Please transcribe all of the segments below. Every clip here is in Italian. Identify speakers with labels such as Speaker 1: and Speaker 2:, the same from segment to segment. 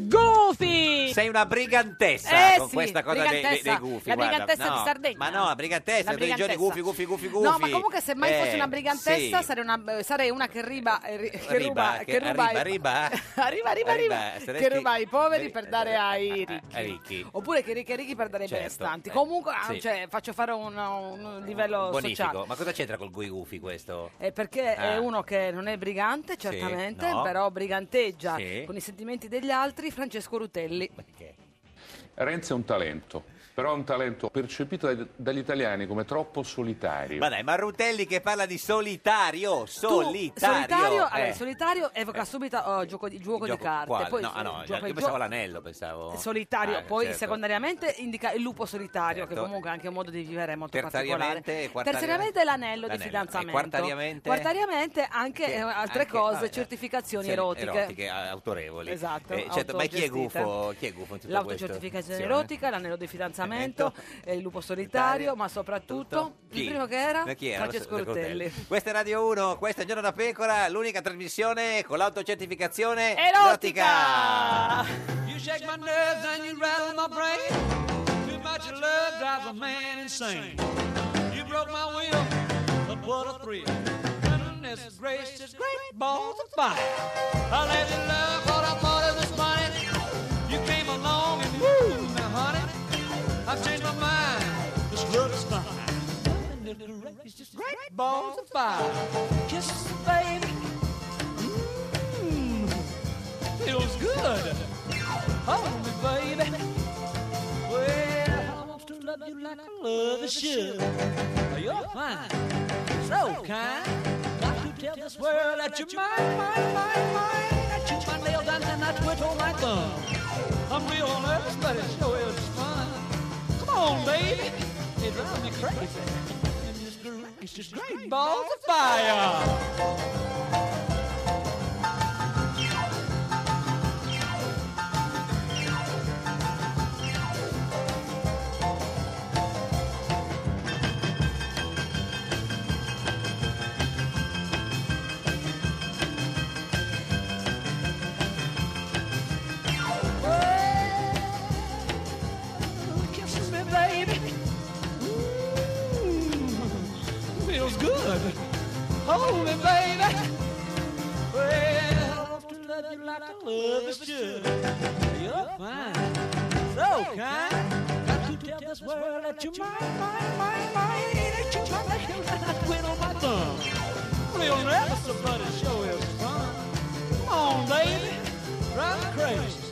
Speaker 1: Goofy!
Speaker 2: Sei una brigantessa
Speaker 1: Eh
Speaker 2: con
Speaker 1: sì,
Speaker 2: questa cosa dei- dei, dei
Speaker 1: brigantessa.
Speaker 2: gufi.
Speaker 1: La
Speaker 2: guarda.
Speaker 1: brigantessa
Speaker 2: No,
Speaker 1: di Sardegna.
Speaker 2: Ma no, la brigantessa,
Speaker 1: La
Speaker 2: tutti i giorni
Speaker 1: brigantessa.
Speaker 2: gufi, gufi, gufi, gufi.
Speaker 1: No, ma comunque se mai
Speaker 2: Eh,
Speaker 1: fossi una brigantessa
Speaker 2: sì.
Speaker 1: sarei, una, sarei una che riba eh, ri- che ruba
Speaker 2: Riba,
Speaker 1: che ruba
Speaker 2: arriva,
Speaker 1: ai-
Speaker 2: arriva.
Speaker 1: arriva, arriva, arriva,
Speaker 2: Arriva, saresti-
Speaker 1: che ruba ai poveri per dare ai ricchi
Speaker 2: Eh, Ricchi.
Speaker 1: oppure che ricchi e ricchi per dare ai
Speaker 2: Certo,
Speaker 1: benestanti
Speaker 2: eh,
Speaker 1: comunque ah,
Speaker 2: sì.
Speaker 1: cioè, faccio fare un, un livello
Speaker 2: Bonifico.
Speaker 1: Oh, sociale
Speaker 2: Ma cosa c'entra col gui gufi questo?
Speaker 1: Eh, perché è
Speaker 2: Ah.
Speaker 1: uno che non è brigante, certamente,
Speaker 2: no.
Speaker 1: però briganteggia
Speaker 2: Sì.
Speaker 1: con i sentimenti degli altri, Francesco Rutelli.
Speaker 3: Renzi è un talento, però è un talento percepito dai- dagli italiani come troppo solitario.
Speaker 2: Ma dai, ma Rutelli che parla di solitario,
Speaker 1: Tu,
Speaker 2: solitario.
Speaker 1: solitario,
Speaker 2: eh.
Speaker 1: allora, solitario evoca subito oh, gioco di, gioco di
Speaker 2: Gioco-
Speaker 1: carte,
Speaker 2: quale?
Speaker 1: poi
Speaker 2: no, ah, no,
Speaker 1: il
Speaker 2: io
Speaker 1: gioco- il
Speaker 2: pensavo
Speaker 1: gioco-
Speaker 2: l'anello, pensavo.
Speaker 1: solitario,
Speaker 2: Ah,
Speaker 1: poi
Speaker 2: certo.
Speaker 1: secondariamente indica il lupo solitario, che
Speaker 2: Certo.
Speaker 1: comunque è anche un modo di vivere molto particolare.
Speaker 2: Terziariamente, quartariamente?
Speaker 1: Terziariamente è l'anello di
Speaker 2: L'anello.
Speaker 1: fidanzamento.
Speaker 2: E quartariamente?
Speaker 1: Quartariamente anche
Speaker 2: Che-
Speaker 1: eh, altre
Speaker 2: anche-
Speaker 1: cose,
Speaker 2: vabbè,
Speaker 1: certificazioni
Speaker 2: Sì,
Speaker 1: erotiche.
Speaker 2: eh, autorevoli.
Speaker 1: Esatto,
Speaker 2: Eh, certo, ma chi è
Speaker 1: autogestite.
Speaker 2: gufo? Chi è gufo in tutto
Speaker 1: L'autocertificazione
Speaker 2: questo?
Speaker 1: erotica, l'anello di fidanzamento, eh, il lupo solitario, ma soprattutto
Speaker 2: Certo. Chi?
Speaker 1: il primo che era,
Speaker 2: Ma chi era?
Speaker 1: Francesco
Speaker 2: Francesco
Speaker 1: Rutelli.
Speaker 2: Questa è Radio 1, questa è Giorno da Pecora, l'unica trasmissione con l'autocertificazione
Speaker 1: Erotica!
Speaker 4: You shake my nerves and you rattle my brain. Too much love drives a man insane. You broke my will, but what a thrill. Goodness gracious, great balls of fire. I let you love what I thought it was funny. You came along and woo, now honey, I've changed my mind. This love is fine. Goodness gracious, Great balls of fire. Kisses, baby. Mmm, feels good. Hold me, baby. Well, I want to love you like I
Speaker 5: 嗯
Speaker 4: love a should. You're fine, so kind. Got to tell this world that you're mine, mine, mine, mine. That you my nail down and I twitch on my thumb. I'm real on earth, but it sure is fun. Come on, baby, it drives me crazy. And it's gr- It's just great balls of fire. Kisses me, baby. Ooh, feels good. Hold me, baby. Well, I want to love you like I love is should. You're fine, so kind. Got to tell this world that you're mine, mine, mine, mine. That you're my lady, and I quit on my thumb. Real never somebody show is fun. Come on, baby, drive me crazy.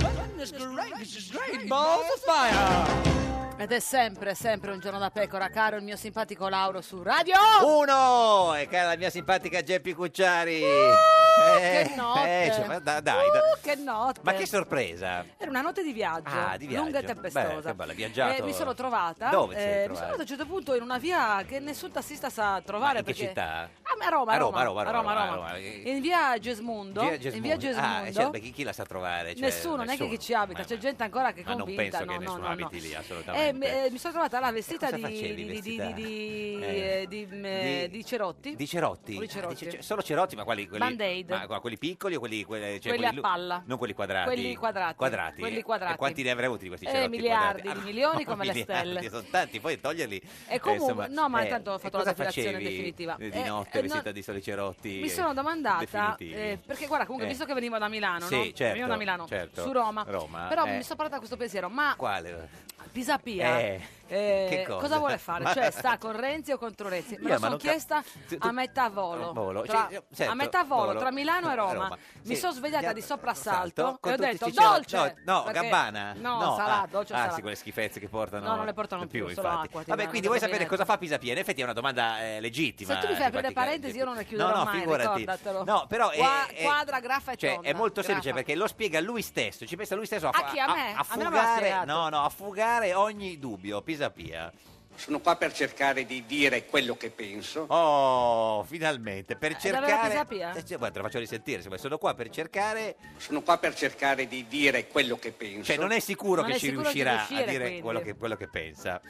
Speaker 4: Goodness gracious, great balls of fire.
Speaker 1: Ed è sempre, sempre un giorno da pecora, caro il mio simpatico Lauro su Radio
Speaker 2: Uno! E cara la mia simpatica Geppi Cucciari.
Speaker 1: Uh, Che notte!
Speaker 2: cioè, ma da- dai, da-
Speaker 1: Uh, che notte!
Speaker 2: ma che sorpresa!
Speaker 1: Era una notte di viaggio,
Speaker 2: Ah, di viaggio.
Speaker 1: lunga e tempestosa.
Speaker 2: Beh, che bello, viaggiato.
Speaker 1: Eh, mi sono trovata.
Speaker 2: Dove ti sei
Speaker 1: eh, Mi
Speaker 2: trovata?
Speaker 1: sono trovata a un certo punto in una via che nessun tassista sa trovare.
Speaker 2: Ma in che
Speaker 1: perché-
Speaker 2: città?
Speaker 1: Ah, ma a Roma,
Speaker 2: A Roma,
Speaker 1: a
Speaker 2: a
Speaker 1: Roma,
Speaker 2: Roma,
Speaker 1: a Roma,
Speaker 2: a
Speaker 1: Roma.
Speaker 2: Roma.
Speaker 1: In via Gesmundo.
Speaker 2: Via
Speaker 1: In
Speaker 2: Gesmundo.
Speaker 1: via
Speaker 2: Ah,
Speaker 1: Gesmundo.
Speaker 2: eh, certo, perché chi la sa trovare? Cioè,
Speaker 1: nessuno, neanche
Speaker 2: nessuno.
Speaker 1: chi ci abita,
Speaker 2: Ma-
Speaker 1: c'è gente ancora che è
Speaker 2: ma non penso
Speaker 1: convinta. no,
Speaker 2: che
Speaker 1: no,
Speaker 2: nessuno
Speaker 1: no, no.
Speaker 2: abiti lì,
Speaker 1: Eh, mi,
Speaker 2: assolutamente.
Speaker 1: eh, mi sono trovata là vestita
Speaker 2: cosa
Speaker 1: di,
Speaker 2: facevi
Speaker 1: di, di-
Speaker 2: vestita?
Speaker 1: di- di-
Speaker 2: Eh.
Speaker 1: eh, di- eh, di Cerotti.
Speaker 2: Di Cerotti?
Speaker 1: Di
Speaker 2: Ah,
Speaker 1: Cerotti.
Speaker 2: Ce- solo Cerotti, ma quali? quelli-
Speaker 1: Band-Aid.
Speaker 2: Ma qua- quelli piccoli o quelli... Quelli, cioè,
Speaker 1: Quelli a
Speaker 2: lu-
Speaker 1: palla.
Speaker 2: Non quelli quadrati.
Speaker 1: Quelli quadrati.
Speaker 2: Quadrati.
Speaker 1: Quelli
Speaker 2: E-
Speaker 1: quadrati.
Speaker 2: E quanti ne avrei avuti di questi
Speaker 1: Eh,
Speaker 2: Cerotti
Speaker 1: miliardi,
Speaker 2: quadrati?
Speaker 1: di milioni come le
Speaker 2: miliardi,
Speaker 1: stelle.
Speaker 2: Sono tanti, poi toglierli. Eh,
Speaker 1: E comunque- no, ma intanto ho
Speaker 2: e
Speaker 1: fatto la
Speaker 2: cosa
Speaker 1: depilazione
Speaker 2: facevi
Speaker 1: definitiva.
Speaker 2: Di
Speaker 1: Eh,
Speaker 2: notte
Speaker 1: eh,
Speaker 2: vestita
Speaker 1: no-
Speaker 2: di soli Cerotti.
Speaker 1: Mi sono domandata,
Speaker 2: definitivi.
Speaker 1: eh, perché guarda, comunque,
Speaker 2: Eh.
Speaker 1: visto che venivo da Milano,
Speaker 2: Sì,
Speaker 1: no?
Speaker 2: certo,
Speaker 1: venivo da Milano,
Speaker 2: certo.
Speaker 1: su Roma,
Speaker 2: Roma,
Speaker 1: però
Speaker 2: eh.
Speaker 1: mi sono portata questo pensiero, ma
Speaker 2: Quale?
Speaker 1: Pisapia
Speaker 2: Eh,
Speaker 1: eh,
Speaker 2: che
Speaker 1: cosa?
Speaker 2: cosa?
Speaker 1: vuole fare?
Speaker 2: Ma-
Speaker 1: Cioè sta con Renzi o contro Renzi? Me
Speaker 2: Io,
Speaker 1: lo
Speaker 2: ma
Speaker 1: sono
Speaker 2: non cap-
Speaker 1: chiesta
Speaker 2: tu- tu-
Speaker 1: a metà volo,
Speaker 2: volo,
Speaker 1: tra-
Speaker 2: cioè, io- certo,
Speaker 1: a metà volo,
Speaker 2: volo.
Speaker 1: tra Milano e Roma,
Speaker 2: Roma,
Speaker 1: mi
Speaker 2: sì.
Speaker 1: sono svegliata di soprassalto
Speaker 2: Salto,
Speaker 1: e ho
Speaker 2: con tutti
Speaker 1: detto
Speaker 2: sti cerotti.
Speaker 1: dolce!
Speaker 2: No, no,
Speaker 1: Perché-
Speaker 2: gabbana.
Speaker 1: No,
Speaker 2: ah,
Speaker 1: salato, dolce o
Speaker 2: ah,
Speaker 1: salato.
Speaker 2: sì, quelle schifezze che portano.
Speaker 1: No, non le portano più, solo
Speaker 2: infatti.
Speaker 1: acqua, ti
Speaker 2: Vabbè,
Speaker 1: danno
Speaker 2: quindi
Speaker 1: da
Speaker 2: vuoi sapere
Speaker 1: bere.
Speaker 2: cosa fa Pisapia? In effetti è una domanda eh, legittima.
Speaker 1: Se tu mi fai aprire
Speaker 2: simpatica.
Speaker 1: parentesi io non le chiuderò
Speaker 2: no, no,
Speaker 1: mai,
Speaker 2: figurati.
Speaker 1: ricordatelo.
Speaker 2: No, però è-
Speaker 1: Qua-
Speaker 2: è-
Speaker 1: quadra, graffa e
Speaker 2: cioè,
Speaker 1: tonda.
Speaker 2: è molto semplice
Speaker 1: Graffa.
Speaker 2: perché lo spiega lui stesso, ci pensa lui stesso a,
Speaker 1: A chi? A me?
Speaker 2: a
Speaker 1: A me non me l'ha
Speaker 2: fugare,
Speaker 1: spiegato.
Speaker 2: no, no, a fugare ogni dubbio, Pisapia.
Speaker 6: Sono qua per cercare di dire quello che penso.
Speaker 2: Oh, finalmente,
Speaker 6: Eh,
Speaker 2: per cercare...
Speaker 6: dovevate sapere?
Speaker 2: Eh, sì, guarda, lo faccio risentire, insomma, sono qua per cercare...
Speaker 6: Sono qua per cercare di dire quello che penso.
Speaker 2: Cioè, non è sicuro
Speaker 6: Non
Speaker 2: che
Speaker 6: è
Speaker 2: ci
Speaker 6: sicuro di
Speaker 2: riuscirà a
Speaker 6: riuscire,
Speaker 2: dire
Speaker 6: quindi.
Speaker 2: quello che, quello che pensa.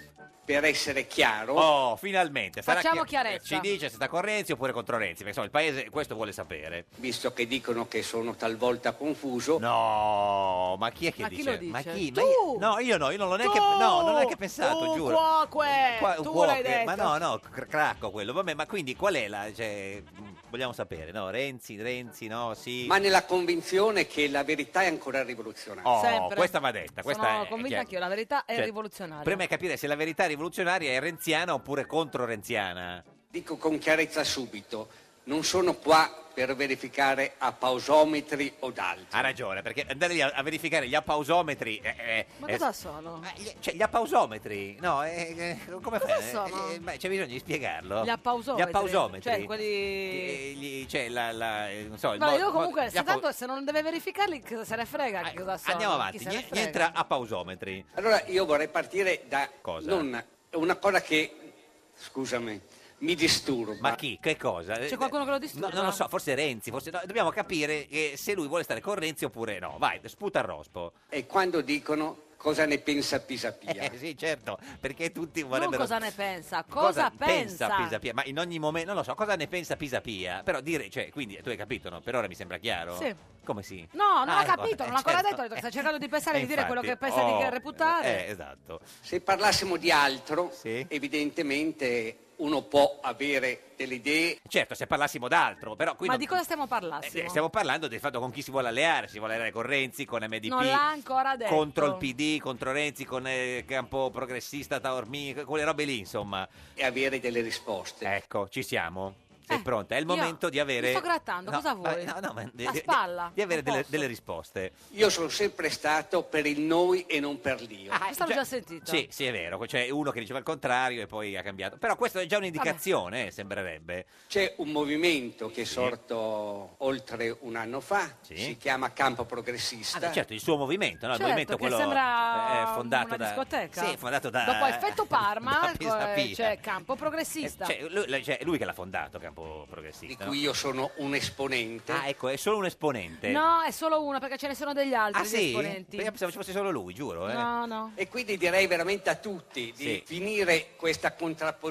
Speaker 6: Per essere chiaro...
Speaker 2: Oh, finalmente. sarà
Speaker 6: Facciamo
Speaker 2: chiaro.
Speaker 6: chiarezza.
Speaker 2: Ci dice se sta con Renzi oppure contro Renzi, perché insomma il paese questo vuole sapere.
Speaker 6: Visto che dicono che sono talvolta confuso...
Speaker 2: No, ma chi è che
Speaker 6: Ma chi
Speaker 2: dice?
Speaker 6: lo dice?
Speaker 2: Ma chi? Ma io- no, io no, io non l'ho neanche, no, non l'ho neanche pensato,
Speaker 7: tu,
Speaker 2: giuro.
Speaker 7: Cuoque,
Speaker 2: Qua- un
Speaker 7: tu
Speaker 2: cuoco,
Speaker 7: l'hai
Speaker 2: eh,
Speaker 7: detto.
Speaker 2: ma no, no, cr- cracco quello. Vabbè, ma quindi qual è la. Cioè, mh, vogliamo sapere, no? Renzi, Renzi, no, sì.
Speaker 6: Ma nella convinzione che la verità è ancora rivoluzionaria.
Speaker 2: Oh, questa va detta. Questa
Speaker 1: Sono
Speaker 2: è,
Speaker 1: convinta
Speaker 2: chiaro.
Speaker 1: anch'io, la verità è
Speaker 2: Cioè,
Speaker 1: rivoluzionaria.
Speaker 2: Prima è capire se la verità rivoluzionaria è renziana oppure contro renziana.
Speaker 6: Dico con chiarezza subito, non sono qua per verificare a pausometri o d'altro.
Speaker 2: Ha ragione, perché andare lì a, a verificare gli appausometri. eh, eh,
Speaker 1: Ma
Speaker 2: eh,
Speaker 1: cosa sono?
Speaker 2: Cioè, gli appausometri? No, eh, eh, come
Speaker 1: Cosa
Speaker 2: fai?
Speaker 1: sono?
Speaker 2: Eh, eh, beh, c'è bisogno di spiegarlo.
Speaker 1: Gli appausometri.
Speaker 2: Gli appausometri.
Speaker 1: Cioè, quelli...
Speaker 2: Eh, gli- cioè, la, la- eh, non so, il
Speaker 1: Ma
Speaker 2: mo-
Speaker 1: io
Speaker 2: mo-
Speaker 1: comunque,
Speaker 2: gli
Speaker 1: se,
Speaker 2: appau- Ecco,
Speaker 1: tanto, se non deve verificarli, cosa se ne frega? che cosa sono?
Speaker 2: Andiamo
Speaker 1: Chi
Speaker 2: avanti,
Speaker 1: se ne
Speaker 2: gli, gli
Speaker 1: frega?
Speaker 2: entra a pausometri.
Speaker 6: Allora io vorrei partire da
Speaker 2: Cosa?
Speaker 6: non- una cosa che, scusami, mi disturba.
Speaker 2: Ma chi? Che cosa?
Speaker 1: C'è qualcuno che lo
Speaker 2: No,
Speaker 1: disturba?
Speaker 2: non lo so, forse Renzi, forse no. Dobbiamo capire eh, se lui vuole stare con Renzi oppure no. Vai, sputa il rospo.
Speaker 6: E quando dicono cosa ne pensa Pisapia?
Speaker 2: Eh, sì, certo, perché tutti
Speaker 1: Non
Speaker 2: vorrebbero...
Speaker 1: cosa ne pensa, cosa, pensa?
Speaker 2: Pisapia? Ma in ogni momento, non lo so, cosa ne pensa Pisapia? Però dire, cioè, quindi, tu hai capito, no? Per ora mi sembra chiaro.
Speaker 1: Sì.
Speaker 2: Come sì?
Speaker 1: No, non
Speaker 2: Ah,
Speaker 1: ha
Speaker 2: eh,
Speaker 1: capito, non l'ha ancora
Speaker 2: certo.
Speaker 1: detto, ha detto che sta cercando di pensare,
Speaker 2: Eh,
Speaker 1: di dire quello che
Speaker 2: infatti,
Speaker 1: pensa di
Speaker 2: oh,
Speaker 1: che reputare.
Speaker 2: Eh, esatto.
Speaker 6: Se parlassimo di altro, evidentemente uno può avere delle idee.
Speaker 2: Certo, se parlassimo d'altro, però qui
Speaker 1: Ma
Speaker 2: non-
Speaker 1: di cosa stiamo parlando?
Speaker 2: eh, stiamo parlando del fatto con chi si vuole alleare, si vuole alleare con Renzi, con MDP,
Speaker 1: non l'ha ancora detto.
Speaker 2: contro il PD, contro Renzi, con eh, campo progressista, Taormi, quelle robe lì, insomma.
Speaker 6: E avere delle risposte.
Speaker 2: Ecco, ci siamo. Sei pronta? È il
Speaker 1: Eh, io
Speaker 2: momento di avere...
Speaker 1: Mi sto grattando,
Speaker 2: No,
Speaker 1: cosa
Speaker 2: ma-
Speaker 1: vuoi?
Speaker 2: no, no, ma- di-
Speaker 1: La
Speaker 2: di-
Speaker 1: spalla.
Speaker 2: Di avere
Speaker 1: non
Speaker 2: delle,
Speaker 1: posso.
Speaker 2: delle risposte.
Speaker 6: Io sono sempre stato per il noi e non per l'io.
Speaker 1: Ah, questa l'ho già sentita.
Speaker 2: Sì, sì, è vero. C'è uno che diceva il contrario e poi ha cambiato. Però questa è già un'indicazione, eh, sembrerebbe.
Speaker 6: C'è un movimento che è sorto oltre un anno fa, si chiama Campo Progressista.
Speaker 2: Ah, certo, il suo movimento, no?
Speaker 1: Certo,
Speaker 2: il movimento
Speaker 1: che
Speaker 2: quello
Speaker 1: sembra
Speaker 2: eh, fondato
Speaker 1: una
Speaker 2: da,
Speaker 1: discoteca.
Speaker 2: Sì, fondato da
Speaker 1: Dopo effetto Parma,
Speaker 2: da Pisa
Speaker 1: eh,
Speaker 2: Pia.
Speaker 1: c'è campo progressista.
Speaker 2: Cioè, lui, la- cioè, lui che l'ha fondato Campo Progressista.
Speaker 6: Di cui io sono un esponente.
Speaker 2: Ah, ecco, è solo un esponente.
Speaker 1: No, è solo uno perché ce ne sono degli altri
Speaker 2: Ah,
Speaker 1: di
Speaker 2: sì?
Speaker 1: esponenti.
Speaker 2: Perché pensavo ci fosse solo lui, giuro. Eh.
Speaker 1: No, no.
Speaker 6: E quindi direi veramente a tutti di
Speaker 2: Sì.
Speaker 6: finire questa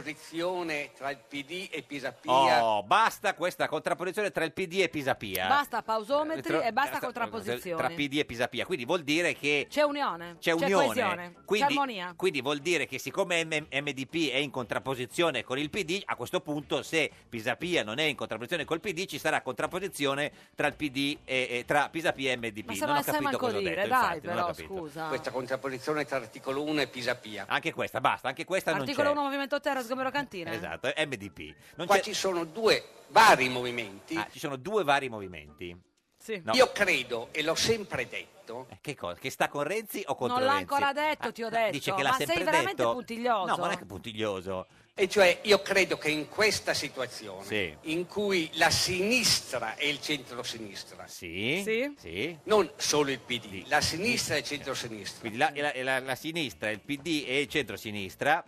Speaker 6: contrapposizione tra il PD e Pisapia.
Speaker 2: Oh, basta questa contrapposizione tra il PD e Pisapia.
Speaker 1: Basta pausometri
Speaker 2: Tra-
Speaker 1: e basta
Speaker 2: tra-
Speaker 1: contrapposizioni.
Speaker 2: Eh, Tra PD e Pisapia, quindi vuol dire che
Speaker 1: C'è unione,
Speaker 2: c'è unione.
Speaker 1: coesione, c'è armonia.
Speaker 2: quindi vuol dire che siccome M- MDP è in contrapposizione con il PD, a questo punto se Pisapia non è in contrapposizione col PD ci sarà contrapposizione tra il PD e, e- tra Pisapia e MDP.
Speaker 1: Ma se
Speaker 2: non
Speaker 1: non
Speaker 2: ho
Speaker 1: la sai
Speaker 2: capito
Speaker 1: manco
Speaker 2: cosa ho
Speaker 1: dire,
Speaker 2: detto,
Speaker 1: dai
Speaker 2: infatti, non ho
Speaker 1: però,
Speaker 2: capito.
Speaker 1: scusa.
Speaker 6: Questa contrapposizione tra articolo 1 e Pisapia.
Speaker 2: Anche questa, basta, anche questa
Speaker 1: Articolo
Speaker 2: non
Speaker 1: 1 Movimento Terra, sgombero
Speaker 2: c'è.
Speaker 1: cantine.
Speaker 2: Esatto, è MDP. Non
Speaker 6: Qua
Speaker 2: c'è-
Speaker 6: ci sono due vari movimenti.
Speaker 2: Ah, ci sono due vari movimenti.
Speaker 1: Sì.
Speaker 2: No. Eh,
Speaker 6: Io credo, e l'ho sempre detto,
Speaker 2: Che cosa? Che sta con Renzi o contro
Speaker 1: Non l'ha
Speaker 2: Renzi? Ah,
Speaker 1: ancora detto, ti ho detto.
Speaker 2: Dice che l'ha
Speaker 1: ma sei
Speaker 2: sempre
Speaker 1: veramente
Speaker 2: detto.
Speaker 1: puntiglioso.
Speaker 2: No, ma non è che puntiglioso.
Speaker 6: e cioè io credo che in questa situazione
Speaker 2: Sì.
Speaker 6: in cui la sinistra e il centrosinistra,
Speaker 2: Sì.
Speaker 1: Sì.
Speaker 6: non solo il PD, la sinistra e il centrosinistra,
Speaker 2: Quindi la, la- la- la sinistra, il PD e il centrosinistra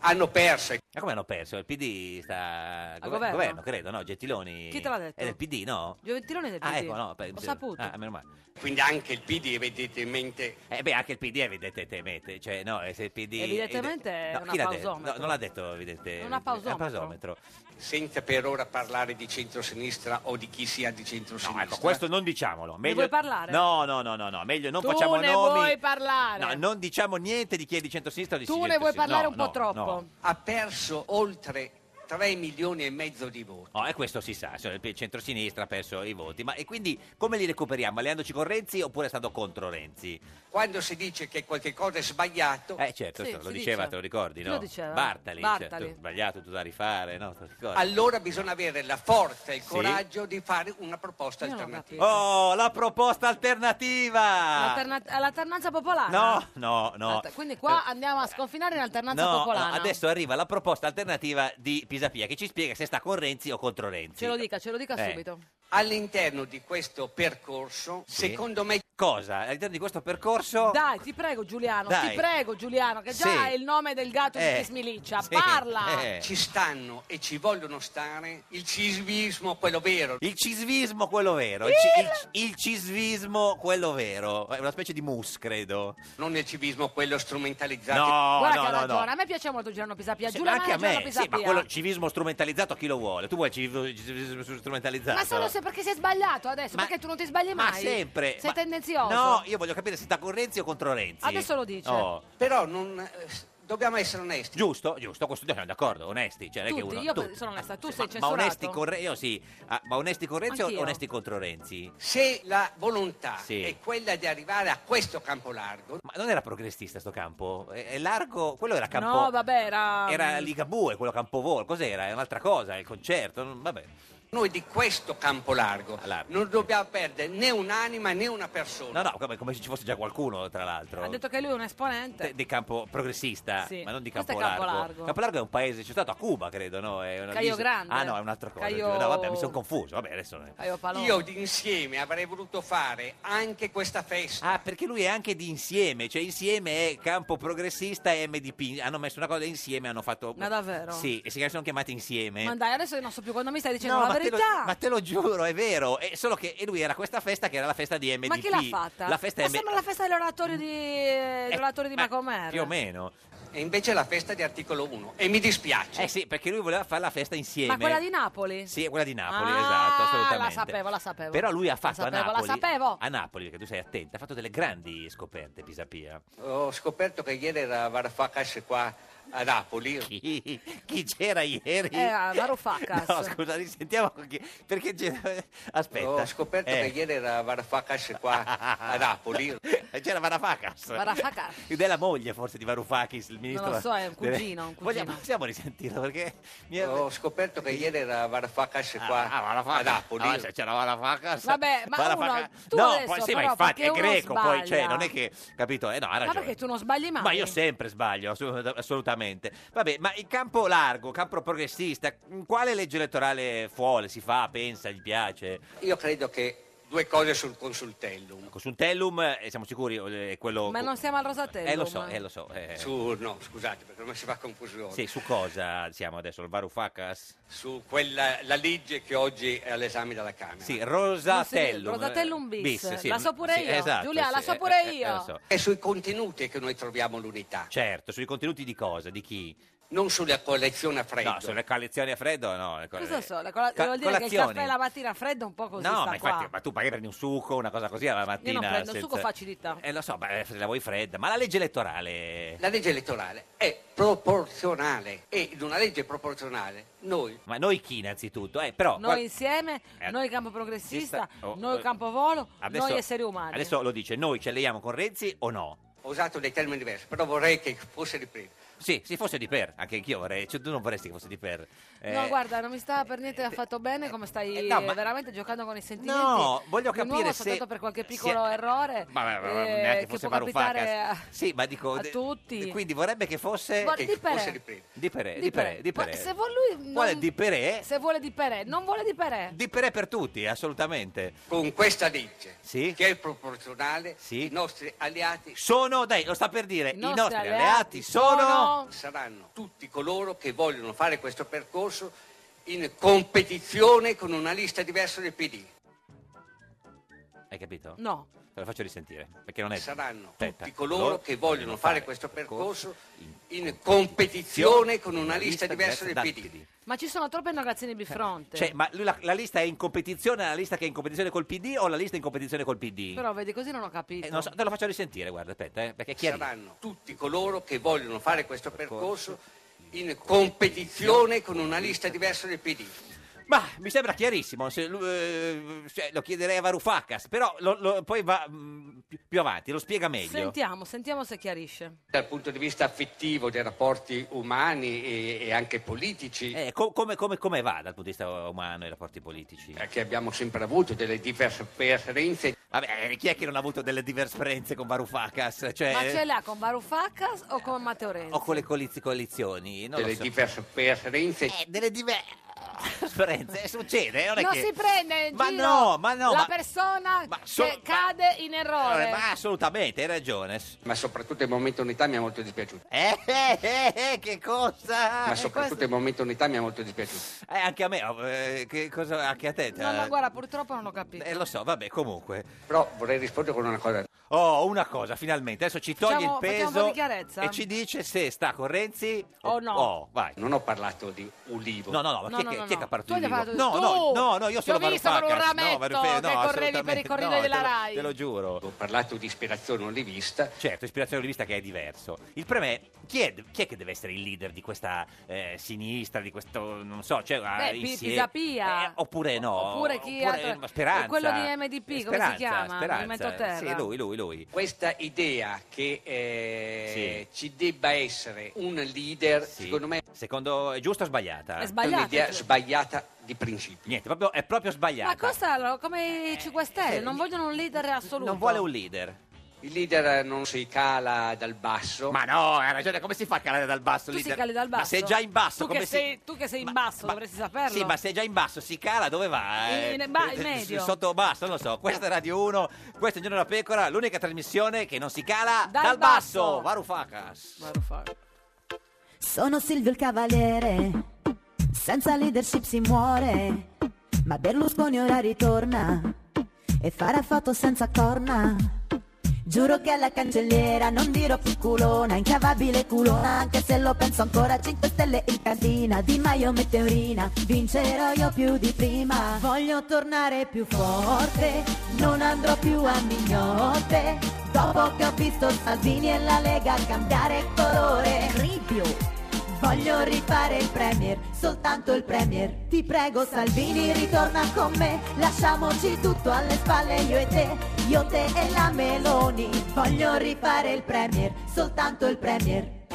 Speaker 6: hanno perso.
Speaker 2: Ma come hanno perso? Il PD sta al
Speaker 1: governo?
Speaker 2: credo, no? Gettiloni.
Speaker 1: Chi te l'ha detto?
Speaker 2: È del PD, no?
Speaker 1: Gioventilone del PD.
Speaker 2: Ah, ecco, no, per-
Speaker 1: Ho saputo.
Speaker 2: Ah, meno male.
Speaker 6: quindi anche il PD evidentemente...
Speaker 2: Eh beh, anche il PD evidentemente, cioè no, eh, se il PD
Speaker 1: Evidentemente è
Speaker 2: no,
Speaker 1: una
Speaker 2: chi l'ha detto?
Speaker 1: pausometro.
Speaker 2: No, non l'ha detto evidentemente.
Speaker 1: Una pausometro.
Speaker 6: senza per ora parlare di centrosinistra o di chi sia di centrosinistra.
Speaker 2: Ecco, questo non diciamolo. Meglio...
Speaker 1: vuoi parlare?
Speaker 2: No, no, no, no, no, meglio non
Speaker 1: tu
Speaker 2: facciamo
Speaker 1: ne
Speaker 2: nomi.
Speaker 1: vuoi parlare?
Speaker 2: No, non diciamo niente di chi è di centrosinistra o di
Speaker 1: Tu ne
Speaker 2: centrosinistra.
Speaker 1: vuoi parlare
Speaker 2: No,
Speaker 1: un po'
Speaker 2: no,
Speaker 1: troppo.
Speaker 2: No.
Speaker 6: ha perso oltre 3 milioni e mezzo di voti.
Speaker 2: No, Oh, e questo si sa, cioè, il centrosinistra ha perso i voti. Ma e quindi come li recuperiamo? Alleandoci con Renzi oppure stando contro Renzi?
Speaker 6: Quando si dice che qualche cosa è sbagliato,
Speaker 2: Eh certo,
Speaker 6: Sì,
Speaker 2: sto- lo
Speaker 6: si
Speaker 2: diceva,
Speaker 6: dice.
Speaker 2: te lo ricordi,
Speaker 6: Chi
Speaker 2: no?
Speaker 6: lo diceva?
Speaker 2: Bartali,
Speaker 6: Bartali.
Speaker 2: cioè, tu- sbagliato, tu da rifare, no? Te lo ricordi?
Speaker 6: allora bisogna avere la forza e il
Speaker 2: Sì.
Speaker 6: coraggio di fare una proposta alternativa.
Speaker 2: Oh, la proposta alternativa!
Speaker 1: L'alterna- l'alternanza popolare?
Speaker 2: Ah. No, no, no.
Speaker 1: Alter- Quindi qua andiamo a sconfinare in alternanza
Speaker 2: No, no,
Speaker 1: popolare.
Speaker 2: adesso arriva la proposta alternativa di Pisapia che ci spiega se sta con Renzi o contro Renzi.
Speaker 1: Ce lo dica, ce lo dica
Speaker 2: Eh.
Speaker 1: subito.
Speaker 6: All'interno di questo percorso,
Speaker 2: Sì.
Speaker 6: secondo me,
Speaker 2: cosa? All'interno di questo percorso...
Speaker 1: Dai, ti prego Giuliano,
Speaker 2: Dai.
Speaker 1: ti prego Giuliano, che già
Speaker 2: Sì.
Speaker 1: è il nome del gatto
Speaker 2: Eh,
Speaker 1: di Smiliccia.
Speaker 2: sì,
Speaker 1: Parla!
Speaker 2: eh.
Speaker 6: Ci stanno e ci vogliono stare il cisvismo, quello vero.
Speaker 2: Il cisvismo, quello vero. Il, ci- il- il cisvismo, quello vero. È una specie di mus, credo.
Speaker 6: Non il civismo, quello strumentalizzato.
Speaker 2: No,
Speaker 1: Guarda che ha
Speaker 2: no, no,
Speaker 1: ragione,
Speaker 2: no.
Speaker 1: a me piace molto Giuliano Pisapia.
Speaker 2: Sì,
Speaker 1: Giulia
Speaker 2: anche a
Speaker 1: Giuliano
Speaker 2: me, sì,
Speaker 1: Pisapia.
Speaker 2: ma quello civismo strumentalizzato chi lo vuole? Tu vuoi il civismo, civismo strumentalizzato?
Speaker 1: Ma solo se perché sei sbagliato adesso, perché tu non ti sbagli
Speaker 2: Ma
Speaker 1: mai.
Speaker 2: sempre.
Speaker 1: Sei
Speaker 2: ma-
Speaker 1: tendenzioso.
Speaker 2: No, io voglio capire se sta con Renzi o contro Renzi.
Speaker 1: Adesso lo dice.
Speaker 2: Oh.
Speaker 6: Però non, eh, dobbiamo essere onesti.
Speaker 2: Giusto, giusto, questo siamo d'accordo, onesti. Cioè, non è che
Speaker 1: Tutti,
Speaker 2: uno-
Speaker 1: io
Speaker 2: tutti.
Speaker 1: sono onesta, tu
Speaker 2: Sì,
Speaker 1: sei
Speaker 2: ma, ma
Speaker 1: censurato.
Speaker 2: onesti con Renzi, io sì. Ah, ma onesti con Renzi
Speaker 1: Anch'io.
Speaker 2: o onesti contro Renzi?
Speaker 6: Se la volontà
Speaker 2: Sì.
Speaker 6: è quella di arrivare a questo campo largo,
Speaker 2: Ma non era progressista sto campo? È, è largo, quello era campo...
Speaker 1: No, vabbè, era...
Speaker 2: Era Ligabue, quello Campovolo, cos'era? È un'altra cosa, è il concerto, non- vabbè.
Speaker 6: noi di questo campo largo
Speaker 2: Allarme.
Speaker 6: non dobbiamo perdere né un'anima né una persona.
Speaker 2: No, no, come, come se ci fosse già qualcuno, tra l'altro.
Speaker 1: Ha detto che lui è un esponente.
Speaker 2: Di campo progressista,
Speaker 1: Sì.
Speaker 2: ma non di
Speaker 1: Questo è
Speaker 2: campo largo.
Speaker 1: Campolargo.
Speaker 2: Campolargo è un paese, c'è stato a Cuba, credo, no? È una
Speaker 1: Caio
Speaker 2: l'isola-
Speaker 1: Grande.
Speaker 2: Ah no, è un'altra cosa.
Speaker 1: Caio-
Speaker 2: No, vabbè, mi sono confuso. Vabbè, adesso...
Speaker 1: Caio Palone.
Speaker 6: Io di insieme avrei voluto fare anche questa festa.
Speaker 2: Ah, perché lui è anche di insieme, cioè insieme è campo progressista e MDP. Hanno messo una cosa insieme, hanno fatto...
Speaker 1: Ma davvero?
Speaker 2: Sì, e si sono chiamati insieme.
Speaker 1: Ma dai, adesso io non so più quando mi stai dicendo
Speaker 2: No,
Speaker 1: la
Speaker 2: ma, te lo,
Speaker 1: verità.
Speaker 2: ma te lo giuro, è vero. È solo che e lui era questa festa che era la festa di MDP.
Speaker 1: Ma chi l'ha fatta?
Speaker 2: La festa
Speaker 1: Ma
Speaker 2: M- Eh,
Speaker 1: sembra la festa dell'oratorio di, dell'oratorio di Macomer.
Speaker 2: Più o meno.
Speaker 6: E invece la festa di articolo 1. E mi dispiace.
Speaker 2: Eh sì, perché lui voleva fare la festa insieme.
Speaker 1: Ma quella di Napoli?
Speaker 2: Sì, quella di Napoli,
Speaker 1: Ah,
Speaker 2: esatto, assolutamente.
Speaker 1: la sapevo, la sapevo.
Speaker 2: Però lui ha fatto
Speaker 1: La sapevo,
Speaker 2: a Napoli.
Speaker 1: la sapevo.
Speaker 2: A Napoli, perché tu sei attenta, ha fatto delle grandi scoperte, Pisapia.
Speaker 6: Ho scoperto che ieri era Varoufakis qua a Napoli.
Speaker 2: Chi, chi c'era
Speaker 1: Eh,
Speaker 2: ieri?
Speaker 1: Era Varoufakis.
Speaker 2: No, scusa, risentiamo con chi- perché c'era... Aspetta.
Speaker 6: Ho scoperto
Speaker 2: Eh,
Speaker 6: che ieri era Varoufakis qua a Napoli.
Speaker 2: C'era Varoufakis.
Speaker 1: Varoufakis.
Speaker 2: Della moglie forse di Varoufakis, il ministro.
Speaker 1: lo so, è un cugino, un cugino.
Speaker 2: Vogliamo, possiamo risentirlo perché mi
Speaker 6: Ho scoperto che ieri era Varoufakis
Speaker 2: Ah,
Speaker 6: qua
Speaker 2: ah,
Speaker 6: a
Speaker 2: Varoufakis.
Speaker 6: Napoli.
Speaker 2: Ah, se c'era Varoufakis.
Speaker 1: Vabbè, ma
Speaker 2: Varoufakis-
Speaker 1: uno- tu
Speaker 2: no,
Speaker 1: adesso,
Speaker 2: poi sì, ma
Speaker 1: però,
Speaker 2: infatti è
Speaker 1: perché uno
Speaker 2: greco, poi cioè,
Speaker 1: sbaglia.
Speaker 2: non è che capito, eh no, ha
Speaker 1: Ma
Speaker 2: ragione.
Speaker 1: perché tu non sbagli mai?
Speaker 2: Ma io sempre sbaglio, assolut- assolutamente. Vabbè, ma il campo largo, campo progressista, in quale legge elettorale fuole si fa, pensa, gli piace?
Speaker 6: Io credo che due cose sul consultellum.
Speaker 2: Consultellum, eh, siamo sicuri, eh, è quello...
Speaker 1: Ma non siamo al Rosatello.
Speaker 2: Eh lo so,
Speaker 1: ma-
Speaker 2: eh lo so. eh.
Speaker 6: Su, no, scusate, perché non si fa confusione.
Speaker 2: Sì, su cosa siamo adesso? Il Varoufakis?
Speaker 6: Su quella la legge che oggi è all'esame della Camera.
Speaker 2: Sì, Rosatellum.
Speaker 1: Non si- Rosatellum bis.
Speaker 2: sì.
Speaker 1: La so pure io.
Speaker 2: esatto,
Speaker 1: Giulia, la
Speaker 2: sì,
Speaker 1: so
Speaker 2: eh,
Speaker 1: pure
Speaker 2: eh,
Speaker 1: io.
Speaker 2: eh, lo so.
Speaker 6: È sui contenuti che noi troviamo l'unità,
Speaker 2: Certo, sui contenuti di cosa? Di chi?
Speaker 6: non sulla collezione a freddo.
Speaker 2: No, sulle collezioni a freddo no. le Eh, co-
Speaker 1: Cosa so? La
Speaker 2: Ca-
Speaker 1: cola- vuol dire che il
Speaker 2: colazioni.
Speaker 1: caffè la mattina freddo un po' così
Speaker 2: No,
Speaker 1: sta
Speaker 2: ma infatti,
Speaker 1: qua.
Speaker 2: ma tu magari prendi un succo, una cosa così alla mattina.
Speaker 1: prendo succo, facilità.
Speaker 2: Eh, lo so, ma eh, se la vuoi fredda. Ma la legge elettorale...
Speaker 6: La legge elettorale è proporzionale e in una legge proporzionale noi
Speaker 2: Ma noi chi innanzitutto? Eh, però...
Speaker 1: Noi
Speaker 2: guarda-
Speaker 1: insieme,
Speaker 2: Eh,
Speaker 1: noi campo progressista,
Speaker 2: sta- oh,
Speaker 1: noi
Speaker 2: eh,
Speaker 1: campo volo,
Speaker 2: adesso-
Speaker 1: noi esseri umani.
Speaker 2: Adesso lo dice, noi ci alleiamo con Renzi o no?
Speaker 6: ho usato dei termini diversi, però vorrei che fosse ripreso.
Speaker 2: Sì, se fosse di per, anche anch'io vorrei, cioè, tu non vorresti che fosse di per.
Speaker 1: no,
Speaker 2: Eh,
Speaker 1: guarda, non mi sta per niente affatto bene come stai
Speaker 2: eh, no, ma-
Speaker 1: veramente giocando con i sentimenti.
Speaker 2: No, voglio
Speaker 1: Di
Speaker 2: capire
Speaker 1: nuovo,
Speaker 2: se-
Speaker 1: soltanto per qualche
Speaker 2: se-
Speaker 1: piccolo errore
Speaker 2: Ma, ma- ma- ma-
Speaker 1: eh,
Speaker 2: neanche
Speaker 1: che
Speaker 2: fosse
Speaker 1: può capitare a,
Speaker 2: Varoufakis. Sì, ma dico...
Speaker 1: a
Speaker 2: de-
Speaker 1: tutti.
Speaker 2: Quindi vorrebbe che fosse...
Speaker 1: Guarda-
Speaker 6: Che
Speaker 1: Di Perè.
Speaker 6: fosse ripreso.
Speaker 2: Di Perè,
Speaker 1: Di
Speaker 2: Eh, di
Speaker 1: Perè.
Speaker 2: Perè, di
Speaker 1: Ma
Speaker 2: Perè.
Speaker 1: se vuol lui non-
Speaker 2: Vuole di Perè,
Speaker 1: Se vuole di Perè, non vuole di Perè.
Speaker 2: di Perè per tutti, assolutamente.
Speaker 6: Con questa legge
Speaker 2: Sì.
Speaker 6: che è proporzionale,
Speaker 2: Sì.
Speaker 6: i nostri alleati
Speaker 2: Sono, dai, lo sta per dire, i nostri, alleati, sono...
Speaker 1: sono-
Speaker 6: saranno tutti coloro che vogliono fare questo percorso in competizione con una lista diversa del PD.
Speaker 2: Hai capito?
Speaker 1: No.
Speaker 2: Te lo faccio risentire, perché non è...
Speaker 6: saranno
Speaker 2: Aspetta,
Speaker 6: tutti coloro che vogliono fare questo percorso in competizione con una lista diversa del
Speaker 2: dal
Speaker 6: PD.
Speaker 1: Ma ci sono troppe narrazioni bifronte.
Speaker 2: Cioè, ma lui la, la lista è in competizione, la lista che è in competizione col PD o la lista in competizione col PD?
Speaker 1: Però vedi, così non ho capito.
Speaker 2: Eh, non so, te lo faccio risentire, guarda, aspetta, eh, perché chi è
Speaker 6: Saranno tutti coloro che vogliono fare questo percorso in competizione con una lista diversa del PD.
Speaker 2: Ma mi sembra chiarissimo, se lu- eh, cioè, lo chiederei a Varoufakis, però lo- lo- poi va mm, più, più avanti, lo spiega meglio.
Speaker 1: Sentiamo, sentiamo se chiarisce.
Speaker 6: Dal punto di vista affettivo, dei rapporti umani e, e anche politici,
Speaker 2: Eh, co- come, come- come va dal punto di vista umano i rapporti politici?
Speaker 6: eh, che abbiamo sempre avuto delle diverse preferenze,
Speaker 2: Vabbè, eh, chi è che non ha avuto delle diverse esperienze con Varoufakis? Cioè,
Speaker 1: Ma ce l'ha con Varoufakis o con Matteo Renzi?
Speaker 2: o con le coaliz- coalizioni? Non lo
Speaker 6: delle
Speaker 2: so.
Speaker 6: diverse preferenze
Speaker 2: Eh, delle diverse... Sforenze, eh, succede, eh, non è
Speaker 8: non
Speaker 2: che...
Speaker 8: si prende in
Speaker 2: Ma
Speaker 8: giro
Speaker 2: no, ma no,
Speaker 8: la
Speaker 2: ma-
Speaker 8: persona
Speaker 2: solo-
Speaker 8: che cade in errore.
Speaker 2: Ma assolutamente, hai ragione.
Speaker 6: Ma soprattutto il momento unità mi ha molto dispiaciuto.
Speaker 2: Eh, eh, eh, eh, che cosa?
Speaker 6: Ma soprattutto il momento unità mi ha molto dispiaciuto.
Speaker 2: Eh, anche a me, eh, che cosa, anche a te.
Speaker 8: No,
Speaker 2: eh,
Speaker 8: ma guarda, purtroppo non l'ho capito.
Speaker 2: eh, lo so, vabbè, comunque.
Speaker 6: Però vorrei rispondere con una cosa.
Speaker 2: Oh, una cosa, finalmente. Adesso ci toglie
Speaker 8: Facciamo-
Speaker 2: il
Speaker 8: facciamo
Speaker 2: peso.
Speaker 8: un po' di chiarezza?
Speaker 2: E ci dice se sta con Renzi o
Speaker 8: no.
Speaker 2: Oh, vai.
Speaker 6: Non ho parlato di ulivo.
Speaker 2: No, no, no, ma
Speaker 8: No,
Speaker 2: chi, è
Speaker 8: no,
Speaker 2: che-
Speaker 8: no,
Speaker 2: chi è che
Speaker 8: no.
Speaker 2: ha parlato
Speaker 8: Tu
Speaker 2: di
Speaker 8: hai
Speaker 2: Livo?
Speaker 8: parlato-
Speaker 2: No, no,
Speaker 8: tu!
Speaker 2: no, no, io
Speaker 8: Ti
Speaker 2: sono
Speaker 8: ho visto con un
Speaker 2: Varoufakis. No,
Speaker 8: rametto
Speaker 2: Varoufakis,
Speaker 8: che
Speaker 2: no,
Speaker 8: correvi per i
Speaker 2: assolutamente
Speaker 8: corridoi
Speaker 2: no,
Speaker 8: della
Speaker 2: te lo-
Speaker 8: Rai.
Speaker 2: Te lo giuro.
Speaker 6: Ho parlato di ispirazione olivista.
Speaker 2: Certo, ispirazione rivista che è diverso. Il problema è chi è, chi è che deve essere il leader di questa eh, sinistra, di questo, non so, cioè,
Speaker 8: Beh,
Speaker 2: eh,
Speaker 8: Pi-
Speaker 2: insieme-
Speaker 8: Pisapia.
Speaker 2: Eh, oppure no.
Speaker 8: Oppure chi
Speaker 2: oppure,
Speaker 8: altro-
Speaker 2: eh, Speranza.
Speaker 8: quello di MDP, come si
Speaker 2: Speranza,
Speaker 8: chiama?
Speaker 2: Speranza.
Speaker 8: Movimento Terra.
Speaker 2: Sì, lui, lui, lui.
Speaker 6: Questa idea che eh, ci debba essere un leader,
Speaker 2: Sì.
Speaker 6: secondo me,
Speaker 2: Secondo, è giusta o sbagliata?
Speaker 8: È
Speaker 6: è
Speaker 8: sbagliata.
Speaker 6: un'idea
Speaker 8: cioè.
Speaker 6: sbagliata di principio.
Speaker 2: Niente, proprio- è proprio sbagliata.
Speaker 8: Ma cosa allora, come i 5 Stelle? Non vogliono un leader assoluto.
Speaker 2: Eh, Non vuole un leader.
Speaker 6: Il leader non si cala dal basso.
Speaker 2: Ma no, hai ragione, come si fa a calare dal basso?
Speaker 8: Tu
Speaker 2: leader?
Speaker 8: si cali dal basso.
Speaker 2: Ma sei già in basso,
Speaker 8: tu
Speaker 2: come
Speaker 8: che
Speaker 2: si...
Speaker 8: sei, Tu che sei in basso,
Speaker 2: ma-
Speaker 8: dovresti saperlo.
Speaker 2: Sì, ma se è già in basso si cala, dove va? Eh,
Speaker 8: In- in ba- in
Speaker 2: eh,
Speaker 8: medio.
Speaker 2: s- Sotto o basso, non lo so. Questa è Radio 1, questo è Il Giorno della Pecora, l'unica trasmissione che non si cala dal,
Speaker 8: Dal
Speaker 2: basso.
Speaker 8: basso.
Speaker 2: Varoufakis.
Speaker 8: Varoufakis.
Speaker 5: Sono Silvio il cavaliere, senza leadership si muore, ma Berlusconi ora ritorna e farà foto senza corna. Giuro che alla cancelliera non dirò più culona, incavabile culona, anche se lo penso ancora, 5 stelle in cantina, Di Maio meteorina, vincerò io più di prima. Voglio tornare più forte, non andrò più a mignotte, dopo che ho visto Salvini e la Lega cambiare colore. Voglio rifare il premier, soltanto il premier. Ti prego Salvini ritorna con me, lasciamoci tutto alle spalle io e te, io te e la Meloni. Voglio rifare il premier, soltanto il premier.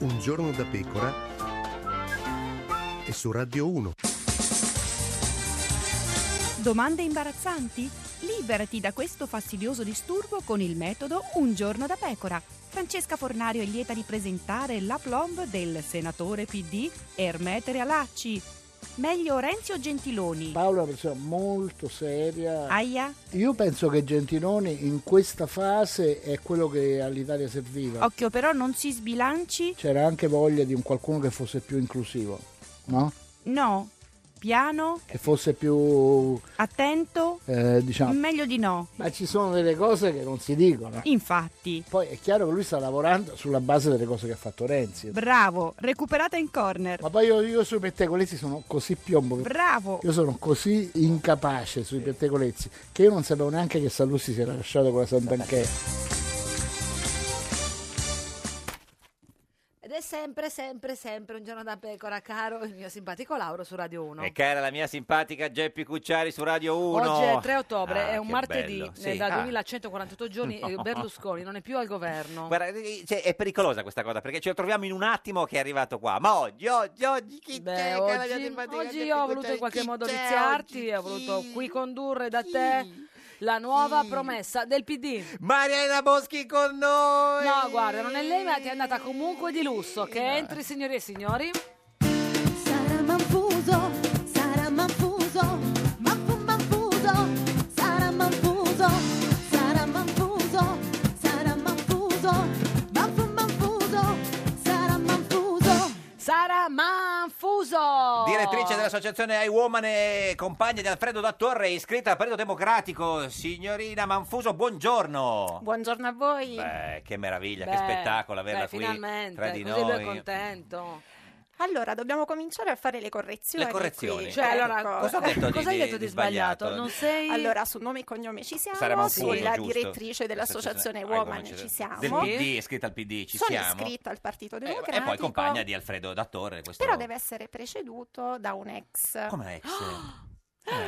Speaker 9: Un giorno da pecora e su Radio 1.
Speaker 10: Domande imbarazzanti? Liberati da questo fastidioso disturbo con il metodo Un giorno da pecora. Francesca Fornario è lieta di presentare la plomb del senatore PD Ermetere Alacci. Meglio Renzi o Gentiloni?
Speaker 11: Paolo è una persona molto seria.
Speaker 10: Aia?
Speaker 11: Io penso che Gentiloni in questa fase è quello che all'Italia serviva.
Speaker 10: Occhio però non si sbilanci?
Speaker 11: C'era anche voglia di un qualcuno che fosse più inclusivo, no?
Speaker 10: No. Piano?
Speaker 11: Che fosse più,
Speaker 10: Attento?
Speaker 11: eh, diciamo...
Speaker 10: Meglio di no.
Speaker 11: Ma ci sono delle cose che non si dicono.
Speaker 10: Infatti.
Speaker 11: Poi è chiaro che lui sta lavorando sulla base delle cose che ha fatto Renzi.
Speaker 10: Bravo, recuperata in corner.
Speaker 11: Ma poi io, io sui pettegolezzi sono così piombo. che-
Speaker 10: Bravo.
Speaker 11: Io sono così incapace sui pettegolezzi che io non sapevo neanche che Sallusti si era lasciato con la Santanchè.
Speaker 8: Ed è sempre, sempre, sempre un giorno da pecora, caro il mio simpatico Lauro su Radio 1.
Speaker 2: E cara la mia simpatica Geppi Cucciari su Radio 1.
Speaker 8: Oggi è 3 ottobre,
Speaker 2: Ah,
Speaker 8: è un
Speaker 2: che
Speaker 8: martedì,
Speaker 2: bello.
Speaker 8: eh,
Speaker 2: Sì.
Speaker 8: da
Speaker 2: Ah.
Speaker 8: 2148 giorni eh,
Speaker 2: No.
Speaker 8: Berlusconi non è più al governo.
Speaker 2: Guarda, eh, cioè, è pericolosa questa cosa perché ci troviamo in un attimo che è arrivato qua. Ma oggi, oggi, oggi, chi
Speaker 8: Beh,
Speaker 2: c'è? Cara la mia
Speaker 8: oggi,
Speaker 2: simpatica
Speaker 8: oggi
Speaker 2: Geppi
Speaker 8: io ho voluto
Speaker 2: Cucciari?
Speaker 8: in qualche
Speaker 2: Chi
Speaker 8: modo
Speaker 2: c'è
Speaker 8: viziarti,
Speaker 2: oggi?
Speaker 8: ho voluto
Speaker 2: Chi?
Speaker 8: qui condurre da te la nuova promessa del PD.
Speaker 2: Mariana Boschi con noi.
Speaker 8: No, guarda, non è lei, ma ti è andata comunque di lusso. Che entri, signori e signori.
Speaker 5: Sarà manfuso, sarà manfuso, manfu manfuso, sarà manfuso, sarà manfuso, sarà manfuso, manfu manfuso, sarà manfuso.
Speaker 8: Sara Manfuso.
Speaker 2: Direttrice dell'associazione I Woman e compagna di Alfredo da Torre, iscritta al Partito Democratico, signorina Manfuso, buongiorno.
Speaker 12: Buongiorno a voi.
Speaker 2: Beh, che meraviglia,
Speaker 8: Beh,
Speaker 2: che spettacolo averla
Speaker 8: beh,
Speaker 2: qui
Speaker 8: finalmente,
Speaker 2: tra di
Speaker 8: così
Speaker 2: noi.
Speaker 8: lui è contento.
Speaker 12: Allora, dobbiamo cominciare a fare le correzioni.
Speaker 2: Le correzioni.
Speaker 12: qui.
Speaker 2: Cioè,
Speaker 8: allora,
Speaker 12: Ecco.
Speaker 2: cosa ho detto di-
Speaker 8: Cosa hai
Speaker 2: di-
Speaker 8: detto di,
Speaker 2: di
Speaker 8: sbagliato?
Speaker 2: sbagliato?
Speaker 8: Non sei...
Speaker 12: Allora, su nome e cognome ci
Speaker 2: Saremo
Speaker 12: siamo,
Speaker 2: un punto,
Speaker 12: sulla
Speaker 2: giusto?
Speaker 12: direttrice dell'associazione
Speaker 2: Associazione-
Speaker 12: Woman
Speaker 2: Ah,
Speaker 12: ci
Speaker 2: Del
Speaker 12: siamo.
Speaker 2: PD, iscritta al PD, ci
Speaker 12: Sono
Speaker 2: siamo.
Speaker 12: iscritta al Partito
Speaker 2: Eh,
Speaker 12: Democratico.
Speaker 2: e poi compagna di Alfredo da Torre. Questo...
Speaker 12: Però deve essere preceduto da un ex.
Speaker 2: Come ex? Come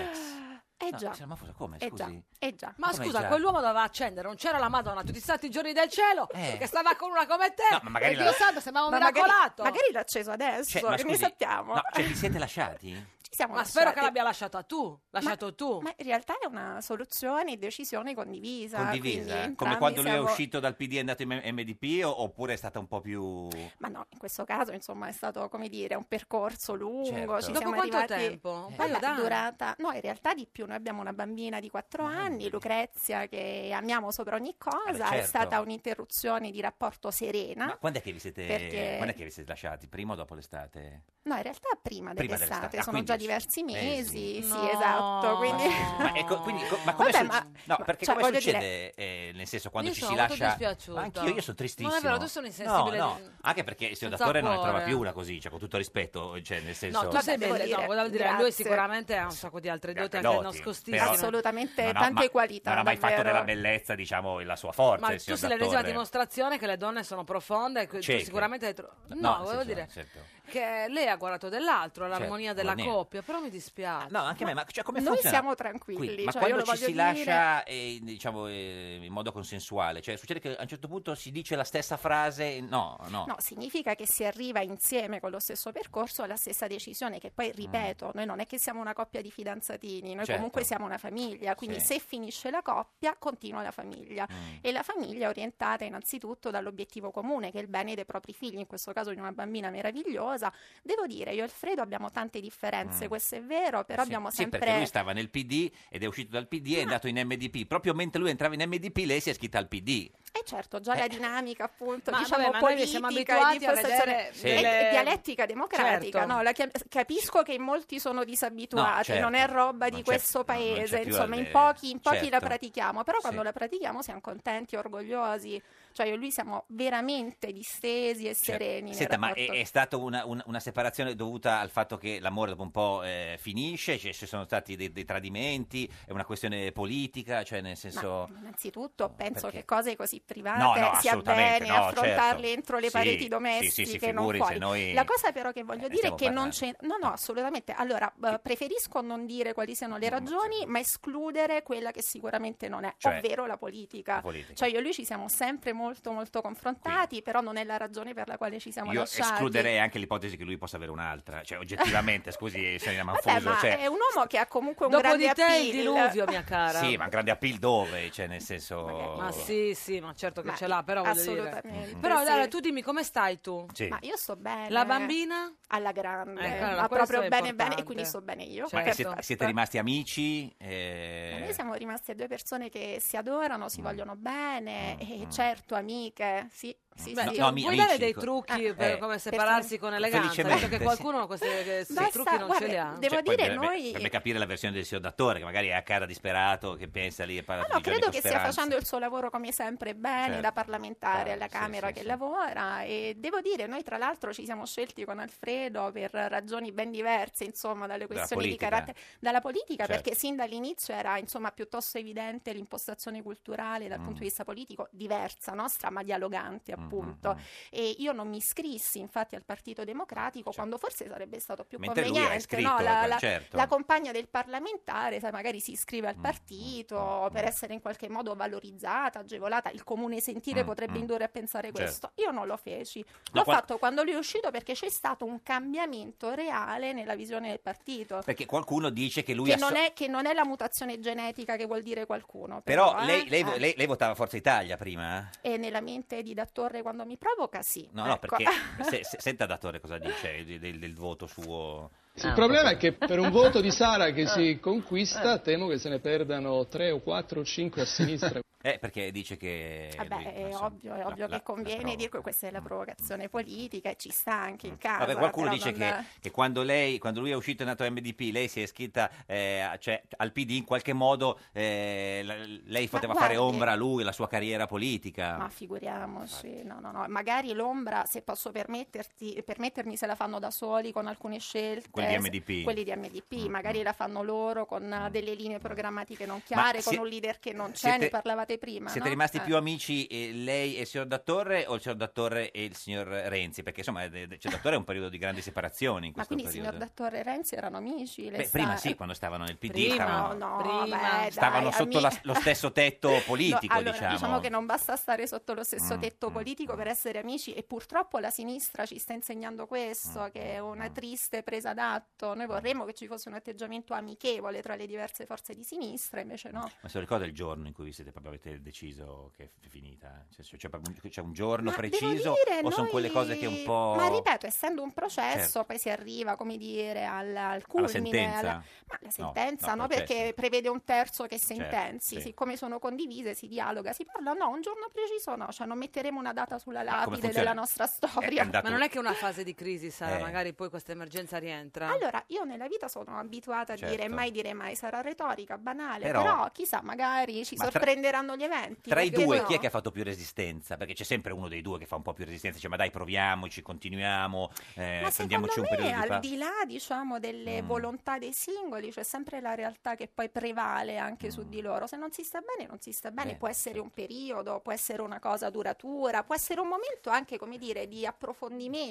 Speaker 2: ex?
Speaker 12: Ah. Eh
Speaker 2: No,
Speaker 12: già.
Speaker 2: Seramafosa come,
Speaker 12: Eh già,
Speaker 2: scusi?
Speaker 12: eh già.
Speaker 1: Ma
Speaker 2: Come
Speaker 1: scusa,
Speaker 2: già?
Speaker 1: quell'uomo doveva accendere, non c'era la Madonna tutti i santi giorni del cielo,
Speaker 2: Eh.
Speaker 1: che stava con una come te.
Speaker 2: No, ma magari
Speaker 1: e
Speaker 12: Eh,
Speaker 2: la-
Speaker 1: Dio santo, sembrava un
Speaker 12: Ma magari-
Speaker 1: miracolato.
Speaker 12: magari l'ha acceso adesso,
Speaker 2: Cioè, ma
Speaker 12: che ne
Speaker 2: scusi,
Speaker 12: sappiamo.
Speaker 2: No, cioè, vi siete lasciati?
Speaker 12: Ci siamo
Speaker 1: Ma spero
Speaker 12: lasciati.
Speaker 1: che l'abbia lasciata tu, lasciato tu.
Speaker 12: Ma in realtà è una soluzione e decisione condivisa. Esatto, quindi
Speaker 2: Condivisa? Come
Speaker 12: entrambi
Speaker 2: quando lui
Speaker 12: siamo-
Speaker 2: è uscito dal PD e è andato in MDP o- oppure è stata un po' più...
Speaker 12: Ma no, in questo caso insomma è stato come dire un percorso lungo.
Speaker 2: Certo.
Speaker 12: Ci
Speaker 2: Dopo
Speaker 12: siamo
Speaker 1: quanto
Speaker 12: arrivati...
Speaker 1: tempo? Un
Speaker 12: Beh,
Speaker 1: paio
Speaker 12: la
Speaker 1: d'anni.
Speaker 12: durata... No, in realtà di più. Noi abbiamo una bambina di 4 anni, Lucrezia, che amiamo sopra ogni cosa. È
Speaker 2: certo.
Speaker 12: stata un'interruzione di rapporto serena.
Speaker 2: Ma quando è che vi siete,
Speaker 12: Perché-
Speaker 2: quando è che vi siete lasciati? Prima o dopo l'estate?
Speaker 12: No, in realtà prima
Speaker 2: Prima
Speaker 12: dell'estate,
Speaker 2: dell'estate, ah,
Speaker 12: sono
Speaker 2: quindi
Speaker 12: già diversi
Speaker 2: mesi.
Speaker 12: mesi,
Speaker 1: No.
Speaker 12: sì, esatto, quindi
Speaker 2: Ma, ecco, quindi, co- ma come
Speaker 12: Vabbè,
Speaker 2: succe-
Speaker 12: ma-
Speaker 2: No,
Speaker 12: ma-
Speaker 2: perché
Speaker 12: cioè,
Speaker 2: come
Speaker 12: voglio
Speaker 2: succede, eh, nel senso, quando
Speaker 1: Io
Speaker 2: ci
Speaker 1: sono
Speaker 2: si
Speaker 1: molto
Speaker 2: lascia...
Speaker 1: dispiaciuta.
Speaker 2: Ma anch'io, io sono tristissimo.
Speaker 1: Non è vero, tu sei un insensibile
Speaker 2: No,
Speaker 1: di-
Speaker 2: no, anche perché il signor
Speaker 1: senza
Speaker 2: Dattore non ne
Speaker 1: cuore.
Speaker 2: trova più una così, cioè, con tutto rispetto, cioè, nel senso...
Speaker 1: No, tu sei
Speaker 12: devo
Speaker 1: bella,
Speaker 12: dire,
Speaker 1: no, volevo dire, lui
Speaker 12: grazie.
Speaker 1: sicuramente ha un sacco di altre doti anche
Speaker 2: doti,
Speaker 1: nascostissime.
Speaker 2: però-
Speaker 12: assolutamente
Speaker 2: non ha
Speaker 12: tante
Speaker 2: ma-
Speaker 12: qualità.
Speaker 2: Non ha mai fatto
Speaker 12: davvero.
Speaker 2: della bellezza, diciamo, la sua forza.
Speaker 1: Ma
Speaker 2: il
Speaker 1: tu
Speaker 2: signor
Speaker 1: sei l'ennesima
Speaker 2: Dattore.
Speaker 1: dimostrazione che le donne sono profonde e que- tu
Speaker 2: Cieche.
Speaker 1: sicuramente... hai tro-
Speaker 2: No,
Speaker 1: No,
Speaker 2: nel
Speaker 1: volevo
Speaker 2: senso,
Speaker 1: dire
Speaker 2: certo.
Speaker 1: che lei ha guardato dell'altro, l'armonia
Speaker 2: Certo,
Speaker 1: della
Speaker 2: l'armonia.
Speaker 1: coppia, però mi dispiace.
Speaker 2: No, anche a me, ma cioè, come
Speaker 12: Noi
Speaker 2: funziona?
Speaker 12: siamo tranquilli,
Speaker 2: Quindi, ma
Speaker 12: cioè, io
Speaker 2: quando
Speaker 12: lo
Speaker 2: ci
Speaker 12: voglio
Speaker 2: si
Speaker 12: dire-
Speaker 2: lascia eh, diciamo, eh, in modo consensuale, cioè succede che a un certo punto si dice la stessa frase, no, no.
Speaker 12: No, significa che si arriva insieme con lo stesso percorso alla stessa decisione, che
Speaker 2: Mm.
Speaker 12: poi, ripeto, noi non è che siamo una coppia di fidanzatini, noi
Speaker 13: Certo.
Speaker 12: comunque siamo una famiglia, quindi
Speaker 13: Sì.
Speaker 12: se finisce la coppia continua la famiglia
Speaker 2: Mm.
Speaker 12: e la famiglia è orientata innanzitutto dall'obiettivo comune, che è il bene dei propri figli, in questo caso di una bambina meravigliosa. Devo dire, io e Alfredo abbiamo tante differenze,
Speaker 2: Mm.
Speaker 12: questo è vero, però
Speaker 2: Sì,
Speaker 12: abbiamo
Speaker 2: sì,
Speaker 12: sempre... Ah.
Speaker 2: perché lui stava nel PD ed è uscito dal PD e è andato in MDP. Proprio mentre lui entrava in MDP, lei si è iscritta al PD.
Speaker 12: Eh certo, già la dinamica appunto,
Speaker 1: Ma
Speaker 12: diciamo,
Speaker 1: vabbè, ma noi che siamo
Speaker 12: politica e di
Speaker 1: abituati a
Speaker 12: impostazione-
Speaker 1: vedere
Speaker 2: Sì.
Speaker 12: e-
Speaker 10: Eh,
Speaker 1: delle-
Speaker 12: e dialettica democratica,
Speaker 1: Eh, Certo.
Speaker 12: no? La chiam- capisco che in molti sono disabituati,
Speaker 1: No, certo.
Speaker 12: non è roba
Speaker 1: Non
Speaker 12: di
Speaker 1: c'è-
Speaker 12: questo
Speaker 1: no, non c'è
Speaker 12: paese,
Speaker 1: più
Speaker 12: insomma,
Speaker 1: alle-
Speaker 12: in pochi, in pochi la
Speaker 1: certo.
Speaker 12: pratichiamo, però quando
Speaker 1: Sì.
Speaker 12: la pratichiamo siamo contenti, orgogliosi, cioè io e lui siamo veramente distesi e
Speaker 2: Cioè,
Speaker 12: sereni. nel
Speaker 2: senta, ma è,
Speaker 12: rapporto.
Speaker 2: è stata una, un- una separazione dovuta al fatto che l'amore dopo un po' eh, finisce, cioè, ci sono stati dei, dei tradimenti, è una questione politica, cioè nel senso... oh,
Speaker 12: Innanzitutto penso
Speaker 2: perché?
Speaker 12: che cose così private
Speaker 2: No, no,
Speaker 12: sia
Speaker 2: assolutamente,
Speaker 12: bene
Speaker 2: no,
Speaker 12: affrontarle
Speaker 2: certo.
Speaker 12: entro le
Speaker 2: Sì,
Speaker 12: pareti
Speaker 2: sì,
Speaker 12: domestiche,
Speaker 2: sì, sì,
Speaker 12: non
Speaker 2: figuri se
Speaker 12: fuori.
Speaker 2: noi- eh,
Speaker 12: La cosa però che voglio dire è
Speaker 2: stiamo
Speaker 12: che non c'è
Speaker 2: parlando.
Speaker 12: no, no, assolutamente. Allora, eh, preferisco non dire quali siano
Speaker 2: Mm,
Speaker 12: le ragioni, ma escludere quella che sicuramente non è,
Speaker 2: Cioè?
Speaker 12: ovvero la politica.
Speaker 2: La politica.
Speaker 12: Cioè io e lui ci siamo sempre molto molto confrontati, però non è la ragione per la quale ci siamo
Speaker 2: Io
Speaker 12: lasciati.
Speaker 2: escluderei anche l'ipotesi che lui possa avere un'altra, cioè oggettivamente, scusi, eh, Serena
Speaker 12: Vabbè,
Speaker 2: Manfuso,
Speaker 12: ma
Speaker 2: cioè,
Speaker 12: è un uomo che ha comunque un
Speaker 1: Dopo
Speaker 12: grande
Speaker 1: di te il
Speaker 12: appeal.
Speaker 1: diluvio, mia cara.
Speaker 2: Sì, ma un grande appeal dove? Cioè, nel senso...
Speaker 1: Ma sì, sì, ma certo che
Speaker 12: Ma
Speaker 1: ce l'ha, però voglio
Speaker 12: assolutamente,
Speaker 1: dire. Però
Speaker 12: sì.
Speaker 1: allora, tu dimmi come stai tu?
Speaker 2: Sì.
Speaker 12: Ma io sto bene.
Speaker 1: La bambina?
Speaker 12: Alla grande.
Speaker 1: Eh, allora,
Speaker 12: ma
Speaker 1: questo
Speaker 12: proprio bene
Speaker 1: è
Speaker 12: bene
Speaker 1: importante. Certo.
Speaker 12: e quindi sto bene io.
Speaker 2: Cioè,
Speaker 12: Perfetto.
Speaker 2: siete, siete rimasti amici?
Speaker 12: Ma
Speaker 2: eh,
Speaker 12: Noi siamo rimaste due persone che si adorano,
Speaker 2: Mm.
Speaker 12: si vogliono bene, e certo amiche, sì, sì,
Speaker 1: Beh,
Speaker 12: sì.
Speaker 2: Mm. no,
Speaker 1: vuoi
Speaker 2: amici,
Speaker 1: dare dei
Speaker 2: dico.
Speaker 1: trucchi
Speaker 2: Ah,
Speaker 1: per
Speaker 2: eh,
Speaker 1: come separarsi con eleganza? Visto
Speaker 2: Felicemente,
Speaker 1: che
Speaker 2: sì.
Speaker 1: qualcuno questi questi
Speaker 12: Basta,
Speaker 1: trucchi non
Speaker 12: guarda,
Speaker 1: ce li ha.
Speaker 12: devo
Speaker 2: cioè, poi
Speaker 12: dire,
Speaker 2: dovrebbe-
Speaker 12: noi-
Speaker 2: dovrebbe capire la versione del signor Dattore, che magari è a cara disperato, che pensa lì e parla
Speaker 12: Ah, No,
Speaker 2: tutti i giorni
Speaker 12: credo
Speaker 2: con
Speaker 12: che stia
Speaker 2: speranza.
Speaker 12: facendo il suo lavoro come sempre bene
Speaker 2: Certo.
Speaker 12: da parlamentare alla
Speaker 2: Sì,
Speaker 12: Camera
Speaker 2: sì,
Speaker 12: che
Speaker 2: sì.
Speaker 12: lavora e devo dire noi tra l'altro ci siamo scelti con Alfredo per ragioni ben diverse insomma dalle
Speaker 13: Dalla
Speaker 12: questioni di
Speaker 13: politica.
Speaker 12: carattere dalla politica
Speaker 13: Certo.
Speaker 12: perché sin dall'inizio era insomma piuttosto evidente l'impostazione culturale dal
Speaker 13: Mm.
Speaker 12: punto di vista politico diversa nostra ma dialogante
Speaker 2: Mm,
Speaker 12: appunto e io non mi iscrissi infatti al Partito Democratico quando forse sarebbe stato più
Speaker 2: Certo. Mentre lui ha
Speaker 12: conveniente
Speaker 2: iscritto,
Speaker 12: no? la, la-
Speaker 2: certo.
Speaker 12: la compagna del parlamentare sai, magari si iscrive
Speaker 2: Mm,
Speaker 12: al partito per essere in qualche modo valorizzata, agevolata, il comune sentire
Speaker 13: Mm,
Speaker 12: potrebbe
Speaker 13: mm.
Speaker 12: indurre a pensare
Speaker 13: Certo.
Speaker 12: questo. Io non lo feci.
Speaker 2: No,
Speaker 12: L'ho
Speaker 2: qual-
Speaker 12: fatto quando lui è uscito perché c'è stato un cambiamento reale nella visione del partito.
Speaker 2: Perché qualcuno dice che lui...
Speaker 12: Che
Speaker 2: ha so-
Speaker 12: non, è, che non è la mutazione genetica che vuol dire qualcuno. Però,
Speaker 2: Però
Speaker 12: eh.
Speaker 2: lei, lei,
Speaker 12: Eh.
Speaker 2: lei- lei votava Forza Italia prima?
Speaker 12: E nella mente di Dattorre quando mi provoca, sì.
Speaker 2: No, no,
Speaker 12: Ecco.
Speaker 2: perché... se- se- senta Dattore cosa dice di- del, del voto suo...
Speaker 14: Il problema è che per un voto di Sara che si conquista temo che se ne perdano 3 o 4 o 5 a sinistra.
Speaker 2: Eh, perché dice che...
Speaker 12: Vabbè,
Speaker 2: lui-
Speaker 12: Eh, è ovvio, è ovvio
Speaker 2: la- Mm,
Speaker 12: che conviene dire che questa è la provocazione politica e ci sta anche in casa.
Speaker 2: Vabbè, qualcuno
Speaker 12: però
Speaker 2: dice
Speaker 12: non-
Speaker 2: che, che quando, lei, quando lui è uscito e è nato a MDP, lei si è iscritta eh, a- cioè, al PD, in qualche modo eh, la- lei poteva fare
Speaker 12: guardi-
Speaker 2: ombra a lui, la sua carriera politica.
Speaker 12: Ma figuriamoci, no, no, no. Magari l'ombra, se posso permetterti, permettermi, se la fanno da soli con alcune scelte.
Speaker 2: Quelli di
Speaker 12: se-
Speaker 2: MDP.
Speaker 12: Quelli di
Speaker 2: Mm,
Speaker 12: MDP, magari la fanno loro con eh, delle linee programmatiche non
Speaker 2: Ma
Speaker 12: chiare, con
Speaker 2: sie-
Speaker 12: un leader che non c'è,
Speaker 2: siete-
Speaker 12: ne parlavate anteprima.
Speaker 2: Siete
Speaker 12: no?
Speaker 2: rimasti
Speaker 12: Eh.
Speaker 2: più amici eh, lei e il signor Dattore o il signor Dattore e il signor Renzi? Perché insomma, eh, de- de- c'è Dattore è un periodo di grandi separazioni in
Speaker 12: Ma
Speaker 2: questo
Speaker 12: quindi il
Speaker 2: periodo.
Speaker 12: signor Dattore e Renzi erano amici? le
Speaker 2: Beh,
Speaker 12: sa-
Speaker 2: prima sì, quando stavano nel PD,
Speaker 12: eh, Prima,
Speaker 2: stavano,
Speaker 12: no,
Speaker 8: Prima.
Speaker 12: beh, dai,
Speaker 2: stavano sotto la-
Speaker 12: ami-
Speaker 2: lo stesso tetto politico,
Speaker 12: No, allora,
Speaker 2: diciamo.
Speaker 12: che non basta stare sotto lo stesso
Speaker 2: Mm,
Speaker 12: tetto politico per essere amici e purtroppo la sinistra ci sta insegnando questo,
Speaker 2: Mm,
Speaker 12: che è una triste presa d'atto. Noi vorremmo che ci fosse un atteggiamento amichevole tra le diverse forze di sinistra, invece no.
Speaker 2: Ma se lo ricorda il giorno in cui vi siete proprio avete deciso che è finita? Cioè, se c'è, proprio un, c'è un giorno
Speaker 12: Ma devo
Speaker 2: preciso
Speaker 12: dire,
Speaker 2: o sono quelle
Speaker 12: noi-
Speaker 2: cose che un po'...
Speaker 12: Ma ripeto, essendo un processo,
Speaker 2: Certo.
Speaker 12: poi si arriva, come dire, al, al culmine.
Speaker 2: sentenza?
Speaker 12: Ma la
Speaker 2: No,
Speaker 12: sentenza
Speaker 2: no,
Speaker 12: no,
Speaker 2: processo.
Speaker 12: perché prevede un terzo che sentenzi.
Speaker 2: sì.
Speaker 12: Siccome sono condivise, si dialoga, si parla. No, un giorno preciso no, cioè non metteremo una data sulla
Speaker 2: come
Speaker 12: lapide
Speaker 2: funziona?
Speaker 12: della nostra storia.
Speaker 2: è andato-
Speaker 13: Ma non è che una fase di crisi sarà,
Speaker 2: Eh.
Speaker 13: magari poi questa emergenza rientra.
Speaker 12: Allora, io nella vita sono abituata a dire
Speaker 13: Certo.
Speaker 12: mai dire mai, sarà retorica, banale,
Speaker 2: Però-
Speaker 12: però, chissà, magari ci
Speaker 2: Ma tra-
Speaker 12: sorprenderanno gli eventi.
Speaker 2: Tra i
Speaker 12: perché
Speaker 2: due
Speaker 12: no?
Speaker 2: chi è che ha fatto più resistenza? Perché c'è sempre uno dei due che fa un po' più resistenza, dice ma dai proviamoci, continuiamo, eh,
Speaker 12: Ma secondo
Speaker 2: prendiamoci un
Speaker 12: me,
Speaker 2: periodo di
Speaker 12: al
Speaker 2: pausa.
Speaker 12: di là diciamo, delle
Speaker 2: Mm.
Speaker 12: volontà dei singoli, c'è sempre la realtà che poi prevale anche
Speaker 2: Mm.
Speaker 12: su di loro. Se non si sta bene, non si sta bene.
Speaker 2: Beh,
Speaker 12: può essere un periodo, può essere una cosa duratura, può essere un momento anche, come dire, di approfondimento.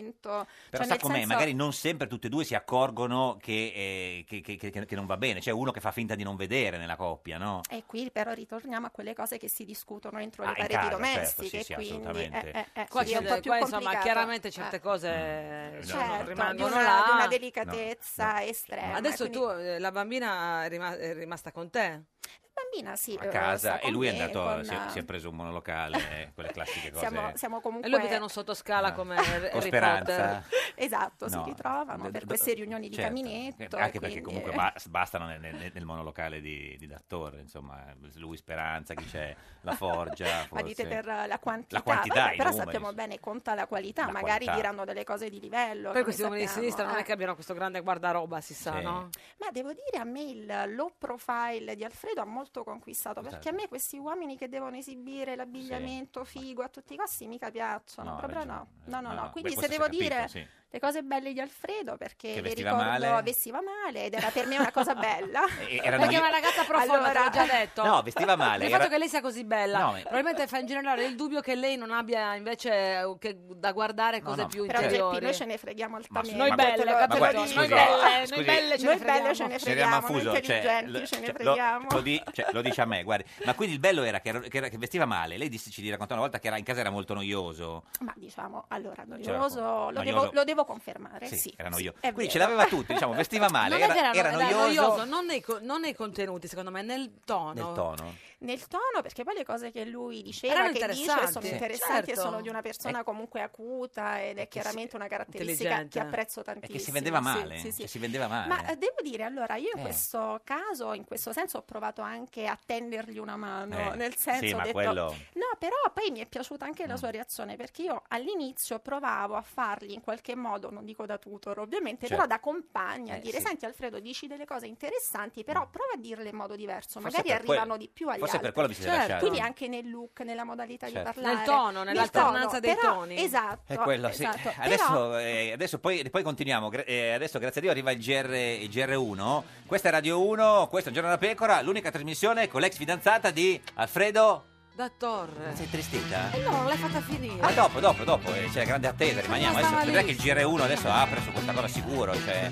Speaker 2: Però
Speaker 12: Cioè,
Speaker 2: sa
Speaker 12: nel
Speaker 2: com'è,
Speaker 12: senso-
Speaker 2: magari non sempre tutti e due si accorgono che, eh, che- che- che- che non va bene. C'è uno che fa finta di non vedere nella coppia, no?
Speaker 12: E qui però ritorniamo a quelle cose che si discutono entro
Speaker 2: Ah,
Speaker 12: le
Speaker 2: in
Speaker 12: pareti
Speaker 2: casa, certo,
Speaker 12: domestiche,
Speaker 2: sì, sì,
Speaker 12: quindi
Speaker 2: assolutamente.
Speaker 12: eh, eh, eh,
Speaker 13: Qua,
Speaker 12: sì, è un
Speaker 13: c'è-
Speaker 12: po' più
Speaker 13: qua, insomma,
Speaker 12: complicato.
Speaker 13: chiaramente
Speaker 12: Eh.
Speaker 13: certe cose eh, insomma,
Speaker 12: Certo, di
Speaker 13: rimangono
Speaker 12: una,
Speaker 13: là.
Speaker 12: di una delicatezza estrema.
Speaker 13: Adesso
Speaker 12: quindi-
Speaker 13: tu, eh, la bambina è, rima- è rimasta con te?
Speaker 12: La bambina sì. eh,
Speaker 2: A casa e lui è andato,
Speaker 13: con,
Speaker 2: si, è,
Speaker 13: eh,
Speaker 2: si è preso un monolocale, eh, quelle classiche cose. Eh,
Speaker 12: comunque...
Speaker 13: E loro abitano sotto scala come Harry
Speaker 2: con
Speaker 13: Potter.
Speaker 2: speranza.
Speaker 12: Esatto, si
Speaker 2: No,
Speaker 12: ritrovano per
Speaker 2: do-
Speaker 12: queste riunioni di
Speaker 2: certo,
Speaker 12: caminetto.
Speaker 2: Anche
Speaker 12: quindi-
Speaker 2: perché comunque ba- bastano nel, nel- nel monolocale di, di Dattore, insomma, lui Speranza, chi c'è, la Forgia.
Speaker 12: Ma dite
Speaker 2: forse.
Speaker 12: per la quantità,
Speaker 2: quantità,
Speaker 12: Vabbè,
Speaker 2: i
Speaker 12: però
Speaker 2: numeri,
Speaker 12: sappiamo bene, conta la qualità,
Speaker 2: La
Speaker 12: magari
Speaker 2: qualità.
Speaker 12: diranno delle cose di livello.
Speaker 13: Poi
Speaker 12: che
Speaker 13: questi
Speaker 12: ne
Speaker 13: uomini di
Speaker 12: sappiamo,
Speaker 13: sinistra non
Speaker 12: eh.
Speaker 13: è che abbiano questo grande guardaroba, si sa,
Speaker 2: Sì.
Speaker 13: no?
Speaker 12: Ma devo dire, a me il low profile di Alfredo ha molto conquistato, perché a
Speaker 2: Certo.
Speaker 12: me questi uomini che devono esibire l'abbigliamento figo a tutti i costi mica piacciono,
Speaker 2: No, ha
Speaker 12: proprio
Speaker 2: ragione.
Speaker 12: no. No, no,
Speaker 2: No,
Speaker 12: no.
Speaker 2: no,
Speaker 12: Quindi
Speaker 2: beh,
Speaker 12: se
Speaker 2: questo
Speaker 12: devo
Speaker 2: si è capito,
Speaker 12: dire
Speaker 2: sì.
Speaker 12: le cose belle di Alfredo, perché
Speaker 2: Che
Speaker 12: vi
Speaker 2: vestiva
Speaker 12: ricordo
Speaker 2: male.
Speaker 12: vestiva male ed era per me una cosa bella.
Speaker 2: E- erano gli-
Speaker 13: Perché è una ragazza profonda, te l'ho già detto.
Speaker 2: No, vestiva male,
Speaker 13: Il fatto
Speaker 2: era-
Speaker 13: che lei sia così bella,
Speaker 2: No, ma-
Speaker 13: probabilmente fa ingenerare il dubbio che lei non abbia invece eh, che- da guardare cose
Speaker 2: no,
Speaker 13: più
Speaker 2: Però, Geppi,
Speaker 13: interiori.
Speaker 12: noi ce ne freghiamo altamente.
Speaker 13: Noi
Speaker 2: ma-
Speaker 13: belle,
Speaker 2: ma
Speaker 13: capito?
Speaker 2: guardi,
Speaker 13: Noi
Speaker 2: scusi,
Speaker 13: belle,
Speaker 2: scusi.
Speaker 13: noi belle ce ne
Speaker 12: Noi belle ce
Speaker 13: freghiamo.
Speaker 2: Signora
Speaker 12: ne freghiamo, noi
Speaker 2: Manfuso, cioè,
Speaker 12: intelligenti
Speaker 2: l-
Speaker 12: ce ne
Speaker 2: cioè,
Speaker 12: freghiamo.
Speaker 2: Lo, lo di- cioè, lo dice a me, guardi. Ma quindi il bello era che, ero- che era- che vestiva male. Lei disse, ci di raccontò una volta che era in casa era molto noioso.
Speaker 12: Ma diciamo, allora,
Speaker 2: C'era
Speaker 12: noioso,
Speaker 2: poco.
Speaker 12: lo,
Speaker 2: Certo. Noioso.
Speaker 12: devo, lo devo confermare. Eh Sì,
Speaker 2: era
Speaker 12: sì,
Speaker 2: noioso.
Speaker 12: è
Speaker 2: Quindi ce
Speaker 12: vero.
Speaker 2: l'aveva tutti, diciamo, vestiva male,
Speaker 13: Non è
Speaker 2: era,
Speaker 13: che era,
Speaker 2: era
Speaker 13: era
Speaker 2: noioso,
Speaker 13: non nei, co- non nei contenuti, secondo me, nel tono.
Speaker 2: nel tono.
Speaker 12: Nel tono, perché poi le cose che lui diceva,
Speaker 13: Erano
Speaker 12: che dice,
Speaker 13: interessanti.
Speaker 12: sono
Speaker 13: Sì.
Speaker 12: interessanti
Speaker 13: Certo.
Speaker 12: e sono di una persona
Speaker 2: Eh.
Speaker 12: comunque acuta ed è chiaramente una caratteristica
Speaker 2: intelligente.
Speaker 12: che apprezzo
Speaker 2: E
Speaker 12: tantissimo.
Speaker 2: che si vendeva
Speaker 12: sì,
Speaker 2: male,
Speaker 12: sì, sì.
Speaker 2: cioè, si vendeva male.
Speaker 12: Ma eh, devo dire, allora, io in
Speaker 2: Eh.
Speaker 12: questo caso, in questo senso, ho provato anche a tendergli una mano,
Speaker 2: Eh,
Speaker 12: nel senso
Speaker 2: sì,
Speaker 12: ho
Speaker 2: ma
Speaker 12: detto-
Speaker 2: quello- Mm.
Speaker 12: No, però poi mi è piaciuta anche la sua reazione, perché io all'inizio provavo a fargli in qualche modo, non dico da tutor ovviamente,
Speaker 2: Certo.
Speaker 12: però da compagna, a
Speaker 2: Eh,
Speaker 12: dire,
Speaker 2: sì. Mm.
Speaker 12: senti Alfredo, dici delle cose interessanti, però prova a dirle in modo diverso,
Speaker 2: Forse
Speaker 12: magari
Speaker 2: per
Speaker 12: arrivano
Speaker 2: quello-
Speaker 12: di più agli
Speaker 2: forse per
Speaker 12: altri.
Speaker 2: quello vi siete Certo. lasciati.
Speaker 12: Quindi anche nel look, nella modalità
Speaker 2: Certo.
Speaker 12: di parlare.
Speaker 13: Nel tono,
Speaker 12: Nel
Speaker 13: nell'alternanza
Speaker 12: tono,
Speaker 13: dei
Speaker 12: però-
Speaker 13: toni.
Speaker 12: Esatto.
Speaker 2: È quello, sì.
Speaker 12: esatto.
Speaker 2: Adesso,
Speaker 12: Però-
Speaker 2: eh, adesso poi, poi continuiamo. Gra- eh, adesso, grazie a Dio, arriva il, GR, il GR1. Questa è Radio 1, questo è Un Giorno da Pecora, l'unica trasmissione con l'ex fidanzata di Alfredo.
Speaker 13: Da Torre.
Speaker 2: Sei tristita?
Speaker 13: E no, non l'hai fatta finire.
Speaker 2: Ma dopo, dopo, dopo, eh, c'è la grande attesa, rimaniamo. Adesso,
Speaker 13: stava
Speaker 2: vedrai che il GR1 adesso apre su questa cosa sicuro. Cioè.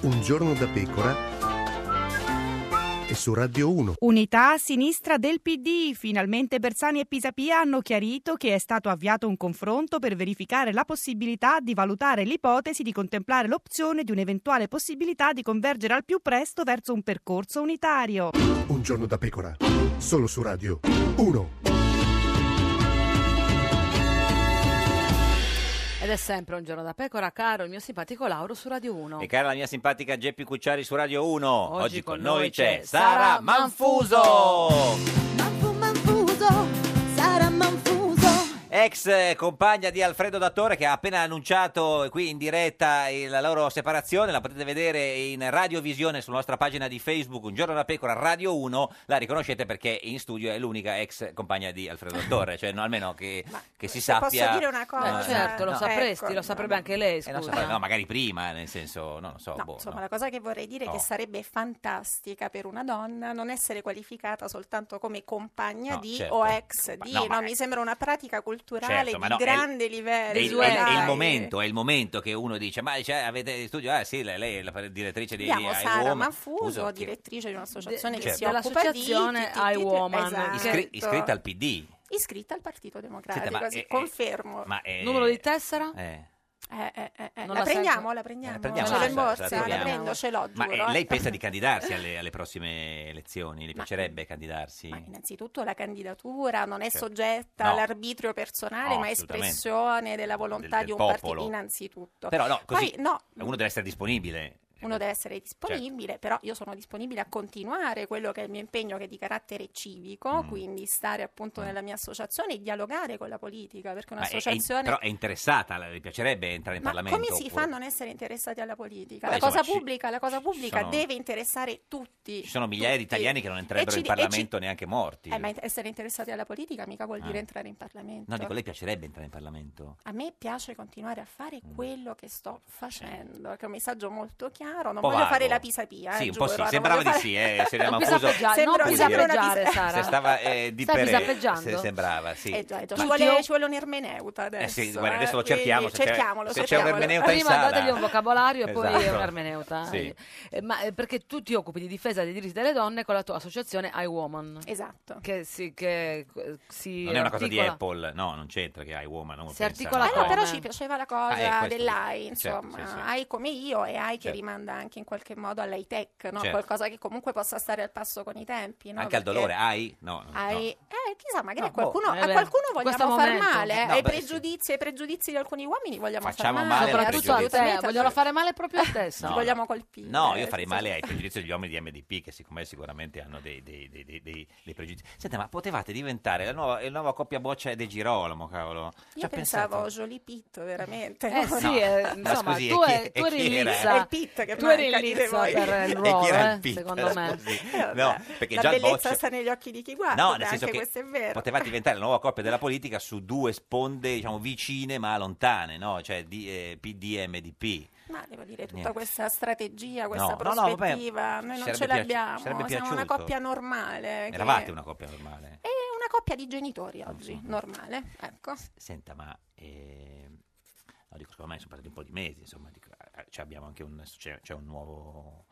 Speaker 9: Un giorno da pecora e su Radio 1.
Speaker 10: Unità a sinistra del PD. Finalmente Bersani e Pisapia hanno chiarito che è stato avviato un confronto per verificare la possibilità di valutare l'ipotesi di contemplare l'opzione di un'eventuale possibilità di convergere al più presto verso un percorso unitario.
Speaker 9: Un giorno da pecora, solo su Radio 1.
Speaker 13: Ed è sempre un giorno da pecora, caro il mio simpatico Lauro su Radio 1.
Speaker 2: E cara la mia simpatica Geppi Cucciari su Radio 1. Oggi, con, noi, c'è
Speaker 13: Sara
Speaker 2: Sara Manfuso.
Speaker 5: Manfuso, Sara Manfuso.
Speaker 2: E ex eh, compagna di Alfredo Dattore che ha appena annunciato qui in diretta il- la loro separazione, la potete vedere in radiovisione sulla nostra pagina di Facebook Un giorno da pecora Radio 1, la riconoscete perché in studio è l'unica ex compagna di Alfredo Dattore, cioè no, almeno che, che si
Speaker 13: posso
Speaker 2: sappia.
Speaker 13: dire una cosa?
Speaker 2: Eh,
Speaker 13: Certo, lo
Speaker 2: no.
Speaker 13: sapresti,
Speaker 12: ecco.
Speaker 13: lo saprebbe anche lei,
Speaker 2: Eh, non so,
Speaker 13: scusa.
Speaker 2: no, magari prima, eh, nel senso, no, non so,
Speaker 12: No,
Speaker 2: boh,
Speaker 12: insomma,
Speaker 2: no.
Speaker 12: la cosa che vorrei dire è
Speaker 2: No.
Speaker 12: che sarebbe fantastica per una donna non essere qualificata soltanto come compagna
Speaker 2: No,
Speaker 12: di
Speaker 2: certo.
Speaker 12: o ex di,
Speaker 2: no,
Speaker 12: no,
Speaker 2: ma-
Speaker 12: mi sembra una pratica culturale
Speaker 2: Certo, ma
Speaker 12: di
Speaker 2: no, è il-
Speaker 12: grande
Speaker 2: È
Speaker 12: livello.
Speaker 2: il, è il- è il
Speaker 12: dai.
Speaker 2: momento, è il momento che uno dice: Ma cioè, avete in studio? Ah, sì, lei lei è la direttrice di
Speaker 12: Abbiamo
Speaker 2: di
Speaker 12: Sara
Speaker 2: iWoman.
Speaker 12: Manfuso,
Speaker 2: Scusa, chi-
Speaker 12: direttrice di un'associazione
Speaker 2: De-
Speaker 12: che si
Speaker 2: certo.
Speaker 12: occupa di
Speaker 13: Dell'associazione
Speaker 12: ti- ti- ti-
Speaker 13: iWoman.
Speaker 12: esatto.
Speaker 2: iscri- iscritta al PD.
Speaker 12: Iscritta al Partito Democratico,
Speaker 2: Senta, ma
Speaker 12: sì,
Speaker 2: è- è-
Speaker 12: confermo.
Speaker 2: ma è-
Speaker 13: Numero di tessera?
Speaker 2: Eh.
Speaker 12: Eh, eh, eh, eh,
Speaker 13: Non
Speaker 12: La
Speaker 13: la
Speaker 12: prendiamo,
Speaker 13: sento.
Speaker 12: la prendiamo.
Speaker 2: Eh, prendiamo,
Speaker 12: ce l'ho in
Speaker 2: la- la
Speaker 12: borsa, la
Speaker 2: troviamo.
Speaker 12: prendo, ce l'ho,
Speaker 2: Ma eh,
Speaker 12: giuro.
Speaker 2: lei
Speaker 12: eh.
Speaker 2: pensa di candidarsi alle, alle prossime elezioni? Le piacerebbe candidarsi?
Speaker 12: Innanzitutto la candidatura non è
Speaker 2: Certo.
Speaker 12: soggetta
Speaker 2: No.
Speaker 12: all'arbitrio personale,
Speaker 2: No,
Speaker 12: ma è
Speaker 2: assolutamente.
Speaker 12: espressione della volontà
Speaker 2: del
Speaker 12: di un partito
Speaker 2: popolo.
Speaker 12: innanzitutto.
Speaker 2: Però no, così
Speaker 12: Poi no,
Speaker 2: uno Certo. deve essere disponibile.
Speaker 12: uno deve essere disponibile, però io sono disponibile a continuare quello che è il mio impegno che è di carattere civico,
Speaker 2: Mm.
Speaker 12: quindi stare appunto nella mia associazione e dialogare con la politica, perché
Speaker 2: Ma è- è-
Speaker 12: un'associazione...
Speaker 2: però è interessata, la- le piacerebbe entrare in
Speaker 12: Ma
Speaker 2: Parlamento?
Speaker 12: come si fa a
Speaker 2: oppure-
Speaker 12: non essere interessati alla
Speaker 2: Beh,
Speaker 12: politica? la,
Speaker 2: insomma,
Speaker 12: cosa
Speaker 2: ci-
Speaker 12: pubblica, la cosa pubblica
Speaker 2: sono-
Speaker 12: deve interessare tutti.
Speaker 2: Ci sono migliaia di italiani che non entrerebbero
Speaker 12: ci
Speaker 2: in
Speaker 12: di- e ci-
Speaker 2: Parlamento neanche morti.
Speaker 12: Eh, ma essere interessati alla politica mica vuol dire
Speaker 2: Ah.
Speaker 12: entrare in Parlamento.
Speaker 2: No, dico, lei piacerebbe entrare in Parlamento?
Speaker 12: A me piace continuare a fare
Speaker 2: Mm.
Speaker 12: quello che sto facendo, che è un messaggio molto chiaro. Non
Speaker 2: po'
Speaker 12: voglio
Speaker 2: vago.
Speaker 12: fare la pisapia.
Speaker 2: Sì,
Speaker 12: eh,
Speaker 2: un po'
Speaker 12: giuro,
Speaker 2: sì,
Speaker 12: non
Speaker 2: sembrava
Speaker 12: voglio
Speaker 2: di
Speaker 12: fare-
Speaker 2: sì, eh, Serena
Speaker 12: Non
Speaker 2: Mancuso.
Speaker 12: pisapeggiare,
Speaker 2: Sembra
Speaker 12: non
Speaker 2: di dire-
Speaker 12: pisapeggiare, Sara.
Speaker 2: Se stava eh, di
Speaker 12: Stai
Speaker 2: per-
Speaker 12: pisapeggiando?
Speaker 2: se- sembrava, sì.
Speaker 12: Eh già, eh già.
Speaker 2: Ma-
Speaker 12: Ci, vuole, ci vuole un ermeneuta adesso.
Speaker 2: Eh sì, guarda, adesso lo
Speaker 12: eh, quindi
Speaker 2: cerchiamo, se c'è-
Speaker 12: cerchiamolo,
Speaker 2: se c'è un
Speaker 12: cerchiamolo.
Speaker 2: ermeneuta in
Speaker 13: Prima
Speaker 2: sala.
Speaker 13: dategli un vocabolario e poi
Speaker 2: Esatto.
Speaker 13: un'ermeneuta.
Speaker 2: Sì.
Speaker 13: Eh, ma eh, perché tu ti occupi di difesa dei diritti delle donne con la tua associazione iWoman.
Speaker 12: Esatto.
Speaker 13: Che si, che, eh, si
Speaker 2: non è una cosa di
Speaker 13: articola-
Speaker 2: Apple, no, non c'entra che iWoman. non
Speaker 13: Si
Speaker 2: pensa.
Speaker 13: articola
Speaker 12: Eh no,
Speaker 13: come?
Speaker 12: però ci piaceva la cosa
Speaker 2: Ah, eh, questo.
Speaker 12: dell'AI,
Speaker 2: Certo,
Speaker 12: insomma,
Speaker 2: sì, sì.
Speaker 12: AI come io e AI che
Speaker 2: Certo.
Speaker 12: rimanda anche in qualche modo all'high tech, no?
Speaker 2: Certo.
Speaker 12: qualcosa che comunque possa stare al passo con i tempi. No?
Speaker 2: Anche al
Speaker 12: Perché
Speaker 2: dolore, AI? No, no.
Speaker 12: Ai- Eh, chissà, magari
Speaker 2: No,
Speaker 12: a
Speaker 2: boh,
Speaker 12: qualcuno,
Speaker 2: eh
Speaker 12: a
Speaker 2: beh,
Speaker 12: qualcuno
Speaker 2: in
Speaker 12: vogliamo
Speaker 2: questo
Speaker 12: far
Speaker 2: momento.
Speaker 12: male, eh?
Speaker 2: No,
Speaker 12: ai,
Speaker 2: beh,
Speaker 12: pregiudizi, ai pregiudizi di alcuni uomini vogliamo
Speaker 2: Facciamo male
Speaker 12: far male.
Speaker 2: ai
Speaker 13: Soprattutto a
Speaker 2: pregiudizi.
Speaker 12: certo.
Speaker 13: te, Eh, vogliono fare male proprio a te. Sara.
Speaker 12: Ci vogliamo colpire. eh,
Speaker 2: No, io farei
Speaker 12: insomma.
Speaker 2: male ai pregiudizi degli uomini di MDP, che siccome sicuramente hanno dei, dei- dei- dei- dei- dei pregiudizi. Senta, ma potevate diventare la nuova, la nuova coppia boccia De Girolamo, cavolo. Ci
Speaker 12: Io
Speaker 2: ha pensato?
Speaker 12: pensavo a Jolie Pitt, veramente.
Speaker 13: Eh
Speaker 2: sì, No. eh, Ma insomma, scusi, tu e chi- eri- tu e eri chi era? lizza.
Speaker 12: È il Pitt che
Speaker 13: Tu
Speaker 12: manca,
Speaker 13: eri
Speaker 12: dite
Speaker 13: lizza
Speaker 12: voi.
Speaker 13: per il
Speaker 2: E chi era il Pitt,
Speaker 13: secondo me.
Speaker 2: scusi?
Speaker 12: Eh,
Speaker 2: No,
Speaker 12: vabbè,
Speaker 2: perché
Speaker 12: la
Speaker 2: già il
Speaker 12: bellezza
Speaker 2: boccia...
Speaker 12: sta negli occhi di chi guarda,
Speaker 2: No, nel senso
Speaker 12: Ah, anche
Speaker 2: che
Speaker 12: questo è vero.
Speaker 2: potevate diventare la nuova coppia della politica su due sponde, diciamo, vicine ma lontane, no? Cioè di, eh, PD e MDP.
Speaker 12: Ma devo dire, tutta
Speaker 2: Niente.
Speaker 12: questa strategia, questa
Speaker 2: No, no, no, vabbè,
Speaker 12: prospettiva, noi non
Speaker 2: sarebbe
Speaker 12: ce
Speaker 2: piaci-
Speaker 12: l'abbiamo. Siamo
Speaker 2: sarebbe
Speaker 12: una
Speaker 2: piaciuto.
Speaker 12: coppia normale. che-
Speaker 2: Eravate una coppia normale.
Speaker 12: È una coppia di genitori oggi, normale, ecco.
Speaker 2: Senta, ma eh, no, dico, secondo me sono passati un po' di mesi, insomma, dico, eh, c'è- abbiamo anche un, c'è, c'è un nuovo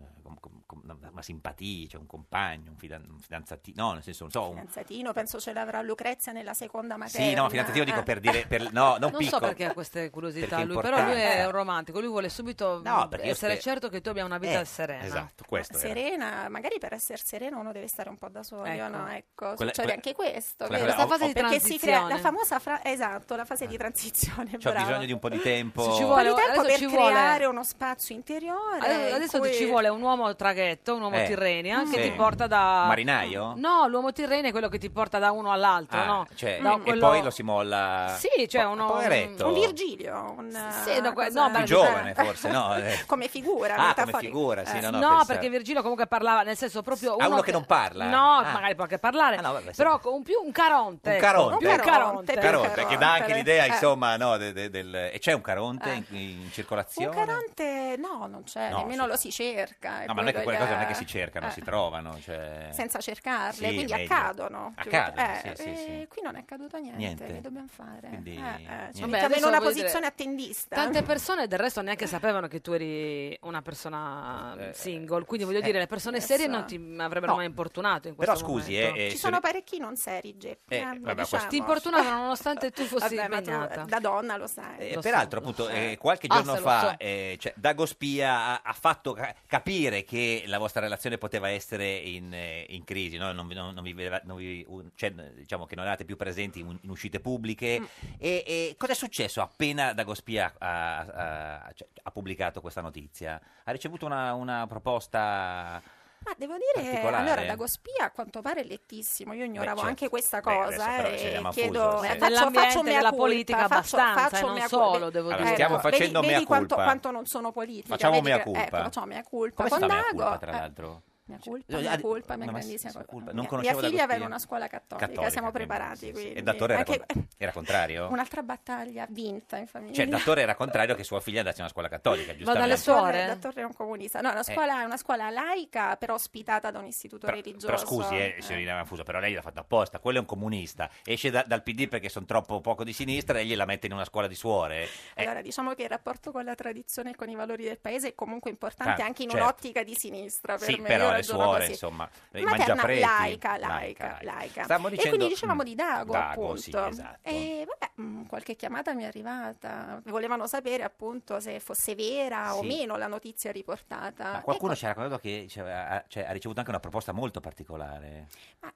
Speaker 2: eh, com- com- com- una, una simpatia, c'è un compagno, un, fidanzatino, no, nel senso, non so, un,
Speaker 12: Fidanzatino, penso ce l'avrà Lucrezia nella seconda materia.
Speaker 2: sì, no, fidanzatino dico per dire, per, no, Ah. non,
Speaker 13: Non so
Speaker 2: piccolo.
Speaker 13: perché ha queste curiosità
Speaker 2: Perché è
Speaker 13: lui, però lui
Speaker 12: Eh.
Speaker 2: importante.
Speaker 13: è un romantico, lui vuole subito
Speaker 2: No,
Speaker 13: mh,
Speaker 2: perché io
Speaker 13: essere
Speaker 2: sper-
Speaker 13: certo che tu abbia una vita
Speaker 2: Eh,
Speaker 13: serena.
Speaker 2: Esatto, questo
Speaker 12: Ah,
Speaker 2: era.
Speaker 12: Serena, magari per essere sereno uno deve stare un po' da solo,
Speaker 13: Ecco.
Speaker 12: no? Ecco,
Speaker 2: Quella-
Speaker 12: succede
Speaker 2: quella-
Speaker 12: anche questo.
Speaker 2: quella-
Speaker 12: vero?
Speaker 2: questa fase di
Speaker 12: perché si crea la
Speaker 13: transizione.
Speaker 12: famosa fra- esatto, la fase di transizione,
Speaker 2: C'ho
Speaker 12: brava.
Speaker 2: bisogno di un po' di tempo.
Speaker 13: Se ci
Speaker 12: Un po' di
Speaker 13: vuole-
Speaker 12: tempo per
Speaker 13: adesso ci vuole-
Speaker 12: creare uno spazio interiore. in
Speaker 13: Adesso, adesso
Speaker 12: cui-
Speaker 13: ci vuole un uomo traghetto, un uomo
Speaker 2: Eh,
Speaker 13: Tirrenia
Speaker 2: sì.
Speaker 13: che ti porta da.
Speaker 2: Marinaio?
Speaker 13: No, l'uomo Tirrenia è quello che ti porta da uno all'altro,
Speaker 2: Ah,
Speaker 13: no?
Speaker 2: cioè,
Speaker 13: No,
Speaker 2: e
Speaker 13: quello-
Speaker 2: poi lo si molla.
Speaker 13: Sì, cioè
Speaker 2: Po-
Speaker 13: uno-
Speaker 2: poveretto.
Speaker 12: Un Virgilio, un, eh,
Speaker 13: Sì, no, que-
Speaker 12: cosa-
Speaker 13: no,
Speaker 2: più
Speaker 13: ma-
Speaker 2: giovane forse, no? Eh.
Speaker 12: come figura,
Speaker 2: Ah, come
Speaker 12: metaforica.
Speaker 2: figura,
Speaker 12: Eh,
Speaker 2: sì, no, no,
Speaker 13: No,
Speaker 2: pensavo-
Speaker 13: perché Virgilio comunque parlava, nel senso proprio uno,
Speaker 2: Ah, uno che non parla?
Speaker 13: No,
Speaker 2: Ah.
Speaker 13: magari può anche parlare,
Speaker 2: Ah, no, vabbè, sì.
Speaker 13: però con un più un caronte.
Speaker 2: Un
Speaker 13: ecco,
Speaker 2: caronte.
Speaker 13: più un
Speaker 2: Un
Speaker 13: caronte.
Speaker 2: Caronte, che dà anche
Speaker 12: eh.
Speaker 2: l'idea,
Speaker 12: Eh.
Speaker 2: insomma, no, de- de- del... E c'è un Caronte
Speaker 12: Eh.
Speaker 2: in, in
Speaker 12: Un
Speaker 2: circolazione?
Speaker 12: Caronte no, non c'è,
Speaker 2: No,
Speaker 12: nemmeno lo si cerca. è
Speaker 2: No, ma non è che quelle
Speaker 12: quello
Speaker 2: cose
Speaker 12: il-
Speaker 2: non è che si cercano,
Speaker 12: eh,
Speaker 2: si trovano, cioè...
Speaker 12: Senza cercarle,
Speaker 2: Sì,
Speaker 12: quindi
Speaker 2: meglio.
Speaker 12: accadono. più che-
Speaker 2: Accadono,
Speaker 12: eh,
Speaker 2: sì, sì,
Speaker 12: e
Speaker 2: sì.
Speaker 12: Qui non è accaduto niente,
Speaker 2: Niente.
Speaker 12: che dobbiamo fare?
Speaker 2: Quindi,
Speaker 12: Eh, eh, ci
Speaker 2: niente.
Speaker 12: mettiamo in
Speaker 13: adesso
Speaker 12: una
Speaker 13: voglio dire,
Speaker 12: posizione attendista.
Speaker 13: Tante persone del resto neanche sapevano che tu eri una persona mm,
Speaker 2: eh,
Speaker 13: single, quindi voglio
Speaker 2: eh,
Speaker 13: dire le persone serie
Speaker 12: adesso-
Speaker 13: non ti avrebbero
Speaker 2: No.
Speaker 13: mai importunato in questo
Speaker 2: Però scusi,
Speaker 13: momento.
Speaker 2: eh, eh,
Speaker 12: Ci
Speaker 2: se-
Speaker 12: sono parecchi non seri, Geppi.
Speaker 2: Eh,
Speaker 12: eh, lo
Speaker 2: vabbè, questo-
Speaker 12: diciamo.
Speaker 13: Ti importunavano nonostante tu fossi
Speaker 12: Vabbè, ma tu,
Speaker 13: impegnata.
Speaker 12: da donna lo sai.
Speaker 2: eh,
Speaker 13: lo so,
Speaker 2: peraltro,
Speaker 13: lo
Speaker 2: appunto,
Speaker 13: so.
Speaker 2: eh, qualche
Speaker 13: Ah,
Speaker 2: giorno
Speaker 13: se lo
Speaker 2: fa
Speaker 13: so.
Speaker 2: eh, cioè, Dago Spia ha, ha fatto ca- capire che la vostra relazione poteva essere in, eh, in crisi, no? non, vi- non- non vi vedeva- non vi- un- cioè, diciamo che non eravate più presenti in, in uscite
Speaker 13: Mm.
Speaker 2: pubbliche. E, e cosa è successo appena Dago Spia ha, ha- ha- cioè, ha pubblicato questa notizia? Ha ricevuto una, una proposta
Speaker 12: Ma devo dire,
Speaker 2: Particolare.
Speaker 12: allora Dagospia a quanto pare è lettissimo, io ignoravo
Speaker 2: certo.
Speaker 12: anche questa
Speaker 2: Beh, adesso
Speaker 12: cosa
Speaker 2: però
Speaker 12: eh,
Speaker 2: ci siamo
Speaker 12: e
Speaker 2: affusi,
Speaker 12: chiedo,
Speaker 2: sì.
Speaker 12: eh, faccio,
Speaker 13: Nell'ambiente
Speaker 12: faccio mea
Speaker 13: della
Speaker 12: culpa,
Speaker 13: politica
Speaker 12: faccio-
Speaker 13: abbastanza,
Speaker 12: faccio
Speaker 13: e non
Speaker 12: mea
Speaker 13: solo,
Speaker 12: cul-
Speaker 13: devo
Speaker 2: Allora,
Speaker 13: dire.
Speaker 2: stiamo
Speaker 12: vedi-
Speaker 2: facendo
Speaker 12: vedi
Speaker 2: mea
Speaker 12: quanto,
Speaker 2: culpa.
Speaker 12: quanto non sono politica.
Speaker 2: Facciamo
Speaker 12: vedi
Speaker 2: mea
Speaker 12: che-
Speaker 2: culpa.
Speaker 12: Ecco, facciamo mea culpa.
Speaker 2: Come si
Speaker 12: Con
Speaker 2: fa mea
Speaker 12: Dago,
Speaker 2: culpa, tra
Speaker 12: eh,
Speaker 2: l'altro?
Speaker 12: mia colpa,
Speaker 2: Eh,
Speaker 12: mia
Speaker 2: ah,
Speaker 12: colpa, mia
Speaker 2: no, ma
Speaker 12: grandissima
Speaker 2: sì,
Speaker 12: colpa.
Speaker 2: colpa. Non
Speaker 12: Mia- mia
Speaker 2: conoscevo
Speaker 12: figlia
Speaker 2: Dagospia.
Speaker 12: aveva una scuola cattolica,
Speaker 2: quindi,
Speaker 12: siamo preparati.
Speaker 2: sì, sì.
Speaker 12: quindi.
Speaker 2: E Dattore era,
Speaker 12: Anche-
Speaker 2: con- era contrario?
Speaker 12: Un'altra battaglia vinta in famiglia.
Speaker 2: Cioè, il Dattore era contrario che sua figlia andasse a una scuola cattolica, giustamente.
Speaker 12: Il Dattore è un comunista. No, è una
Speaker 2: Eh.
Speaker 12: scuola, è una scuola laica, però ospitata da un istituto
Speaker 2: Però,
Speaker 12: religioso.
Speaker 2: però scusi, eh, signorina Manfuso, però lei l'ha fatto apposta. Quello è un comunista. Esce da- dal PD perché sono troppo poco di sinistra e gliela mette in una scuola di suore. Eh,
Speaker 12: Allora, diciamo che il rapporto con la tradizione e con i valori del paese è comunque importante
Speaker 2: Ah,
Speaker 12: anche in
Speaker 2: certo.
Speaker 12: un'ottica di sinistra. Per
Speaker 2: sì,
Speaker 12: me.
Speaker 2: però le
Speaker 12: Io ragiono
Speaker 2: suore,
Speaker 12: così.
Speaker 2: insomma, i
Speaker 12: Materna,
Speaker 2: mangiapreti.
Speaker 12: laica, laica, laica.
Speaker 2: Stavamo
Speaker 12: e
Speaker 2: dicendo-
Speaker 12: quindi dicevamo
Speaker 2: mm,
Speaker 12: di Dago,
Speaker 2: Dago,
Speaker 12: appunto.
Speaker 2: sì, esatto.
Speaker 12: E vabbè, mm, qualche chiamata mi è arrivata. Volevano sapere appunto se fosse vera o
Speaker 2: Sì.
Speaker 12: meno la notizia riportata.
Speaker 2: Ma
Speaker 12: E
Speaker 2: qualcuno ci ha raccontato che cioè, ha, cioè, ha ricevuto anche una proposta molto particolare.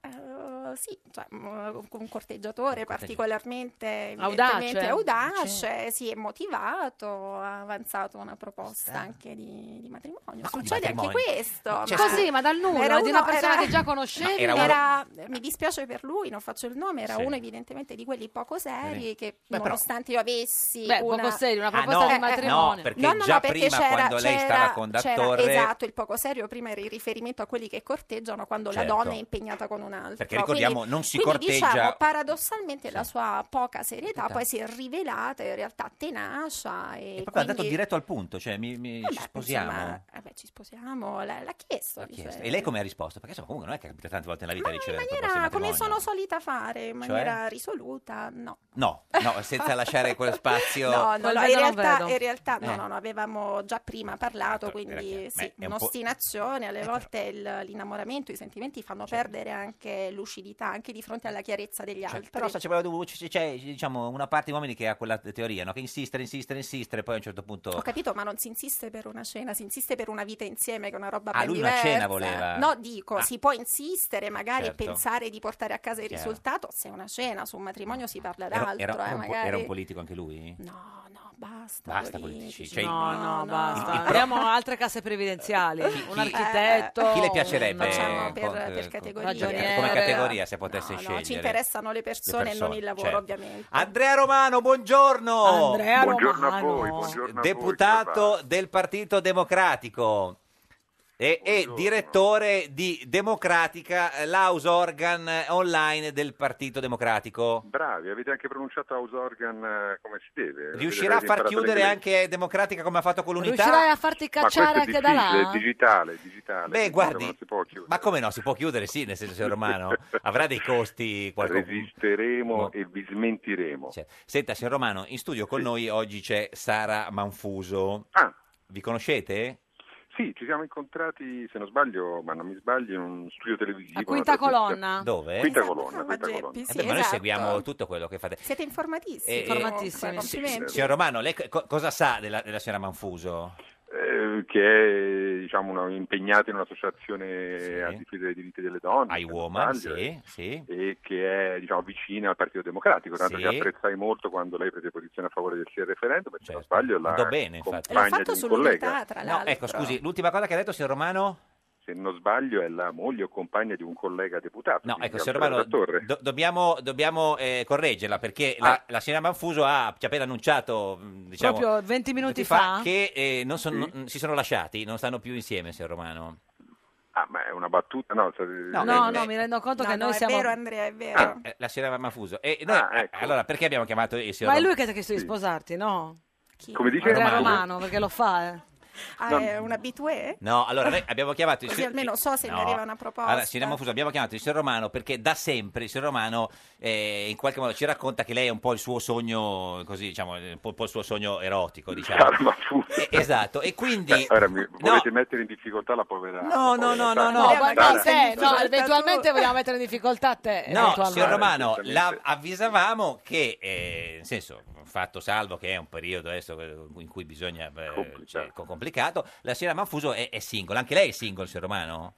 Speaker 12: Ma, eh, sì, cioè, m- un corteggiatore particolarmente
Speaker 13: Audace.
Speaker 12: evidentemente audace, si è motivato, ha avanzato una proposta anche di, di matrimonio. Succede anche
Speaker 13: matrimonio?
Speaker 12: questo.
Speaker 13: Cioè, Così, ma dal nulla,
Speaker 12: Era
Speaker 13: di una
Speaker 12: uno-
Speaker 13: persona
Speaker 12: era-
Speaker 13: che già conoscevi?
Speaker 12: No, era uno- era- mi dispiace per lui, non faccio il nome, era
Speaker 13: Sì.
Speaker 12: uno evidentemente di quelli poco seri
Speaker 13: Vedi?
Speaker 12: che
Speaker 13: Beh, però-
Speaker 12: nonostante io avessi
Speaker 13: Beh,
Speaker 12: una...
Speaker 13: poco seri, una Ah, proposta no, di eh, matrimonio.
Speaker 2: no, perché già prima, quando lei stava con
Speaker 12: c'era-
Speaker 2: Dattore-
Speaker 12: Esatto, il poco serio prima era il riferimento a quelli che corteggiano quando
Speaker 2: Certo.
Speaker 12: la donna è impegnata con un altro.
Speaker 2: Perché ricordiamo,
Speaker 12: Quindi-
Speaker 2: non si
Speaker 12: quindi,
Speaker 2: corteggia-
Speaker 12: diciamo, paradossalmente la sua poca serietà
Speaker 2: Serietà.
Speaker 12: poi si è rivelata in realtà tenacia e,
Speaker 2: Proprio ha
Speaker 12: quindi-
Speaker 2: dato diretto al punto, cioè mi, mi- ci sposiamo.
Speaker 12: Insomma, eh beh, ci sposiamo, l'ha, l'ha chiesto.
Speaker 2: L'ha chiesto.
Speaker 12: dice.
Speaker 2: E lei come ha risposto? Perché insomma, comunque non è che capita tante volte nella vita di ricevere
Speaker 12: In
Speaker 2: proposte di
Speaker 12: maniera come
Speaker 2: matrimonio. Cioè?
Speaker 12: sono solita fare, in maniera risoluta, no.
Speaker 2: No, no, senza lasciare quello spazio.
Speaker 12: No, no,
Speaker 13: Quel
Speaker 12: no,
Speaker 13: vedo
Speaker 12: in
Speaker 13: non
Speaker 12: realtà,
Speaker 13: vedo.
Speaker 12: in realtà no,
Speaker 2: Eh.
Speaker 12: no, no, avevamo già prima parlato, quindi sì,
Speaker 2: Beh, è un po'- Eh,
Speaker 12: un'ostinazione, alle volte il- l'innamoramento, i sentimenti fanno
Speaker 2: Certo.
Speaker 12: perdere anche lucidità, anche di fronte alla chiarezza degli altri.
Speaker 2: Cioè, Però sa, c'è, proprio- c'è- c'è, diciamo, una parte di uomini che ha quella teoria, no? che insistere, insistere, insistere, poi a un certo punto...
Speaker 12: Ho capito, ma non si insiste per una cena, si insiste per una vita insieme, che è una roba
Speaker 2: Ah,
Speaker 12: ben
Speaker 2: lui una
Speaker 12: diversa.
Speaker 2: cena voleva.
Speaker 12: No, dico,
Speaker 2: Ah.
Speaker 12: si può insistere magari
Speaker 2: Certo.
Speaker 12: e pensare di portare a casa il
Speaker 2: Chiaro.
Speaker 12: risultato, se è una cena, su un matrimonio si parla
Speaker 2: Era,
Speaker 12: d'altro,
Speaker 2: era- era
Speaker 12: eh,
Speaker 2: un, po-
Speaker 12: magari.
Speaker 2: era un politico anche lui?
Speaker 12: No, no, basta.
Speaker 2: Basta politici. Cioè,
Speaker 13: No, no,
Speaker 12: no,
Speaker 13: basta.
Speaker 2: il- il pro-
Speaker 13: Abbiamo altre casse previdenziali, un architetto.
Speaker 2: Chi le piacerebbe?
Speaker 13: Facciamo
Speaker 2: eh,
Speaker 13: per-
Speaker 2: con-
Speaker 13: per
Speaker 2: eh, con-
Speaker 13: categoria.
Speaker 2: perché- Come
Speaker 13: Ragioniere.
Speaker 2: categoria, se potesse
Speaker 12: No,
Speaker 2: scegliere.
Speaker 12: no, ci interessano le persone, non il lavoro,
Speaker 2: certo.
Speaker 12: ovviamente.
Speaker 2: Andrea Romano, buongiorno.
Speaker 12: Andrea
Speaker 15: Buongiorno a voi, buongiorno a voi,
Speaker 2: Deputato del Partito Democratico e, e direttore di Democratica, eh, l'house organ eh, online del Partito Democratico.
Speaker 15: Bravi, avete anche pronunciato House Organ eh, come si deve.
Speaker 2: Riuscirà a
Speaker 15: Avete
Speaker 2: far
Speaker 15: imparato
Speaker 2: chiudere
Speaker 15: l'inglese.
Speaker 2: anche Democratica come ha fatto con l'unità?
Speaker 13: Riuscirai a farti
Speaker 15: Ma questo
Speaker 13: cacciare
Speaker 15: è
Speaker 13: anche da
Speaker 15: difficile,
Speaker 13: là?
Speaker 15: È digitale, è digitale.
Speaker 2: Beh,
Speaker 15: Insomma,
Speaker 2: guardi,
Speaker 15: non si può chiudere.
Speaker 2: Ma come no? Si può chiudere, sì, nel senso, signor Romano, avrà dei costi qualcosa.
Speaker 15: Resisteremo e vi smentiremo.
Speaker 2: Senta, signor Romano, in studio con noi oggi c'è Sara Manfuso.
Speaker 15: Ah.
Speaker 2: Vi conoscete?
Speaker 15: Sì, ci siamo incontrati, se non sbaglio, ma non mi sbaglio, in un studio televisivo.
Speaker 13: A Quinta
Speaker 15: una trasmissione-
Speaker 13: Colonna.
Speaker 2: Dove?
Speaker 15: Quinta
Speaker 2: Esatto,
Speaker 15: colonna, quinta colonna.
Speaker 2: Eh beh, ma noi seguiamo tutto quello che fate.
Speaker 12: Siete informatissimi.
Speaker 2: Eh, eh,
Speaker 12: comunque,
Speaker 2: sì,
Speaker 12: complimenti.
Speaker 2: signor Romano, lei co- cosa sa della, della signora Manfuso?
Speaker 15: Eh, che è diciamo, una- impegnata in un'associazione a difesa dei diritti delle donne. I Woman,
Speaker 2: sì, sì.
Speaker 15: E che è diciamo, vicina al Partito Democratico. Tanto
Speaker 2: Sì.
Speaker 15: che apprezzai molto quando lei prese posizione a favore del sì al referendum, perché se non sbaglio è la
Speaker 2: Andò Certo. bene, infatti.
Speaker 15: compagna di un collega.
Speaker 12: tra
Speaker 2: No, ecco, scusi, l'ultima cosa che ha detto, signor Romano?
Speaker 15: Se non sbaglio è la moglie o compagna di un collega deputato.
Speaker 2: No,
Speaker 15: quindi
Speaker 2: ecco, signor
Speaker 15: Alfredo
Speaker 2: Romano,
Speaker 15: Dattore.
Speaker 2: do- dobbiamo, dobbiamo, eh, correggerla perché
Speaker 15: Ah.
Speaker 2: la, la signora Manfuso ha, ci ha appena annunciato, mh, diciamo,
Speaker 13: Proprio 20 minuti
Speaker 2: minuti
Speaker 13: fa?
Speaker 2: che eh, non sono- non- si sono lasciati, non stanno più insieme, signor Romano.
Speaker 15: Ah, ma è una battuta? No, cioè,
Speaker 13: No, no, mi rendo conto
Speaker 12: No,
Speaker 13: che
Speaker 12: no,
Speaker 13: noi
Speaker 12: è
Speaker 13: siamo...
Speaker 12: vero, Andrea, è vero.
Speaker 15: Ah.
Speaker 2: Eh, La signora Manfuso. E noi-
Speaker 15: ecco.
Speaker 2: Allora, perché abbiamo chiamato il signor
Speaker 13: Ma è
Speaker 2: Romano?
Speaker 13: lui che ti ha chiesto di sposarti, no?
Speaker 2: Come dice?
Speaker 13: Andrea
Speaker 2: Romano.
Speaker 13: Romano, perché lo fa, eh.
Speaker 12: Ah,
Speaker 2: No.
Speaker 12: è un abitué?
Speaker 2: No, allora noi abbiamo chiamato il
Speaker 12: Così
Speaker 2: signor-
Speaker 12: almeno so se mi arriva una proposta.
Speaker 2: Allora, signora Manfuso, abbiamo chiamato il signor Romano perché da sempre il signor Romano eh, in qualche modo ci racconta che lei è un po' il suo sogno, così diciamo, un po', un po' il suo sogno erotico, diciamo.
Speaker 15: Chiaro, ma fu-
Speaker 2: Eh, esatto, e quindi...
Speaker 15: Ora mi- volete mettere in difficoltà la povera...
Speaker 2: No,
Speaker 15: la
Speaker 2: no,
Speaker 15: povera
Speaker 2: no, no,
Speaker 15: Tania.
Speaker 13: No, ma-
Speaker 15: Tania.
Speaker 13: no, te, no, eventualmente vogliamo mettere in difficoltà te.
Speaker 2: No,
Speaker 13: eventualmente.
Speaker 2: signor Romano, la avvisavamo che, eh, nel senso, fatto salvo che è un periodo adesso eh, in cui bisogna... eh, cioè, co- complicato, la signora Manfuso è, è single, anche lei è single, signor Romano?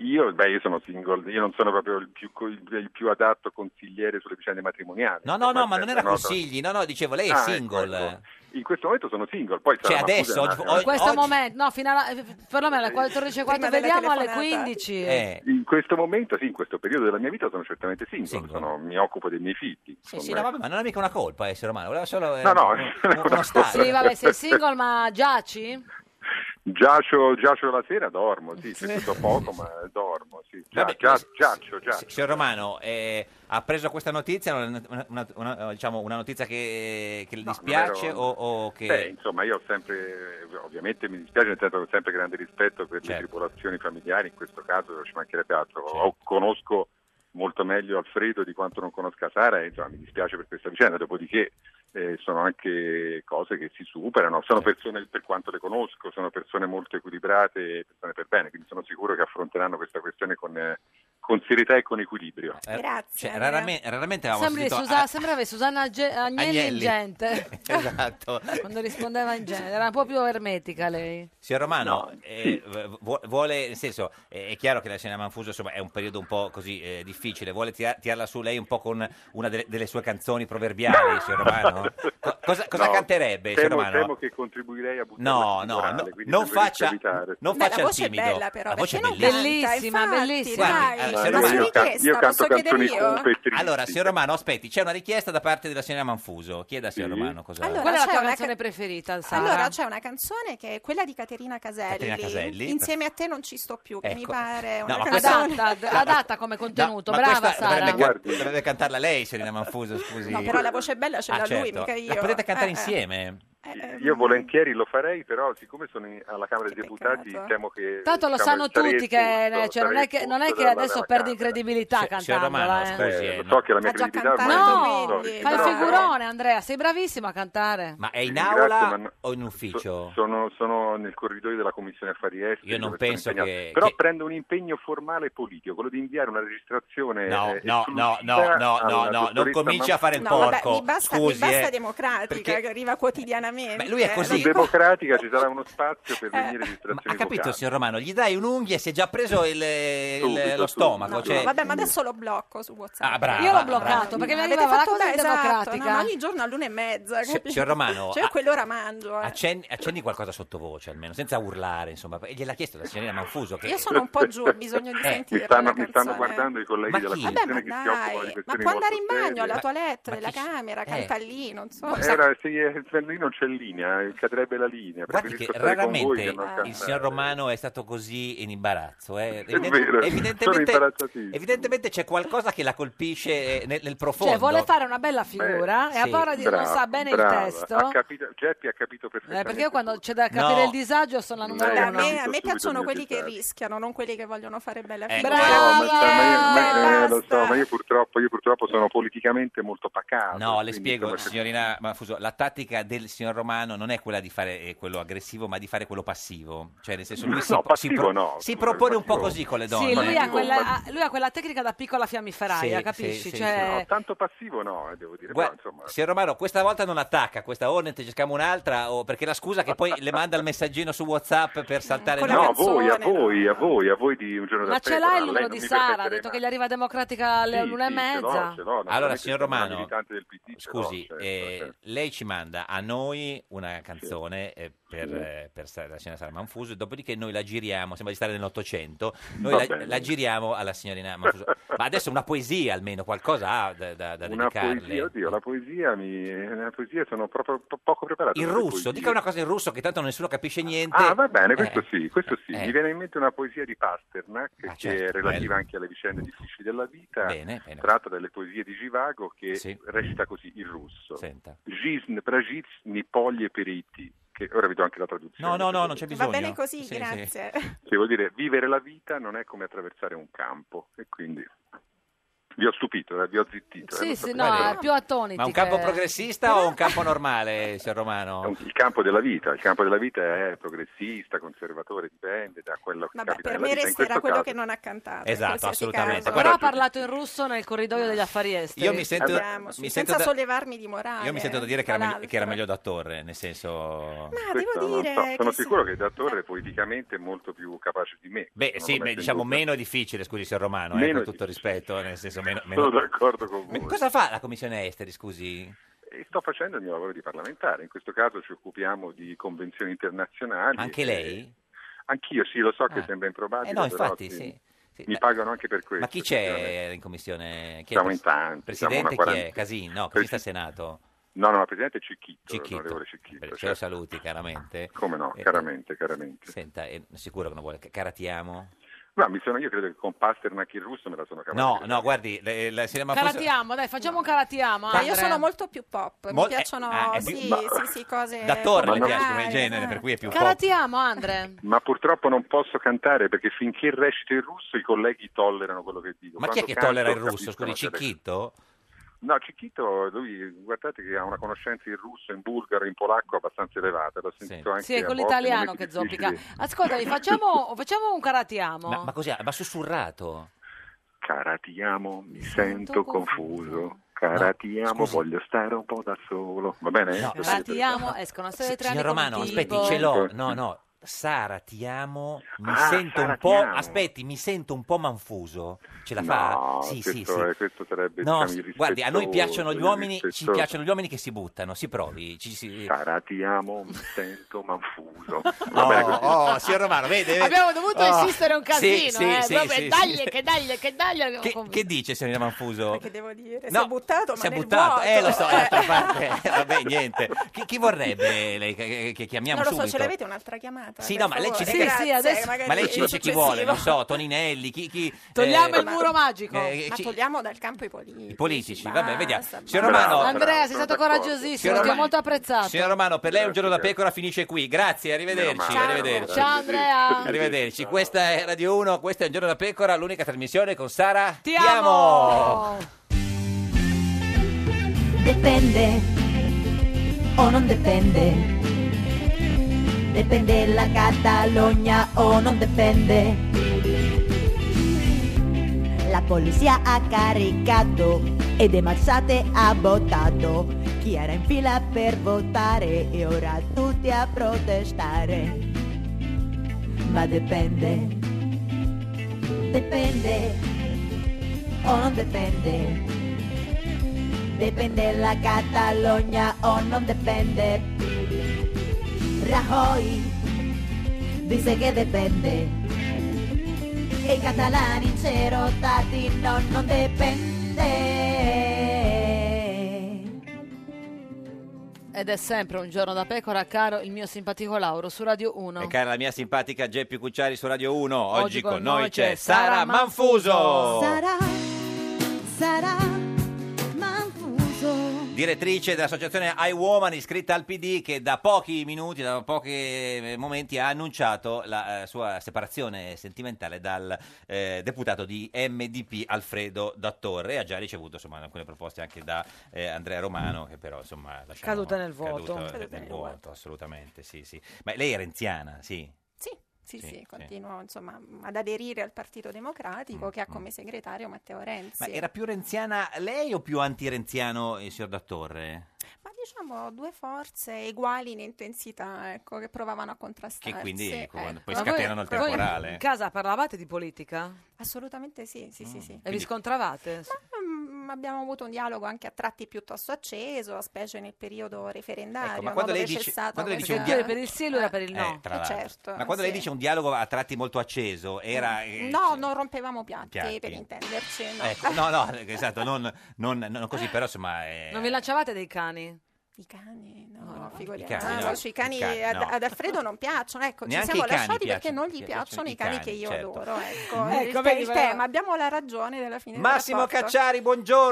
Speaker 15: Io, beh, io sono single, io non sono proprio il più, co- il più adatto consigliere sulle vicende matrimoniali.
Speaker 2: No, no, no, ma non era
Speaker 15: No, no.
Speaker 2: consigli, no, no, dicevo, lei è
Speaker 15: Ah, ecco,
Speaker 2: single.
Speaker 15: ecco. in questo momento sono single, poi
Speaker 2: Cioè,
Speaker 15: sarà una
Speaker 2: adesso,
Speaker 15: cosa-
Speaker 2: oggi-
Speaker 15: una-
Speaker 2: oggi-
Speaker 13: In questo momento, no, fino alla, eh, perlomeno alle 14.40,
Speaker 16: Prima della
Speaker 13: vediamo alle
Speaker 16: telefonata.
Speaker 13: 15.
Speaker 2: eh.
Speaker 15: In questo momento, sì, in questo periodo della mia vita sono certamente single, sono- mi occupo dei miei figli.
Speaker 2: Sì, sì,
Speaker 15: insomma. ecco.
Speaker 2: no, vabbè, ma non è mica una colpa essere umano, voleva solo... eh,
Speaker 15: No, no,
Speaker 2: un- uno stato.
Speaker 13: Sì, vabbè, sei single ma giaci?
Speaker 15: Giacio, giacio la sera, dormo, sì, cerco poco, ma dormo, sì. Gia-
Speaker 2: Vabbè,
Speaker 15: gia-
Speaker 2: ma s-
Speaker 15: giaccio, giaccio.
Speaker 2: Signor Romano, eh, ha preso questa notizia, una, una- una- diciamo, una notizia che, che le dispiace
Speaker 15: non ero-
Speaker 2: o, o che...
Speaker 15: Beh, insomma, io ho sempre, ovviamente mi dispiace, nel senso che ho sempre grande rispetto per le
Speaker 2: Certo.
Speaker 15: tribolazioni familiari, in questo caso ci mancherebbe altro. Ho- Conosco molto meglio Alfredo di quanto non conosca Sara e insomma, mi dispiace per questa vicenda, dopodiché eh, sono anche cose che si superano, sono
Speaker 2: Certo.
Speaker 15: persone per quanto le conosco, sono persone molto equilibrate, e persone per bene, quindi sono sicuro che affronteranno questa questione con, eh, con serietà e con equilibrio.
Speaker 2: Eh, cioè, raramente, raramente avevamo
Speaker 13: Sembri
Speaker 2: sentito...
Speaker 13: Susa- sembrava Susanna Agge- Agnelli,
Speaker 2: eh. Agnelli.
Speaker 13: ingente.
Speaker 2: Esatto.
Speaker 13: Quando rispondeva in genere, era un po' più ermetica lei.
Speaker 2: Signor Romano, eh, vu- vu- vuole, nel senso, eh, è chiaro che la scena Manfuso insomma, è un periodo un po' così eh, difficile, vuole tira- tirarla su lei un po' con una delle, delle sue canzoni proverbiali, signor Romano? Co- cosa cosa
Speaker 15: No,
Speaker 2: canterebbe, signor
Speaker 15: temo,
Speaker 2: Romano?
Speaker 15: temo che contribuirei a buttare
Speaker 2: No, no, no, non faccia, non
Speaker 15: Beh, la
Speaker 2: faccia il
Speaker 15: voce è
Speaker 2: timido.
Speaker 15: bella, però,
Speaker 2: la voce è
Speaker 15: perché non
Speaker 2: bellissima.
Speaker 13: Bellissima, bellissima.
Speaker 2: Guardi, allora, signor
Speaker 15: Ma
Speaker 2: Romano-
Speaker 15: io can- io canto canzoni cupe e tristi.
Speaker 2: Allora, signor Romano, aspetti, c'è una richiesta da parte della signora Manfuso. Chieda a signor Romano cosa
Speaker 12: Allora,
Speaker 13: Qual è la
Speaker 12: c'è
Speaker 15: cioè,
Speaker 13: tua
Speaker 12: una
Speaker 13: canzone
Speaker 12: ca-
Speaker 13: preferita, Sara?
Speaker 12: Allora c'è una canzone che è quella di Caterina Caselli.
Speaker 2: Caterina Caselli.
Speaker 12: Insieme a te non ci sto più, che mi
Speaker 2: Ecco.
Speaker 12: pare una
Speaker 2: No, ma
Speaker 12: canzone.
Speaker 13: Adatta, ad- adatta come contenuto,
Speaker 2: No, ma
Speaker 13: brava
Speaker 2: questa
Speaker 13: Sara.
Speaker 2: Dovrebbe, can- dovrebbe cantarla lei, signorina Manfuso, scusi.
Speaker 12: No, però la voce bella ce
Speaker 2: Ah,
Speaker 12: l'ha lui,
Speaker 2: certo.
Speaker 12: mica io.
Speaker 2: La potete cantare
Speaker 12: Eh, eh.
Speaker 2: insieme?
Speaker 15: Io volentieri lo farei, però siccome sono in- alla Camera dei Deputati temo che...
Speaker 13: Tanto lo
Speaker 15: diciamo,
Speaker 13: sanno
Speaker 15: sarei
Speaker 13: tutti che,
Speaker 15: espulso,
Speaker 13: cioè, non
Speaker 15: sarei
Speaker 13: è che, non è
Speaker 15: espulso
Speaker 13: che
Speaker 15: dalla-
Speaker 13: adesso
Speaker 15: dalla
Speaker 13: perdi credibilità
Speaker 2: Signor
Speaker 13: cantandola.
Speaker 2: Romano,
Speaker 13: eh.
Speaker 2: scusi.
Speaker 15: Camera.
Speaker 2: eh,
Speaker 15: Eh, lo so che la mia
Speaker 12: Ha già
Speaker 15: credibilità ormai
Speaker 12: cantato,
Speaker 15: è
Speaker 13: No,
Speaker 15: storica,
Speaker 13: fai il
Speaker 15: però- eh,
Speaker 13: figurone Andrea, sei bravissimo a cantare.
Speaker 2: Ma è in
Speaker 15: Grazie,
Speaker 2: aula
Speaker 15: ma no-
Speaker 2: o in ufficio?
Speaker 15: so- sono, sono nel corridoio della Commissione Affari Esteri.
Speaker 2: Io non
Speaker 15: dove sono
Speaker 2: penso
Speaker 15: impegnato.
Speaker 2: che-
Speaker 15: Però
Speaker 2: che-
Speaker 15: prendo un impegno formale e politico, quello di inviare una registrazione...
Speaker 2: No,
Speaker 15: eh,
Speaker 2: no, no, no, no,
Speaker 15: esclusiva
Speaker 2: no,
Speaker 15: alla
Speaker 2: no, non
Speaker 15: dottoressa
Speaker 2: comincia a
Speaker 15: Manfredi.
Speaker 2: fare il
Speaker 12: No, vabbè,
Speaker 2: porco.
Speaker 12: mi basta, mi
Speaker 2: Scusi,
Speaker 12: basta eh,
Speaker 2: eh.
Speaker 12: democratica
Speaker 2: perché-
Speaker 12: che arriva quotidianamente.
Speaker 2: Beh, lui è così.
Speaker 15: Su democratica ci sarà uno spazio
Speaker 12: Eh,
Speaker 15: per le mie registrazioni
Speaker 2: Ha capito,
Speaker 15: vocali.
Speaker 2: signor Romano? Gli dai un'unghia e si è già preso il, il-
Speaker 15: Subito,
Speaker 2: lo
Speaker 15: subito.
Speaker 2: stomaco.
Speaker 15: No,
Speaker 2: cioè-
Speaker 12: Vabbè, ma adesso lo blocco su WhatsApp.
Speaker 2: Ah, brava,
Speaker 13: Io l'ho
Speaker 2: brava.
Speaker 13: bloccato perché mi
Speaker 12: Avete
Speaker 13: arrivava la
Speaker 12: fatto
Speaker 13: cosa
Speaker 12: bene, esatto,
Speaker 13: democratica.
Speaker 12: no, ogni giorno all'una e mezza.
Speaker 2: Sì,
Speaker 12: capito?
Speaker 2: signor Romano,
Speaker 12: Cioè,
Speaker 2: ah-
Speaker 12: quell'ora mangio. eh.
Speaker 2: Accendi, accendi qualcosa sottovoce almeno, senza urlare, insomma. E gliel'ha chiesto la signorina Manfuso. Che...
Speaker 12: Io sono un po' giù, ho bisogno di
Speaker 2: Eh,
Speaker 12: sentire
Speaker 15: mi stanno,
Speaker 12: la
Speaker 15: mi stanno
Speaker 12: canzone.
Speaker 15: guardando i colleghi
Speaker 2: Ma
Speaker 15: della
Speaker 2: chi?
Speaker 12: Vabbè,
Speaker 15: commissione
Speaker 12: ma
Speaker 15: che si occupano di
Speaker 12: dai, ma
Speaker 15: questioni
Speaker 12: può andare in
Speaker 15: molto
Speaker 12: bagno, alla
Speaker 15: serie.
Speaker 12: toilette, nella
Speaker 2: Eh.
Speaker 12: camera, canta lì, non so.
Speaker 15: Ma Era, sì, eh, lì non c'è linea, eh, cadrebbe la linea.
Speaker 2: Guardi che
Speaker 15: preferisco stare con voi
Speaker 2: raramente
Speaker 15: che
Speaker 12: Eh.
Speaker 15: non cantare.
Speaker 2: il signor Romano è stato così in imbarazzo. eh.
Speaker 15: È vero, sono imbarazzatissimo.
Speaker 2: evidentemente c'è qualcosa che la colpisce eh, nel, nel profondo.
Speaker 13: Cioè, vuole fare una bella figura
Speaker 2: Beh,
Speaker 13: e ha
Speaker 2: sì.
Speaker 13: paura di non sa bene
Speaker 15: Eh, brava.
Speaker 13: il testo.
Speaker 15: Ha capito, Geppi ha capito
Speaker 13: Eh,
Speaker 15: perfettamente.
Speaker 13: perché io quando c'è da capire
Speaker 2: No.
Speaker 13: il disagio sono la numero
Speaker 15: Lei ha
Speaker 12: a
Speaker 13: uno.
Speaker 12: me, a
Speaker 15: capito
Speaker 12: me
Speaker 15: subito
Speaker 12: piacciono
Speaker 15: il mio
Speaker 12: quelli che
Speaker 15: disagio.
Speaker 12: rischiano, non quelli che vogliono fare bella
Speaker 13: Eh,
Speaker 2: Ecco.
Speaker 12: figura.
Speaker 15: No, Eh, ma sa- ma io, ma- eh, lo so, ma
Speaker 12: Basta.
Speaker 15: io purtroppo, io purtroppo sono politicamente molto pacato.
Speaker 2: No, le
Speaker 15: quindi,
Speaker 2: spiego,
Speaker 15: insomma, se-
Speaker 2: signorina Manfuso, la tattica del signor Romano non è quella di fare eh, quello aggressivo, ma di fare quello passivo. Cioè, nel senso, lui
Speaker 15: No,
Speaker 2: si,
Speaker 15: passivo
Speaker 2: si pro-
Speaker 15: no,
Speaker 2: si
Speaker 15: scusa,
Speaker 2: propone un po'
Speaker 15: passivo.
Speaker 2: così con le donne.
Speaker 13: Sì, lui ha,
Speaker 15: dico-
Speaker 13: quella, Ah. ha- lui ha quella tecnica da piccola fiammiferaia,
Speaker 2: Sì,
Speaker 13: capisci?
Speaker 2: sì, sì,
Speaker 13: Cioè,
Speaker 15: No, tanto passivo no, eh, devo dire.
Speaker 2: Guarda,
Speaker 15: però, insomma,
Speaker 2: signor Romano, questa volta non attacca, questa o ne cerchiamo un'altra, o perché la scusa che poi le manda il messaggino su WhatsApp per saltare
Speaker 15: no, a voi, a voi, a voi, a voi di un giorno da
Speaker 13: Ma ce
Speaker 15: pecora,
Speaker 13: l'hai
Speaker 15: lei
Speaker 13: il numero
Speaker 15: non
Speaker 13: di
Speaker 15: mi
Speaker 13: Sara? Ha
Speaker 15: permetterei
Speaker 13: detto che gli arriva democratica alle
Speaker 15: Sì,
Speaker 13: l'una
Speaker 15: sì,
Speaker 13: e
Speaker 15: ce l'ho,
Speaker 13: mezza.
Speaker 15: ce l'ho,
Speaker 2: Allora,
Speaker 15: naturalmente
Speaker 2: signor
Speaker 15: sono una
Speaker 2: Romano,
Speaker 15: militante del PD, ce l'ho,
Speaker 2: Scusi,
Speaker 15: certo,
Speaker 2: eh,
Speaker 15: certo.
Speaker 2: lei ci manda a noi una canzone eh, per, eh, per sta- la signora Sara Manfuso, dopodiché noi la giriamo, sembra di stare nell'Ottocento, noi
Speaker 15: Va
Speaker 2: la,
Speaker 15: bene.
Speaker 2: la giriamo alla signorina Manfuso. Ma adesso una poesia almeno, qualcosa ha da, da, da
Speaker 15: Una
Speaker 2: dedicarle.
Speaker 15: poesia, oddio, la poesia, mi, la poesia sono proprio po- poco preparato.
Speaker 2: In
Speaker 15: per le
Speaker 2: russo,
Speaker 15: poesie.
Speaker 2: dica una cosa in russo che tanto nessuno capisce niente.
Speaker 15: Ah, va bene, questo
Speaker 2: Eh,
Speaker 15: sì, questo sì.
Speaker 2: eh.
Speaker 15: Mi viene in mente una poesia di Pasternak che è
Speaker 2: certo,
Speaker 15: relativa
Speaker 2: bello. Mm.
Speaker 15: anche alle vicende difficili della vita,
Speaker 2: Bene, bene.
Speaker 15: tratta dalle poesie di Givago che
Speaker 2: Sì.
Speaker 15: recita così in russo.
Speaker 2: Senta.
Speaker 15: Жизнь прожить не поле перейти, che ora vi do anche la traduzione.
Speaker 2: No, no, no, non c'è bisogno.
Speaker 12: Va bene così,
Speaker 2: Sì, sì.
Speaker 12: grazie.
Speaker 15: Che vuol dire vivere la vita non è come attraversare un campo e quindi vi ho stupito, eh, vi ho zittito. eh,
Speaker 13: Sì,
Speaker 15: non
Speaker 13: sì,
Speaker 15: sapete.
Speaker 13: no, è più attoniti.
Speaker 2: Ma un campo
Speaker 13: che-
Speaker 2: progressista o un campo normale, signor Romano?
Speaker 15: Il campo della vita, il campo della vita è progressista, conservatore, dipende da quello che
Speaker 12: Vabbè,
Speaker 15: capita
Speaker 12: per
Speaker 15: nella
Speaker 12: me
Speaker 15: vita. In
Speaker 12: resterà
Speaker 15: questo
Speaker 12: quello
Speaker 15: caso-
Speaker 12: che non ha cantato. in
Speaker 2: Esatto,
Speaker 12: qualsiasi
Speaker 2: assolutamente.
Speaker 12: caso.
Speaker 13: Però
Speaker 2: Guarda,
Speaker 13: ha parlato in russo nel corridoio degli affari esteri.
Speaker 2: Io mi sento-
Speaker 12: Andiamoci,
Speaker 2: mi
Speaker 12: senza
Speaker 2: sento da-
Speaker 12: sollevarmi di morale.
Speaker 2: Io mi sento da dire che era, meglio,
Speaker 12: Allora,
Speaker 2: che era meglio da torre, nel senso...
Speaker 12: Ma devo
Speaker 15: Questo non
Speaker 12: dire
Speaker 15: so,
Speaker 12: che Eh.
Speaker 15: sono
Speaker 12: se-
Speaker 15: sicuro che da Torre poeticamente è molto più capace di me.
Speaker 2: Beh,
Speaker 15: non
Speaker 2: sì, beh,
Speaker 15: lo metto in
Speaker 2: diciamo
Speaker 15: dubbio.
Speaker 2: meno difficile, scusi, signor Romano, eh,
Speaker 15: Meno
Speaker 2: con tutto rispetto, nel senso meno...
Speaker 15: Sono
Speaker 2: meno-
Speaker 15: d'accordo con
Speaker 2: Ma
Speaker 15: voi.
Speaker 2: Cosa fa la commissione esteri, scusi?
Speaker 15: e sto facendo il mio lavoro di parlamentare. In questo caso ci occupiamo di convenzioni internazionali.
Speaker 2: Anche
Speaker 15: E-
Speaker 2: lei?
Speaker 15: Anch'io, sì, lo so che sembra improbabile.
Speaker 2: Eh no,
Speaker 15: però
Speaker 2: infatti,
Speaker 15: sì,
Speaker 2: sì, sì,
Speaker 15: Mi
Speaker 2: beh,
Speaker 15: pagano anche per questo.
Speaker 2: Ma chi c'è in commissione? Chi è
Speaker 15: Siamo
Speaker 2: pres-
Speaker 15: in tanti, siamo una
Speaker 2: Presidente chi è?
Speaker 15: quarantina.
Speaker 2: Casini, no, così sta Senato.
Speaker 15: No, no, la Presidente Cicchitto,
Speaker 2: Cicchitto.
Speaker 15: l'onorevole Cicchitto.
Speaker 2: Beh, Ce lo
Speaker 15: certo.
Speaker 2: saluti caramente.
Speaker 15: Come no,
Speaker 2: Eh,
Speaker 15: caramente, caramente.
Speaker 2: Senta, è sicuro che non vuole caratiamo?
Speaker 15: Ma mi sono, io credo che con Pasternak il russo me la sono cavata.
Speaker 2: No, no, guardi, le- la- se- ma forse-
Speaker 13: Calatiamo, dai, facciamo un calatiamo.
Speaker 12: Ma io
Speaker 13: Andre.
Speaker 12: sono molto più pop,
Speaker 2: Mol-
Speaker 12: mi piacciono
Speaker 2: eh, eh,
Speaker 12: sì,
Speaker 2: ma-
Speaker 12: sì, sì, cose
Speaker 13: Eh,
Speaker 2: da torre le
Speaker 12: popolari.
Speaker 2: piace come genere, per cui è più pop.
Speaker 13: Calatiamo, Andre.
Speaker 15: Ma purtroppo non posso cantare perché finché recito il russo i colleghi tollerano quello che dico.
Speaker 2: Ma chi è
Speaker 15: Quando
Speaker 2: che
Speaker 15: canto,
Speaker 2: tollera il russo?
Speaker 15: capiscono
Speaker 2: Scusi,
Speaker 15: se le-
Speaker 2: Cicchitto?
Speaker 15: No, Cicchito, lui, guardate che ha una conoscenza in russo, in bulgaro, in polacco abbastanza elevata. L'ho sentito anche
Speaker 13: Sì, è
Speaker 15: a
Speaker 13: con
Speaker 15: volte in
Speaker 13: l'italiano
Speaker 15: momenti
Speaker 13: che zoppica.
Speaker 15: difficili.
Speaker 13: Ascoltami, facciamo, facciamo un calatiamo.
Speaker 2: Ma, ma così, ma sussurrato?
Speaker 15: Caratiamo, mi sento confuso.
Speaker 2: No,
Speaker 15: Caratiamo,
Speaker 2: scusi.
Speaker 15: voglio stare un po' da solo. Va bene?
Speaker 2: No,
Speaker 15: Questo è-
Speaker 13: Calatiamo, escono sei tre anni
Speaker 2: Signor Romano,
Speaker 13: con un
Speaker 2: aspetti,
Speaker 13: tipo.
Speaker 2: ce l'ho. No, no. Saratiamo, mi
Speaker 15: Ah,
Speaker 2: sento un po'.
Speaker 15: Saratiamo.
Speaker 2: Aspetti, mi sento un po' manfuso. Ce la
Speaker 15: No,
Speaker 2: fa? Sì, sì,
Speaker 15: questo
Speaker 2: sì.
Speaker 15: è- questo sarebbe,
Speaker 2: No,
Speaker 15: diciamo,
Speaker 2: s-
Speaker 15: irrispettoso,
Speaker 2: guardi, a noi piacciono gli uomini, ci
Speaker 15: irrispettoso.
Speaker 2: piacciono gli uomini che si buttano, si provi. Ci, si...
Speaker 15: Saratiamo, mi sento manfuso. Va bene
Speaker 2: Oh,
Speaker 15: così.
Speaker 2: oh, signor Romano, vede, vede.
Speaker 1: Abbiamo dovuto
Speaker 2: Oh.
Speaker 1: insistere un
Speaker 2: Sì,
Speaker 1: casino,
Speaker 2: sì,
Speaker 1: eh,
Speaker 2: sì,
Speaker 1: proprio,
Speaker 2: sì,
Speaker 1: dagli,
Speaker 2: sì.
Speaker 1: che dagli, che dagli.
Speaker 2: Che, che dice, signor Manfuso?
Speaker 1: Che devo dire?
Speaker 2: No, Si è
Speaker 1: buttato,
Speaker 2: si è buttato, eh lo so, d'altra parte, Eh, vabbè niente. Chi, chi vorrebbe lei che, che chiamiamo
Speaker 12: Non lo so,
Speaker 2: subito?
Speaker 12: ce l'avete un'altra chiamata?
Speaker 2: Sì,
Speaker 12: Per
Speaker 2: no, ma lei ci
Speaker 12: favore? Eh,
Speaker 2: dica-
Speaker 12: Grazie,
Speaker 13: Sì, adesso-
Speaker 12: magari
Speaker 2: Ma lei ci dice chi vuole, non so, Toninelli, chi... chi
Speaker 13: Togliamo
Speaker 2: eh,
Speaker 13: il muro magico.
Speaker 2: eh,
Speaker 12: Ma
Speaker 2: ci-
Speaker 12: togliamo dal campo i politici.
Speaker 2: I politici, vabbè, vediamo.
Speaker 12: Basta,
Speaker 2: Signor
Speaker 12: basta.
Speaker 2: Romano,
Speaker 1: Andrea, sei stato coraggiosissimo, ti ho
Speaker 2: Signor-
Speaker 1: molto apprezzato.
Speaker 2: Signor Romano, per lei un giorno da pecora finisce qui. Grazie, arrivederci.
Speaker 1: Ciao.
Speaker 2: arrivederci.
Speaker 1: Ciao, Andrea.
Speaker 2: Arrivederci. Questa è Radio 1, questa è un giorno da pecora, l'unica trasmissione con Sara.
Speaker 13: Ti
Speaker 2: amo.
Speaker 5: Depende o non depende. Depende la Catalogna o non depende. La polizia ha caricato ed Mazzate ha votato. Chi era in fila per votare e ora tutti a protestare. Ma depende. Depende o non depende. Depende la Catalogna o non depende. Rajoy dice che depende. E i catalani cerotati no, non depende.
Speaker 1: Ed è sempre un giorno da pecora, caro il mio simpatico Lauro su Radio 1.
Speaker 2: E cara la mia simpatica Geppi Cucciari su Radio 1, oggi,
Speaker 1: Oggi
Speaker 2: con noi c'è Sara Manfuso,
Speaker 5: Sarà, sarà manfuso.
Speaker 2: direttrice dell'associazione I Woman iscritta al PD che da pochi minuti, da pochi eh, momenti ha annunciato la eh, sua separazione sentimentale dal eh, deputato di MDP Alfredo Dattore e ha già ricevuto insomma, alcune proposte anche da eh, Andrea Romano che però insomma lasciamo-
Speaker 13: Caduta nel vuoto.
Speaker 2: caduta
Speaker 13: Caduta
Speaker 2: nel
Speaker 13: nel vuoto.
Speaker 2: vuoto, assolutamente, sì, sì. Ma lei è renziana, sì.
Speaker 12: Sì, sì,
Speaker 2: Sì,
Speaker 12: sì,
Speaker 2: sì.
Speaker 12: continuo insomma, ad aderire al Partito Democratico che ha come segretario Matteo Renzi.
Speaker 2: Mm, Ma era più renziana lei o più anti-renziano il signor Dattore?
Speaker 12: Ma diciamo due forze uguali in intensità ecco, che provavano a contrastarsi. eh.
Speaker 2: Che quindi, ecco, quando poi
Speaker 13: Ma voi-
Speaker 2: scatenano il
Speaker 13: voi
Speaker 2: temporale.
Speaker 13: in casa parlavate di politica?
Speaker 12: Assolutamente sì, sì,
Speaker 2: Mm,
Speaker 12: sì, sì.
Speaker 13: E vi scontravate?
Speaker 12: Mm, Abbiamo avuto un dialogo anche a tratti piuttosto acceso, specie nel periodo referendario.
Speaker 2: Ecco, ma quando
Speaker 12: no,
Speaker 2: lei
Speaker 12: dove c'è
Speaker 2: dice-
Speaker 12: stata
Speaker 2: quando lei dice
Speaker 12: questa-
Speaker 2: un dia- Perché tu
Speaker 13: il sì e lui era per il no.
Speaker 2: Eh, tra l'altro.
Speaker 12: certo,
Speaker 2: Ma quando
Speaker 12: sì.
Speaker 2: lei dice un dialogo a tratti molto acceso, era... eh,
Speaker 12: No, non rompevamo piatti,
Speaker 2: Piatti.
Speaker 12: per intenderci. No.
Speaker 2: ecco, no, no, esatto, non, non- non così, però insomma... eh,
Speaker 13: Non vi lanciavate dei cani?
Speaker 12: I cani, no,
Speaker 2: i
Speaker 12: figuriamoci.
Speaker 2: cani, no,
Speaker 12: I cani
Speaker 2: i cani,
Speaker 12: ad,
Speaker 2: no.
Speaker 12: ad Alfredo non piacciono, ecco,
Speaker 2: Neanche
Speaker 12: ci siamo
Speaker 2: i cani
Speaker 12: lasciati perché
Speaker 2: piacciono,
Speaker 12: non gli
Speaker 2: pi-
Speaker 12: piacciono i
Speaker 2: piacciono i
Speaker 12: cani che io
Speaker 2: cani,
Speaker 12: adoro, ecco.
Speaker 2: Mm.
Speaker 12: Eh,
Speaker 2: Ecco,
Speaker 12: il,
Speaker 2: vedi,
Speaker 12: il
Speaker 2: però-
Speaker 12: tema, abbiamo la ragione della fine del
Speaker 2: Massimo
Speaker 12: rapporto.
Speaker 2: Cacciari,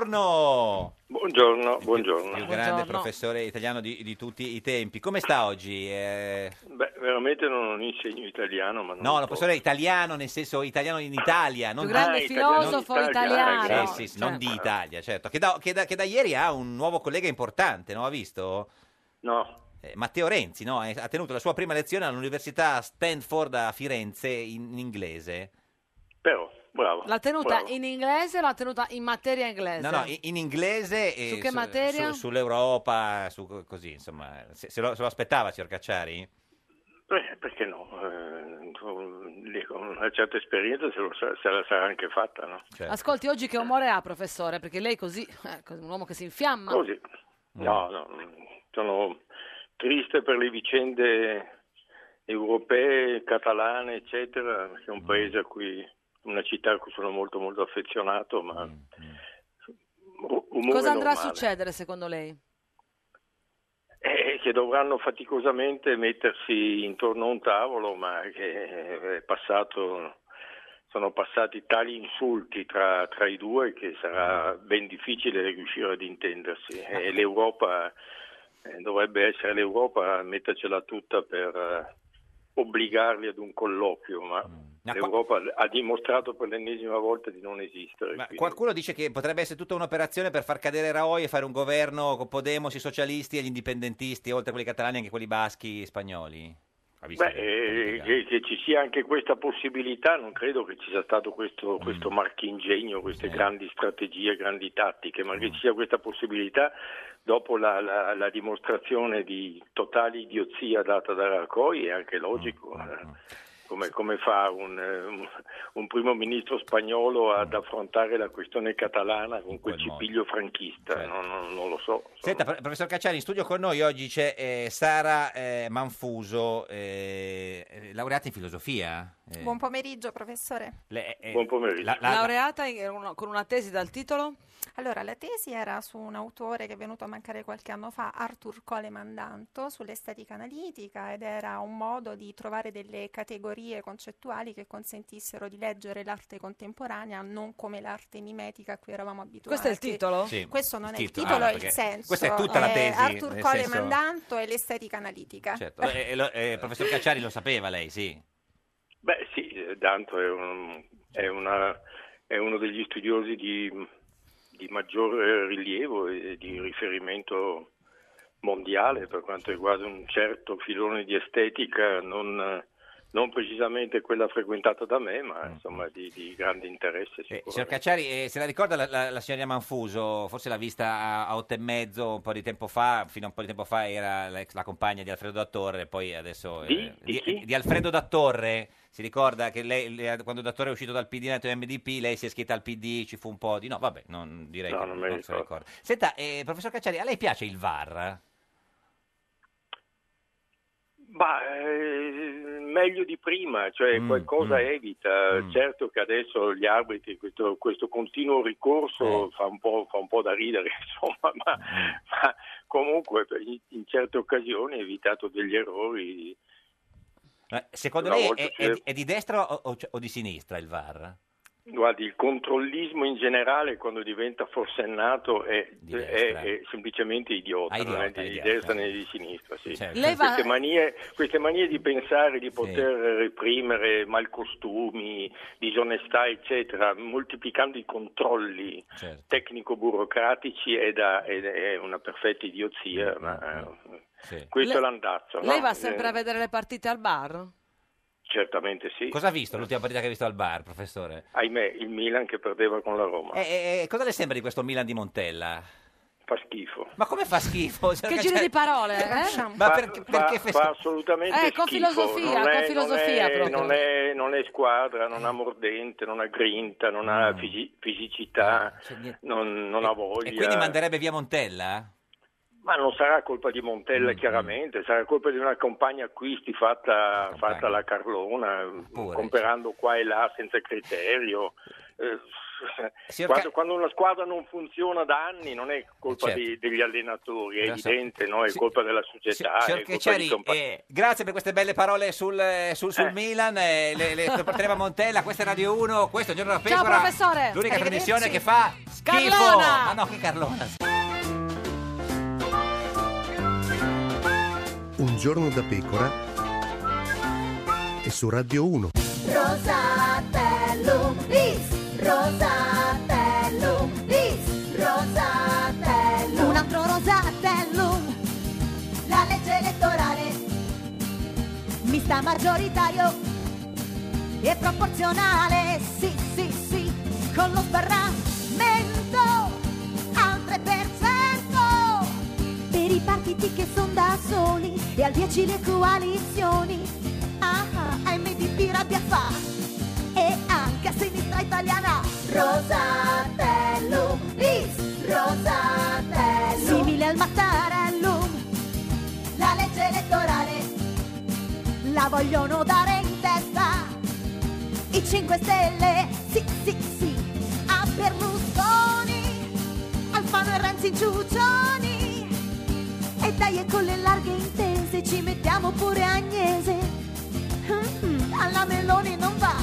Speaker 2: buongiorno!
Speaker 16: Buongiorno,
Speaker 2: Il
Speaker 16: buongiorno.
Speaker 2: più grande professore italiano di, di tutti i tempi. Come sta oggi? Eh,
Speaker 16: Beh, veramente non insegno italiano, ma non
Speaker 2: no,
Speaker 16: lo
Speaker 2: no, professore italiano, nel senso italiano in Italia. Non
Speaker 16: Più grande
Speaker 2: Ah,
Speaker 16: filosofo
Speaker 2: non-
Speaker 16: italiano. italiano.
Speaker 2: Sì, sì, sì,
Speaker 16: Cioè.
Speaker 2: non di Italia, certo. Che da, che da- che da ieri ha un nuovo collega importante, no? Ha visto?
Speaker 16: No.
Speaker 2: Eh, Matteo Renzi, no? Eh, Ha tenuto la sua prima lezione all'Università Stanford a Firenze in inglese.
Speaker 16: Però, bravo.
Speaker 13: L'ha tenuta in inglese o l'ha tenuta in materia inglese?
Speaker 2: No, no, in, in inglese. eh,
Speaker 13: Su che materia?
Speaker 2: su- sull'Europa, su co- così, insomma. Se, se lo, se lo aspettava, signor Cacciari?
Speaker 16: Beh, perché no? Eh, tu- lì con una certa esperienza se, lo sa- se la sarà anche fatta, no?
Speaker 1: Certo.
Speaker 13: Ascolti, oggi che umore ha, professore? Perché lei così, eh, un uomo che si infiamma.
Speaker 16: Così. No, no, sono triste per le vicende europee, catalane, eccetera, perché è un paese a cui, una città a cui sono molto molto affezionato, ma u- umore
Speaker 1: Cosa andrà a
Speaker 16: normale.
Speaker 1: succedere secondo lei?
Speaker 16: Eh, che dovranno faticosamente mettersi intorno a un tavolo, ma che eh, è passato, sono passati tali insulti tra, tra i due che sarà ben difficile riuscire ad intendersi. E l'Europa eh, dovrebbe essere l'Europa a mettercela tutta per eh, obbligarli ad un colloquio, ma l'Europa ha dimostrato per l'ennesima volta di non esistere.
Speaker 2: Ma Qualcuno dice che potrebbe essere tutta un'operazione per far cadere Raoi e fare un governo con Podemos, i socialisti e gli indipendentisti, oltre a quelli catalani anche quelli baschi e spagnoli. Ha visto
Speaker 16: Beh,
Speaker 2: che-
Speaker 16: eh, che, che ci sia anche questa possibilità, non credo che ci sia stato questo,
Speaker 2: Mm.
Speaker 16: questo marchingegno,
Speaker 2: Eh.
Speaker 16: queste grandi strategie, grandi tattiche, ma
Speaker 2: Mm.
Speaker 16: che ci sia questa possibilità dopo la, la- la dimostrazione di totale idiozia data da Raccoi è anche logico.
Speaker 2: Mm,
Speaker 16: eh, Come, come fa un, eh, un- un primo ministro spagnolo ad
Speaker 2: Mm.
Speaker 16: affrontare la questione catalana con quel cipiglio franchista?
Speaker 2: Certo.
Speaker 16: Non- non- non lo so.
Speaker 2: Senta, pro- professor Cacciari, in studio con noi oggi c'è eh, Sara eh, Manfuso, eh, eh, laureata in filosofia. eh.
Speaker 12: Buon pomeriggio, professore.
Speaker 2: Le- eh,
Speaker 16: Buon pomeriggio.
Speaker 2: la- la-
Speaker 12: Laureata con una tesi dal titolo? Allora, la tesi era su un autore che è venuto a mancare qualche anno fa, Arthur Coleman Danto, sull'estetica analitica ed era un modo di trovare delle categorie concettuali che consentissero di leggere l'arte contemporanea non come l'arte mimetica a cui eravamo abituati.
Speaker 13: Questo è il titolo?
Speaker 2: Sì,
Speaker 12: Questo non
Speaker 2: il
Speaker 12: è il
Speaker 2: titolo.
Speaker 12: titolo,
Speaker 2: Ah,
Speaker 12: è
Speaker 2: no,
Speaker 12: il
Speaker 2: perché
Speaker 12: senso.
Speaker 2: questa è tutta la
Speaker 12: Eh,
Speaker 2: tesi,
Speaker 12: Arthur
Speaker 2: nel
Speaker 12: Coleman
Speaker 2: senso-
Speaker 12: Danto e l'estetica analitica.
Speaker 2: certo. Eh, eh, lo- eh, professor Cacciari lo sapeva lei, sì.
Speaker 16: Beh sì, eh, Danto è, un- è una- è uno degli studiosi di, di maggior eh, rilievo e di riferimento mondiale per quanto riguarda un certo filone di estetica, non, eh, non precisamente quella frequentata da me, ma insomma di, di grande interesse
Speaker 2: Signor
Speaker 16: sicuramente.
Speaker 2: Cacciari, eh, se la ricorda la, la, la signorina Manfuso, forse l'ha vista a, a otto e mezzo un po' di tempo fa, fino a un po' di tempo fa era l'ex- la, compagna di Alfredo Dattore, poi adesso...
Speaker 16: Di?
Speaker 2: eh, di, di Alfredo Dattore, si ricorda che lei, le- quando Dattore è uscito dal PD, è nato in MDP, lei si è iscritta al PD, ci fu un po' di... No, vabbè, non direi
Speaker 16: No,
Speaker 2: che
Speaker 16: non me
Speaker 2: se la ricorda. Senta, eh, professor Cacciari, a lei piace il VAR?
Speaker 16: Ma eh, meglio di prima, cioè qualcosa evita. Certo che adesso gli arbitri, questo, questo continuo ricorso fa, un po', fa un po' da ridere, insomma, ma, ma comunque per- in, in certe occasioni ha evitato degli errori.
Speaker 2: Eh, Secondo
Speaker 16: Una
Speaker 2: lei
Speaker 16: volta
Speaker 2: è, è-
Speaker 16: c'era-
Speaker 2: è di destra o, o- o di sinistra il VAR?
Speaker 16: Guardi, il controllismo in generale quando diventa forsennato è, è- è semplicemente idiota,
Speaker 2: Ah,
Speaker 16: non è
Speaker 2: idiota,
Speaker 16: di
Speaker 2: idiota.
Speaker 16: destra né di sinistra. sì.
Speaker 2: Certo.
Speaker 16: Queste,
Speaker 2: Lei va-
Speaker 16: manie, queste manie di pensare di poter reprimere malcostumi, disonestà, eccetera, moltiplicando i controlli
Speaker 2: Certo.
Speaker 16: tecnico-burocratici è, da- è- è una perfetta idiozia, ma eh, questo
Speaker 13: Le-
Speaker 16: è l'andazzo.
Speaker 13: Lei
Speaker 16: no?
Speaker 13: va sempre
Speaker 16: Eh,
Speaker 13: a vedere le partite al bar?
Speaker 16: Certamente sì.
Speaker 2: Cosa ha visto l'ultima partita che ha visto al VAR, professore?
Speaker 16: Ahimè, il Milan che perdeva con la Roma.
Speaker 2: Eh, eh, eh, cosa le sembra di questo Milan di Montella?
Speaker 16: Fa schifo.
Speaker 2: Ma come fa schifo? Cioè, signor
Speaker 13: Che giro
Speaker 2: Cacciari?
Speaker 13: di parole, eh?
Speaker 2: Ma perché, perché
Speaker 16: fa,
Speaker 2: fes-
Speaker 16: fa assolutamente
Speaker 13: Eh, con
Speaker 16: schifo.
Speaker 13: filosofia,
Speaker 16: non
Speaker 13: con
Speaker 16: è,
Speaker 13: filosofia
Speaker 16: non è,
Speaker 13: proprio.
Speaker 16: non è- non è squadra, non ha mordente, non ha grinta, non ha
Speaker 2: Mm.
Speaker 16: fisi- fisicità, non, non ha voglia.
Speaker 2: Eh, E quindi manderebbe via Montella?
Speaker 16: Ma non sarà colpa di
Speaker 2: Mm,
Speaker 16: Montella, chiaramente, sarà colpa di una compagna acquisti fatta, fatta alla Carlona, comprando qua e là senza criterio. Eh,
Speaker 2: Signor
Speaker 16: Quando, quando una squadra non funziona da anni non è colpa
Speaker 2: Certo.
Speaker 16: di- degli allenatori, è
Speaker 2: Lo so.
Speaker 16: evidente, no? è
Speaker 2: Sì.
Speaker 16: colpa della società,
Speaker 2: Signor
Speaker 16: è colpa di
Speaker 2: Cacciari,
Speaker 16: compa-
Speaker 2: eh, grazie per queste belle parole sul, eh, sul- sul Milan. eh, le, le porteremo a Montella, questa è Radio 1, questo è Giorno da Pecora.
Speaker 13: Ciao, professore.
Speaker 2: L'unica
Speaker 13: Arrivederci.
Speaker 2: trasmissione che fa schifo.
Speaker 13: Carlona.
Speaker 2: Ma no, che Carlona.
Speaker 9: Un giorno da pecora e su Radio 1.
Speaker 5: Rosatellum bis, Rosatellum bis, Rosatellum. Un altro Rosatellum, la legge elettorale, mista maggioritario e proporzionale. Sì, sì, sì, con lo sbarramento al 3%. Per i partiti che sono da soli e al 10 le coalizioni. Ah, ah, MDP rabbia fa e anche a sinistra italiana. Rosatellum bis, Rosatellum. Simile al Mattarella. la vogliono dare in testa. I 5 Stelle, sì, sì, sì, a Berlusconi, Alfano e Renzi in ciuccioni. E dai, e con le larghe intese ci mettiamo pure Agnese. Mm, Alla Meloni non va,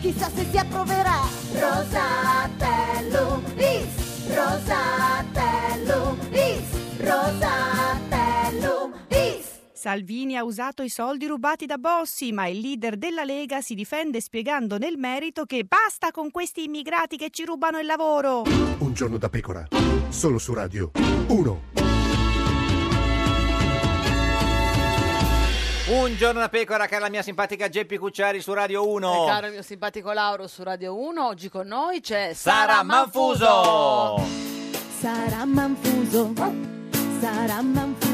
Speaker 5: chissà se si approverà. Rosatellum is, Rosatellum is, Rosatellum is.
Speaker 10: Salvini ha usato i soldi rubati da Bossi, ma il leader della Lega si difende spiegando nel merito che basta con questi immigrati che ci rubano il lavoro.
Speaker 9: Un giorno da pecora, solo su Radio 1.
Speaker 2: Un giorno da pecora, cara la mia simpatica Geppi Cucciari su Radio 1.
Speaker 1: E Eh,
Speaker 13: Eh,
Speaker 1: caro il mio simpatico Lauro su Radio 1, oggi con noi c'è
Speaker 2: Sara,
Speaker 1: Sara Manfuso.
Speaker 2: Manfuso.
Speaker 5: Sarà manfuso, sarà manfuso.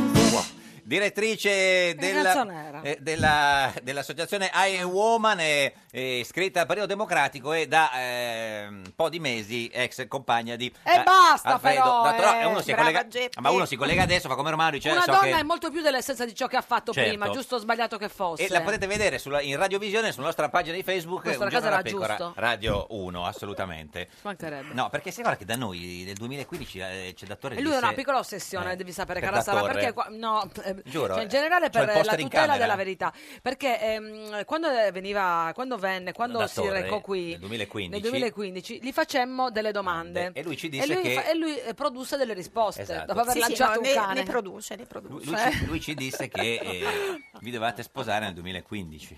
Speaker 2: Direttrice della,
Speaker 5: canzonera.
Speaker 2: eh, della- dell'associazione I Am Woman, eh, eh, iscritta al Periodo Democratico e da eh, un po' di mesi ex compagna di eh,
Speaker 1: E basta,
Speaker 2: Alfredo.
Speaker 1: però,
Speaker 2: Da-
Speaker 1: eh,
Speaker 2: uno si
Speaker 1: brava
Speaker 2: collega-
Speaker 1: Geppi.
Speaker 2: ma uno si collega adesso, fa come Romano dice, "Eh,
Speaker 1: Una
Speaker 2: Cioè, so
Speaker 1: donna
Speaker 2: che-
Speaker 1: è molto più dell'essenza di ciò che ha fatto
Speaker 2: Certo.
Speaker 1: prima, giusto o sbagliato che fosse.
Speaker 2: E la potete vedere sulla- in radiovisione sulla nostra pagina di Facebook.
Speaker 1: Questo
Speaker 2: Un
Speaker 1: alla casa
Speaker 2: giorno alla
Speaker 1: era
Speaker 2: pecora,
Speaker 1: giusto.
Speaker 2: Radio 1, assolutamente.
Speaker 1: Ci mancherebbe.
Speaker 2: No, perché si guarda che da noi nel 2015 eh, c'è Dattore
Speaker 1: E lui ha
Speaker 2: disse-
Speaker 1: una piccola ossessione,
Speaker 2: Eh,
Speaker 1: devi sapere,
Speaker 2: per
Speaker 1: cara
Speaker 2: la
Speaker 1: Sara,
Speaker 2: torre.
Speaker 1: perché qua- no, eh,
Speaker 2: Giuro,
Speaker 1: cioè, in
Speaker 2: eh,
Speaker 1: generale
Speaker 2: c'ho il
Speaker 1: per la
Speaker 2: poster in
Speaker 1: tutela
Speaker 2: camera.
Speaker 1: della verità, perché ehm, quando eh, veniva, quando venne, quando
Speaker 2: Da
Speaker 1: si
Speaker 2: Torre,
Speaker 1: recò qui
Speaker 2: nel 2015.
Speaker 1: nel 2015, gli facemmo delle domande
Speaker 2: E lui ci disse
Speaker 1: e lui,
Speaker 2: che-
Speaker 1: fa- e lui, eh, produsse delle risposte
Speaker 2: Esatto.
Speaker 1: dopo aver
Speaker 12: Sì, sì,
Speaker 1: lanciato
Speaker 12: no,
Speaker 1: un
Speaker 12: ne-
Speaker 1: cane.
Speaker 12: ne produce, ne produce.
Speaker 2: Lui, lui ci, lui ci disse che eh, vi dovevate sposare nel 2015.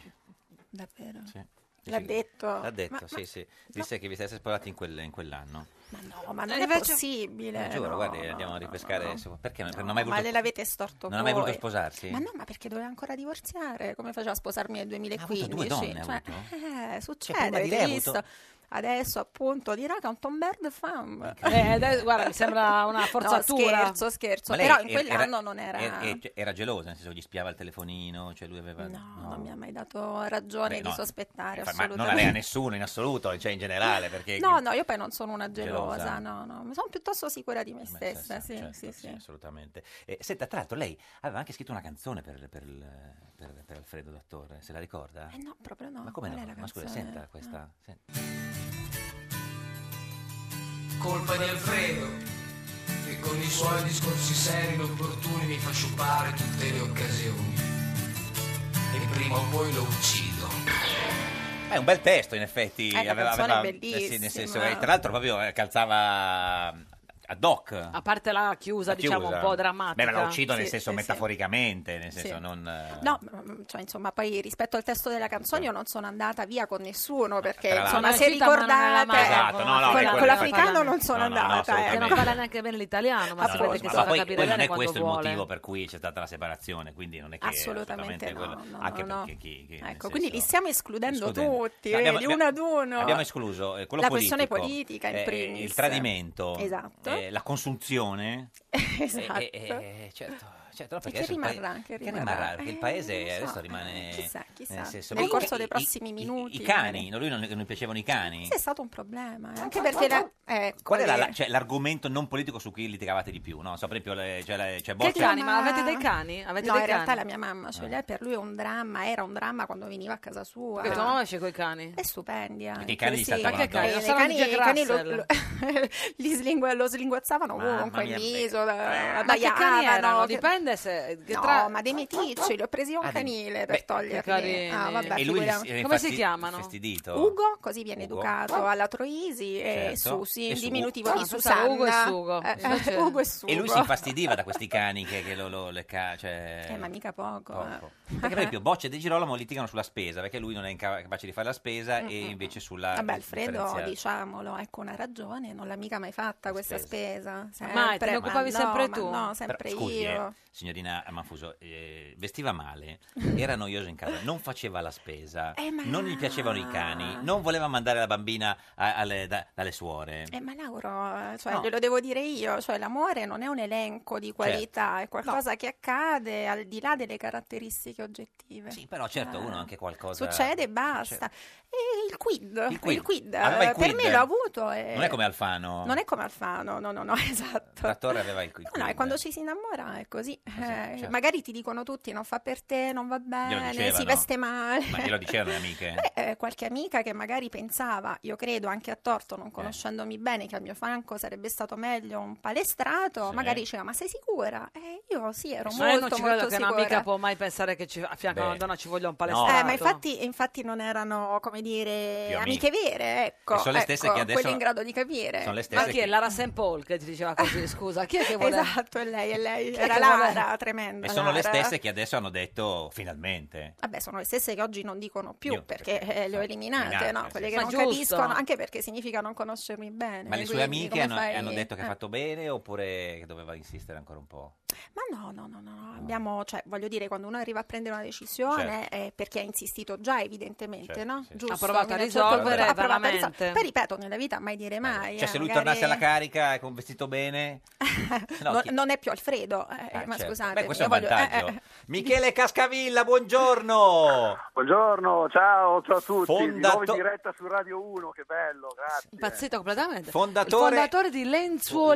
Speaker 12: Davvero?
Speaker 2: Sì.
Speaker 12: L'ha
Speaker 2: Dice-
Speaker 12: detto.
Speaker 2: L'ha detto,
Speaker 12: Ma-
Speaker 2: sì, sì. Disse che vi siete sposati in, quel- in quell'anno.
Speaker 12: Ma no, ma non è
Speaker 1: Invece-
Speaker 12: possibile.
Speaker 2: Eh, giuro,
Speaker 12: no.
Speaker 2: guardi, andiamo a ripescare. su- Perché non- non ha
Speaker 12: Ma
Speaker 2: mai voluto,
Speaker 12: gliel'avete storto
Speaker 2: Non ha mai
Speaker 12: voi.
Speaker 2: voluto sposarsi?
Speaker 12: Ma no, ma perché doveva ancora divorziare? Come faceva a sposarmi nel 2015?
Speaker 2: due donne, ha
Speaker 12: Cioè, eh, succede,
Speaker 2: prima di lei
Speaker 12: avete
Speaker 2: ha
Speaker 12: visto?
Speaker 2: avuto-
Speaker 12: Adesso appunto dirà che è un tomberg fam.
Speaker 1: Eh, adesso, guarda, mi sembra una forzatura.
Speaker 12: No, scherzo, scherzo.
Speaker 2: Ma lei
Speaker 12: Però in
Speaker 2: era-
Speaker 12: quell'anno non era...
Speaker 2: Era, era gelosa, nel senso gli spiava il telefonino, cioè lui aveva...
Speaker 12: No, non mi ha mai dato ragione
Speaker 2: Beh,
Speaker 12: di
Speaker 2: no,
Speaker 12: sospettare
Speaker 2: Fa- Ma
Speaker 12: assolutamente.
Speaker 2: non la lega nessuno in assoluto, cioè in generale, perché...
Speaker 12: No, no, io poi non sono una gelosa,
Speaker 2: Gelosa.
Speaker 12: no, no, mi sono piuttosto sicura di me stessa, sì,
Speaker 2: certo,
Speaker 12: sì, sì.
Speaker 2: Assolutamente. Eh, senta, tra l'altro lei aveva anche scritto una canzone per, per il- per- per Alfredo Dattore, se la ricorda?
Speaker 12: Eh no, proprio no.
Speaker 2: Ma come
Speaker 12: Qual
Speaker 2: no?
Speaker 12: è la
Speaker 2: Ma scusa,
Speaker 12: canzone? Ah.
Speaker 2: senta questa... senta.
Speaker 17: colpa di Alfredo che con i suoi discorsi seri e opportuni mi fa sciupare tutte le occasioni e prima o poi lo uccido
Speaker 2: È un bel testo, in effetti.
Speaker 17: Eh, la canzone è
Speaker 2: eh sì, nel senso,
Speaker 1: bellissima.
Speaker 2: eh, tra l'altro proprio eh, calzava mm, ad hoc.
Speaker 1: A parte la chiusa,
Speaker 2: La
Speaker 1: diciamo
Speaker 2: chiusa.
Speaker 1: un po' drammatica.
Speaker 2: Beh, ma la uccido nel
Speaker 12: Sì,
Speaker 2: senso
Speaker 12: sì, sì.
Speaker 2: metaforicamente, nel
Speaker 12: Sì.
Speaker 2: senso non... eh,
Speaker 12: No, mm, cioè, insomma, poi rispetto al testo della canzone io non sono andata via con nessuno perché,
Speaker 2: l'altro.
Speaker 12: insomma, se
Speaker 1: Uscita, ma non era
Speaker 12: ricordate,
Speaker 1: mai.
Speaker 2: Esatto, no, no,
Speaker 12: con,
Speaker 2: ecco,
Speaker 12: con l'africano
Speaker 2: infatti-
Speaker 12: non sono
Speaker 2: no, no, no,
Speaker 12: andata. eh.
Speaker 1: Che non
Speaker 2: assolutamente.
Speaker 1: parla neanche bene l'italiano, ma
Speaker 2: No,
Speaker 13: Ah,
Speaker 1: sapete
Speaker 2: no,
Speaker 1: che
Speaker 2: ma
Speaker 1: si fa
Speaker 2: poi,
Speaker 1: capire
Speaker 2: poi non
Speaker 1: bene
Speaker 2: è
Speaker 1: quando
Speaker 2: questo il
Speaker 1: vuole.
Speaker 2: motivo per cui c'è stata la separazione, quindi non è che
Speaker 12: Assolutamente no,
Speaker 2: quello-
Speaker 12: no, no,
Speaker 2: anche
Speaker 12: no.
Speaker 2: perché chi, chi-
Speaker 12: Ecco, quindi li stiamo escludendo
Speaker 2: Escludendo.
Speaker 12: tutti,
Speaker 2: No, abbiamo-
Speaker 12: vedi, uno ad uno.
Speaker 2: Abbiamo escluso eh, quello
Speaker 12: la
Speaker 2: politico,
Speaker 12: questione politica in
Speaker 2: eh,
Speaker 12: primis.
Speaker 2: il tradimento,
Speaker 12: Esatto.
Speaker 2: eh, la consunzione,
Speaker 12: esatto.
Speaker 2: eh, eh, certo, certo, no,
Speaker 12: E
Speaker 2: perché
Speaker 12: che
Speaker 2: adesso il pa-
Speaker 12: rimarrà, che
Speaker 2: che
Speaker 12: rimarrà?
Speaker 2: perché il
Speaker 12: Eh,
Speaker 2: paese
Speaker 12: non so,
Speaker 2: adesso rimane
Speaker 12: chissà, chissà.
Speaker 2: nel, senso-
Speaker 12: Nel
Speaker 2: i-
Speaker 12: corso dei
Speaker 2: i-
Speaker 12: prossimi
Speaker 2: i-
Speaker 12: minuti,
Speaker 2: i cani, no, lui non, non gli piacevano i cani.
Speaker 12: Questo è stato un problema, eh, anche perché la- eh,
Speaker 2: Qual è la-
Speaker 12: come-
Speaker 2: la- cioè, l'argomento non politico su cui litigavate di più? No, so, per esempio, le- cioè, le- cioè, Boccia-
Speaker 1: Che cani? Ma avete dei cani? Avete
Speaker 12: no,
Speaker 1: dei
Speaker 12: in realtà
Speaker 1: cani?
Speaker 12: la mia mamma, cioè
Speaker 2: Ah.
Speaker 12: lei per lui è un dramma, era un dramma quando veniva a casa sua.
Speaker 1: Perché tua mamma esce coi cani?
Speaker 12: È stupendia.
Speaker 2: Perché i cani gli
Speaker 12: Sì,
Speaker 2: saltavano
Speaker 12: perché
Speaker 2: addosso.
Speaker 12: i
Speaker 1: Eh,
Speaker 12: cani-
Speaker 1: Jack
Speaker 12: i cani lo,
Speaker 1: Russell.
Speaker 12: lo- li slingue- lo oh, slinguazzavano
Speaker 1: Mamma
Speaker 12: ovunque,
Speaker 1: mia.
Speaker 12: in viso,
Speaker 2: Eh.
Speaker 12: la-
Speaker 1: Ma che cani
Speaker 12: eh, abbaiavano,
Speaker 1: erano?
Speaker 12: che-
Speaker 1: Dipende se... Che
Speaker 12: No,
Speaker 1: tra...
Speaker 12: ma dei meticci, li ho presi io un
Speaker 2: Ah, dei-
Speaker 12: canile per
Speaker 2: Beh,
Speaker 1: che
Speaker 12: toglierli.
Speaker 1: carini.
Speaker 12: Ah, vabbè,
Speaker 2: e lui
Speaker 12: figuriamo.
Speaker 2: si- era infasti- infastidito.
Speaker 12: Ugo, così viene
Speaker 2: Ugo.
Speaker 12: educato alla Troisi e
Speaker 2: Certo.
Speaker 12: Susi,
Speaker 2: E
Speaker 12: il
Speaker 2: Su-
Speaker 12: diminutivo
Speaker 1: Ah,
Speaker 12: di
Speaker 1: pensavo
Speaker 12: Susanna.
Speaker 1: Ugo e Sugo.
Speaker 12: Eh, eh,
Speaker 1: Invece-
Speaker 12: Ugo e Sugo.
Speaker 2: E lui si infastidiva da questi cani che, che lo, lo le ca- cioè...
Speaker 12: Eh, ma mica poco.
Speaker 2: Poco.
Speaker 12: eh.
Speaker 2: Perché per esempio Boccia e De Girolamo litigano sulla spesa perché lui non è inca- capace di fare la spesa e
Speaker 12: Mm-mm.
Speaker 2: invece sulla
Speaker 12: Mm, Vabbè, Alfredo,
Speaker 2: differenziale.
Speaker 12: diciamolo, ecco una ragione, non l'ha mica mai fatta questa spesa. sempre.
Speaker 1: Mai, te ne occupavi
Speaker 12: no,
Speaker 1: sempre
Speaker 12: ma
Speaker 1: tu.
Speaker 12: No,
Speaker 2: Però,
Speaker 12: sempre
Speaker 2: scusi, eh,
Speaker 12: io.
Speaker 2: signorina Manfuso, eh, vestiva male, era noioso in casa, non faceva la spesa,
Speaker 12: Eh, ma-
Speaker 2: non gli piacevano i cani, non voleva mandare la bambina a- alle- da- dalle suore.
Speaker 12: Eh, ma Lauro, eh, cioè,
Speaker 2: No. Certo.
Speaker 12: glielo devo dire io, cioè, l'amore non è un elenco di qualità, è qualcosa che accade al di là delle caratteristiche oggettive. Sì,
Speaker 2: Però certo uno anche qualcosa...
Speaker 12: Succede e basta. E il quid,
Speaker 2: Il quid. Aveva il
Speaker 12: eh, per
Speaker 2: quid.
Speaker 12: me l'ho avuto. e-
Speaker 2: Non è come Alfano.
Speaker 12: Non è come Alfano, no, no, no, esatto.
Speaker 2: La torre aveva il, il
Speaker 12: No, no,
Speaker 2: quid. Ah, certo.
Speaker 12: e quando ci si innamora è così. Eh, Magari ti dicono tutti non fa per te, non va bene, Eh, si
Speaker 2: dicevano.
Speaker 12: veste male.
Speaker 2: Ma glielo dicevano le amiche?
Speaker 12: Beh, eh, qualche amica che magari pensava, io credo anche a torto,
Speaker 2: Eh.
Speaker 12: non conoscendomi bene, che al mio fianco sarebbe stato meglio un palestrato,
Speaker 13: Sì.
Speaker 12: magari diceva, ma sei sicura? E io sì, ero
Speaker 13: Ma io non
Speaker 12: molto,
Speaker 13: ci credo
Speaker 12: molto
Speaker 13: che
Speaker 12: sicura.
Speaker 13: un'amica può mai pensare che ci- a fianco a una
Speaker 2: Beh.
Speaker 13: donna ci voglia un palestrato.
Speaker 12: Eh, ma infatti, infatti non erano, come dire,
Speaker 13: Più
Speaker 12: amiche
Speaker 13: amiche.
Speaker 12: vere, ecco,
Speaker 2: E sono le stesse
Speaker 12: ecco,
Speaker 2: che adesso-
Speaker 12: quelle in grado di capire.
Speaker 2: sono le stesse
Speaker 13: Ma chi è? che- Lara St. Paul che ti diceva così, scusa, chi è che vuole?
Speaker 12: Esatto, è lei, è lei.
Speaker 13: Chi è
Speaker 12: Era
Speaker 13: che vuole-
Speaker 12: Lara, tremenda.
Speaker 2: E sono le
Speaker 12: Lara.
Speaker 2: stesse che adesso hanno detto finalmente.
Speaker 12: Vabbè, sono le stesse che oggi non dicono più
Speaker 2: Io-
Speaker 12: perché eh, le ho eliminate,
Speaker 2: eliminate,
Speaker 12: no?
Speaker 2: sì.
Speaker 12: Quelle che
Speaker 2: Ma
Speaker 12: non
Speaker 2: giusto.
Speaker 12: capiscono, anche perché significa non conoscermi bene.
Speaker 2: Ma le sue
Speaker 12: quindi
Speaker 2: amiche
Speaker 12: come
Speaker 2: hanno,
Speaker 12: fai?
Speaker 2: hanno detto che ha
Speaker 12: Eh.
Speaker 2: fatto bene oppure che doveva insistere ancora un po'?
Speaker 12: Ma no, no, no, no,
Speaker 2: Ah.
Speaker 12: no, abbiamo, cioè, voglio dire, quando uno arriva a prendere una decisione è perché ha insistito già, evidentemente,
Speaker 2: Certo,
Speaker 12: no?
Speaker 2: sì.
Speaker 12: Giusto.
Speaker 13: Ha provato a
Speaker 12: quindi un certo punto
Speaker 13: risolvere,
Speaker 12: ha provato a risol-
Speaker 13: veramente.
Speaker 12: Poi ripeto, nella vita mai dire mai.
Speaker 2: Cioè
Speaker 12: eh,
Speaker 2: se lui
Speaker 12: magari-
Speaker 2: tornasse alla carica e con vestito bene... No,
Speaker 12: non,
Speaker 2: chi-
Speaker 12: non è più Alfredo, eh,
Speaker 2: Ah,
Speaker 12: ma
Speaker 2: certo.
Speaker 12: scusate.
Speaker 2: Beh, questo è
Speaker 12: io
Speaker 2: un
Speaker 12: voglio- eh,
Speaker 2: vantaggio.
Speaker 12: eh, eh.
Speaker 2: Michele Cascavilla, buongiorno!
Speaker 18: Buongiorno, ciao, ciao a tutti. Di nuovo
Speaker 2: Fondato-
Speaker 18: in diretta su Radio 1, che bello, grazie.
Speaker 13: Impazzito completamente.
Speaker 2: Fondatore-
Speaker 13: Il fondatore di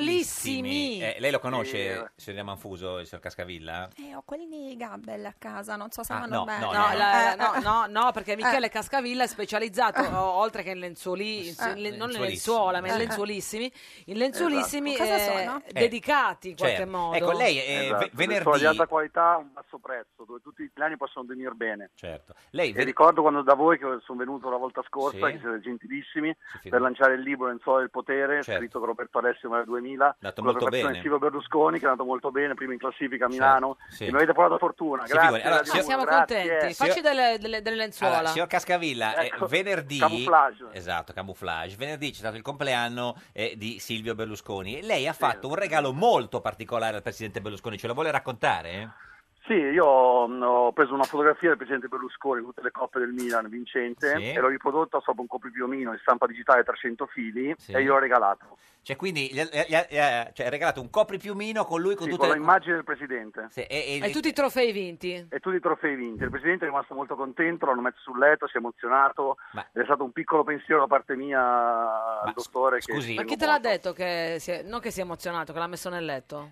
Speaker 13: Lenzuolissimi.
Speaker 2: Eh, lei lo conosce, signor Manfuso, il signor Cascavilla?
Speaker 12: Eh, ho quelli Gabbel a casa, non so se
Speaker 2: Ah,
Speaker 12: vanno
Speaker 2: no,
Speaker 12: bene.
Speaker 2: no,
Speaker 13: No,
Speaker 2: Eh,
Speaker 13: la-
Speaker 12: eh,
Speaker 13: no,
Speaker 12: eh.
Speaker 13: no, no, perché Michele
Speaker 12: Eh.
Speaker 13: Cascavilla è specializzato,
Speaker 18: Eh.
Speaker 13: o- oltre che in lenzuoli, in-
Speaker 12: Eh.
Speaker 13: in- non in
Speaker 2: Lenzuolissimi.
Speaker 13: lenzuola, ma in
Speaker 2: Eh.
Speaker 13: lenzuolissimi, in lenzuolissimi
Speaker 12: Esatto. Cosa
Speaker 13: eh,
Speaker 12: sono?
Speaker 13: dedicati in qualche
Speaker 2: Certo.
Speaker 13: modo.
Speaker 2: Ecco, lei è
Speaker 18: Esatto,
Speaker 2: ve- venerdì-
Speaker 18: Sbagliata qualità, un basso prezzo, dove tutti i italiani possono venire bene.
Speaker 2: Certo. Lei
Speaker 18: E
Speaker 2: ve-
Speaker 18: ricordo quando da voi che sono venuto la volta scorsa,
Speaker 2: Sì.
Speaker 18: che siete gentilissimi,
Speaker 2: figuri.
Speaker 18: per lanciare il libro Enzo del potere,
Speaker 2: Certo.
Speaker 18: scritto con Roberto Alessio nel 2000,
Speaker 2: Andato
Speaker 18: con la
Speaker 2: molto
Speaker 18: preparazione
Speaker 2: bene.
Speaker 18: di Silvio Berlusconi, che è andato molto bene, prima in classifica a
Speaker 2: Certo,
Speaker 18: Milano,
Speaker 2: sì.
Speaker 18: e mi avete portato fortuna,
Speaker 2: Si
Speaker 18: grazie.
Speaker 2: figuri. Allora,
Speaker 18: Radio
Speaker 2: siamo-
Speaker 18: Uno,
Speaker 13: Siamo
Speaker 18: grazie.
Speaker 13: contenti. Facci delle, delle- delle lenzuola.
Speaker 2: Allora, signor Cascavilla, eh,
Speaker 18: Ecco,
Speaker 2: venerdì...
Speaker 18: camouflage.
Speaker 2: Esatto, camouflage. Venerdì c'è stato il compleanno eh, di Silvio Berlusconi e lei ha fatto un regalo molto particolare al presidente Berlusconi. Ce lo vuole raccontare?
Speaker 18: Sì, io mh, ho preso una fotografia del presidente Berlusconi con tutte le coppe del Milan vincente
Speaker 2: Sì.
Speaker 18: e l'ho riprodotta sopra un copripiumino in stampa digitale 300 fili
Speaker 2: Sì.
Speaker 18: e gliel'ho regalato.
Speaker 2: Cioè, quindi gli, gli- gli- eh, cioè, ha regalato un copripiumino con lui con
Speaker 18: Sì,
Speaker 2: tutte
Speaker 18: con
Speaker 2: le...
Speaker 18: l'immagine del presidente.
Speaker 2: Sì, e,
Speaker 13: E tutti i trofei vinti.
Speaker 18: E tutti i trofei vinti. Il presidente è rimasto molto contento, l'hanno messo sul letto, si è emozionato. Ed è stato un piccolo pensiero da parte mia al dottore.
Speaker 2: scusi.
Speaker 13: Ma
Speaker 18: che
Speaker 13: chi te l'ha detto che si è, non che si è emozionato, che l'ha messo nel letto?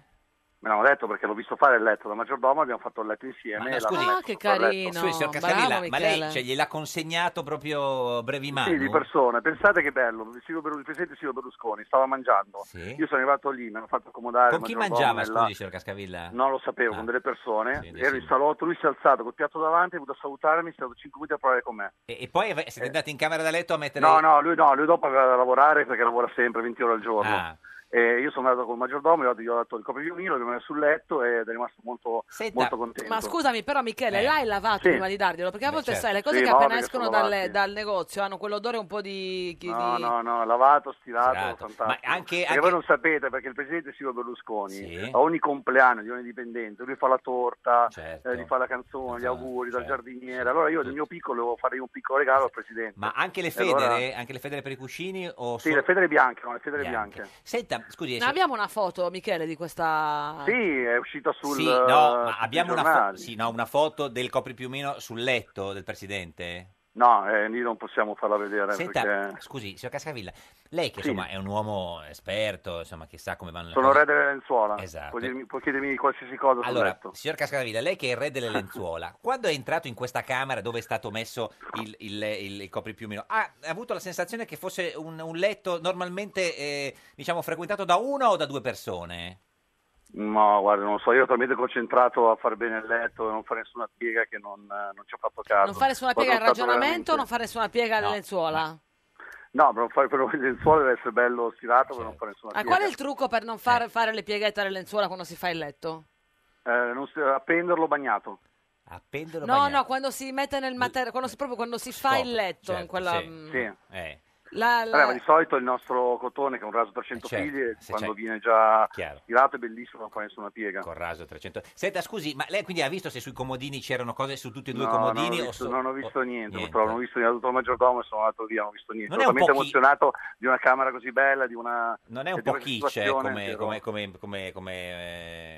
Speaker 18: Me l'hanno detto perché l'ho visto fare il letto da maggiordomo, abbiamo fatto il letto
Speaker 2: Ma
Speaker 18: insieme. e
Speaker 2: no,
Speaker 18: l'hanno
Speaker 2: scusi,
Speaker 18: letto
Speaker 13: Ah, che
Speaker 18: sotto il letto.
Speaker 13: carino.
Speaker 2: Scusi, signor
Speaker 13: Bravo,
Speaker 2: Cascavilla, ma lei
Speaker 13: Michele.
Speaker 2: cioè, gliel'ha consegnato proprio brevi mano?
Speaker 18: Sì, di persone. Pensate che bello, Silvio Berlu- il presidente Silvio Berlusconi stava mangiando.
Speaker 2: Sì.
Speaker 18: Io sono arrivato lì, mi hanno fatto accomodare.
Speaker 2: Con
Speaker 18: il
Speaker 2: chi
Speaker 18: maggiordomo
Speaker 2: mangiava,
Speaker 18: nella-
Speaker 2: scusi, signor Cascavilla?
Speaker 18: Non lo sapevo,
Speaker 2: Ah.
Speaker 18: con delle persone.
Speaker 2: Sì, dei
Speaker 18: Ero in salotto, lui si è alzato col piatto davanti, è venuto a salutarmi, è stato 5 minuti a parlare con me.
Speaker 2: E, e poi ave- siete andati in camera da letto a mettere...
Speaker 18: Eh. No, no, lui no, lui dopo aveva da lavorare perché lavora sempre 20 ore al giorno.
Speaker 2: Ah.
Speaker 18: E io sono andato col maggiordomo, gli ho- gli ho dato il copripiumino, l'ho messo sul letto ed è rimasto molto, molto contento.
Speaker 13: Ma scusami, però, Michele,
Speaker 18: Eh.
Speaker 13: l'hai lavato
Speaker 18: Sì.
Speaker 13: prima di darglielo? Perché a
Speaker 18: Beh,
Speaker 13: volte
Speaker 18: certo.
Speaker 13: sai, le cose
Speaker 18: Sì,
Speaker 13: che
Speaker 18: no,
Speaker 13: appena
Speaker 18: perché
Speaker 13: escono
Speaker 18: sono
Speaker 13: dal,
Speaker 18: lavati.
Speaker 13: dal negozio hanno quell'odore un po' di. chi-
Speaker 18: No,
Speaker 13: di-
Speaker 18: no, no, lavato, stilato, fantastico.
Speaker 2: Ma anche-
Speaker 18: perché
Speaker 2: anche-
Speaker 18: voi non sapete, perché il presidente Silvio Berlusconi
Speaker 2: Sì.
Speaker 18: a ogni compleanno di ogni dipendente, lui fa la torta,
Speaker 2: Certo. Esatto,
Speaker 18: eh, gli fa la canzone, gli auguri dal giardiniere. Allora io del mio piccolo volevo fare un piccolo regalo al presidente.
Speaker 2: Ma anche le
Speaker 18: E allora-
Speaker 2: federe, anche le federe per i cuscini o
Speaker 18: Sì,
Speaker 2: solo-
Speaker 18: le federe bianche, no, le federe
Speaker 2: Bianche.
Speaker 18: bianche.
Speaker 2: Senta, scusi,
Speaker 13: Ne
Speaker 2: se-
Speaker 13: abbiamo una foto, Michele, di questa.
Speaker 18: Sì, è uscita sul eh,
Speaker 2: sì, no, ma
Speaker 18: sui
Speaker 2: abbiamo una, fo-
Speaker 18: giornali.
Speaker 2: sì, no, una foto del copripiumino sul letto del presidente?
Speaker 18: No, eh, lì non possiamo farla vedere
Speaker 2: Senta,
Speaker 18: perché
Speaker 2: scusi, signor Cascavilla, lei che
Speaker 18: Sì.
Speaker 2: insomma è un uomo esperto, insomma, che sa come vanno le
Speaker 18: sono
Speaker 2: cose.
Speaker 18: re delle lenzuola.
Speaker 2: Esatto.
Speaker 18: Puoi dirmi- puoi chiedermi qualsiasi cosa sul
Speaker 2: Allora,
Speaker 18: letto.
Speaker 2: signor Cascavilla, lei che è il re delle lenzuola, quando è entrato in questa camera dove è stato messo il, il- il- il copripiumino, ha avuto la sensazione che fosse un, un letto normalmente, eh, diciamo, frequentato da una o da due persone?
Speaker 18: No, guarda, non so, io ero talmente concentrato a far bene il letto e non fare nessuna piega che non, eh, non ci ho fatto caso.
Speaker 13: Non fare nessuna
Speaker 18: Poi
Speaker 13: piega al
Speaker 18: sono stato
Speaker 13: ragionamento, non
Speaker 18: veramente-
Speaker 13: fare nessuna piega alle
Speaker 18: No.
Speaker 13: lenzuola.
Speaker 18: No, però fare però il lenzuolo deve essere bello stirato per non
Speaker 2: Certo.
Speaker 18: fare nessuna
Speaker 13: Ma
Speaker 18: piega.
Speaker 13: qual è il trucco per non far fare le pieghette alle lenzuola quando si fa il letto?
Speaker 18: Eh, non si- appenderlo bagnato.
Speaker 2: Appenderlo
Speaker 13: no, no, quando si mette nel materiale, quando si, proprio quando si fa il letto,
Speaker 2: Certo,
Speaker 13: in quella. mm,
Speaker 18: Certo, Sì.
Speaker 2: Eh.
Speaker 13: la- la-
Speaker 18: Vabbè, ma di solito il nostro cotone, che è un raso 300
Speaker 2: Eh, certo,
Speaker 18: fili,
Speaker 2: se
Speaker 18: quando
Speaker 2: c'è-
Speaker 18: viene già
Speaker 2: Chiaro.
Speaker 18: tirato è bellissimo, non fa nessuna piega.
Speaker 2: Con raso 300. Senta, scusi, ma lei quindi ha visto se sui comodini c'erano cose su tutti e due
Speaker 18: No,
Speaker 2: i comodini?
Speaker 18: non ho
Speaker 2: o
Speaker 18: visto,
Speaker 2: so-
Speaker 18: non ho
Speaker 2: o-
Speaker 18: visto niente, purtroppo non ho visto niente, ho avuto il maggiordomo e sono andato via, non ho visto niente.
Speaker 2: Non è
Speaker 18: Sono
Speaker 2: un
Speaker 18: talmente
Speaker 2: po' chi-
Speaker 18: emozionato di una camera così bella, di una
Speaker 2: Non è un
Speaker 18: di
Speaker 2: po'
Speaker 18: questa
Speaker 2: kitsch eh,
Speaker 18: situazione,
Speaker 2: come,
Speaker 18: ero-
Speaker 2: come, come, come, come,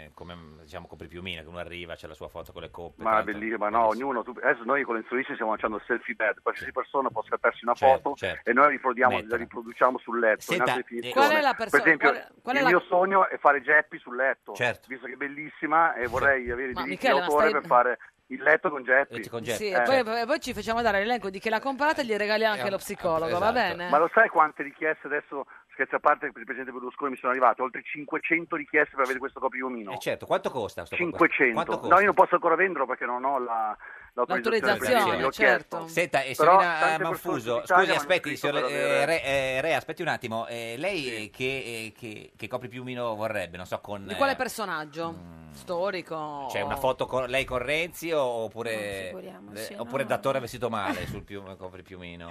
Speaker 2: eh, come, diciamo copripiumino che uno arriva, c'è la sua foto con le coppe. tra
Speaker 18: Ma è
Speaker 2: l'altro-
Speaker 18: bellissimo, ma no, ognuno, tu- adesso noi con l'insulista stiamo lanciando selfie bed, qualsiasi persona può scattarsi una
Speaker 2: Certo,
Speaker 18: foto
Speaker 2: certo.
Speaker 18: e noi riproduciamo, la riproduciamo sul letto.
Speaker 2: Senta,
Speaker 18: in altre
Speaker 2: eh,
Speaker 18: definizioni.
Speaker 1: Qual è la
Speaker 18: per
Speaker 1: perso-
Speaker 18: esempio,
Speaker 1: qual è- qual è
Speaker 18: il
Speaker 1: la-
Speaker 18: mio sogno è fare Geppi sul letto,
Speaker 2: Certo.
Speaker 18: visto che è bellissima e vorrei avere i
Speaker 1: Ma
Speaker 18: diritti
Speaker 1: Michele, ma
Speaker 18: d'autore
Speaker 1: stai-
Speaker 18: per fare il letto con Geppi.
Speaker 1: Sì,
Speaker 18: Eh.
Speaker 1: e poi, e poi ci facciamo dare l'elenco di chi l'ha comprata e gli regaliamo anche lo psicologo,
Speaker 2: esatto.
Speaker 1: va bene?
Speaker 18: esatto. Ma lo sai quante richieste adesso, scherzi a parte, per il presidente Berlusconi mi sono arrivate? Oltre 500 richieste per avere questo copiomino.
Speaker 2: Eh, certo, quanto costa? sto-
Speaker 18: 500.
Speaker 2: Quanto costa?
Speaker 18: No, io non posso ancora venderlo perché non ho la, l'autorizzazione. prevista, l'ho
Speaker 12: certo.
Speaker 18: chiesto.
Speaker 2: Senta, eh,
Speaker 18: Però
Speaker 2: signorina
Speaker 18: tante persone
Speaker 2: Manfuso,
Speaker 18: in Italia
Speaker 2: scusi,
Speaker 18: mi hanno
Speaker 2: aspetti,
Speaker 18: scritto
Speaker 2: signor-
Speaker 18: per
Speaker 2: eh,
Speaker 18: avere-
Speaker 2: re, eh, re, aspetti un attimo. Eh, lei eh, che, eh, che, che copripiumino vorrebbe? Non so, con...
Speaker 1: Di quale
Speaker 2: eh,
Speaker 1: personaggio?
Speaker 18: Mm.
Speaker 1: Storico?
Speaker 2: c'è una foto con lei con Renzi o- oppure,
Speaker 12: figuriamoci,
Speaker 2: eh, oppure
Speaker 12: no.
Speaker 2: Dattore vestito male sul pium, copripiumino?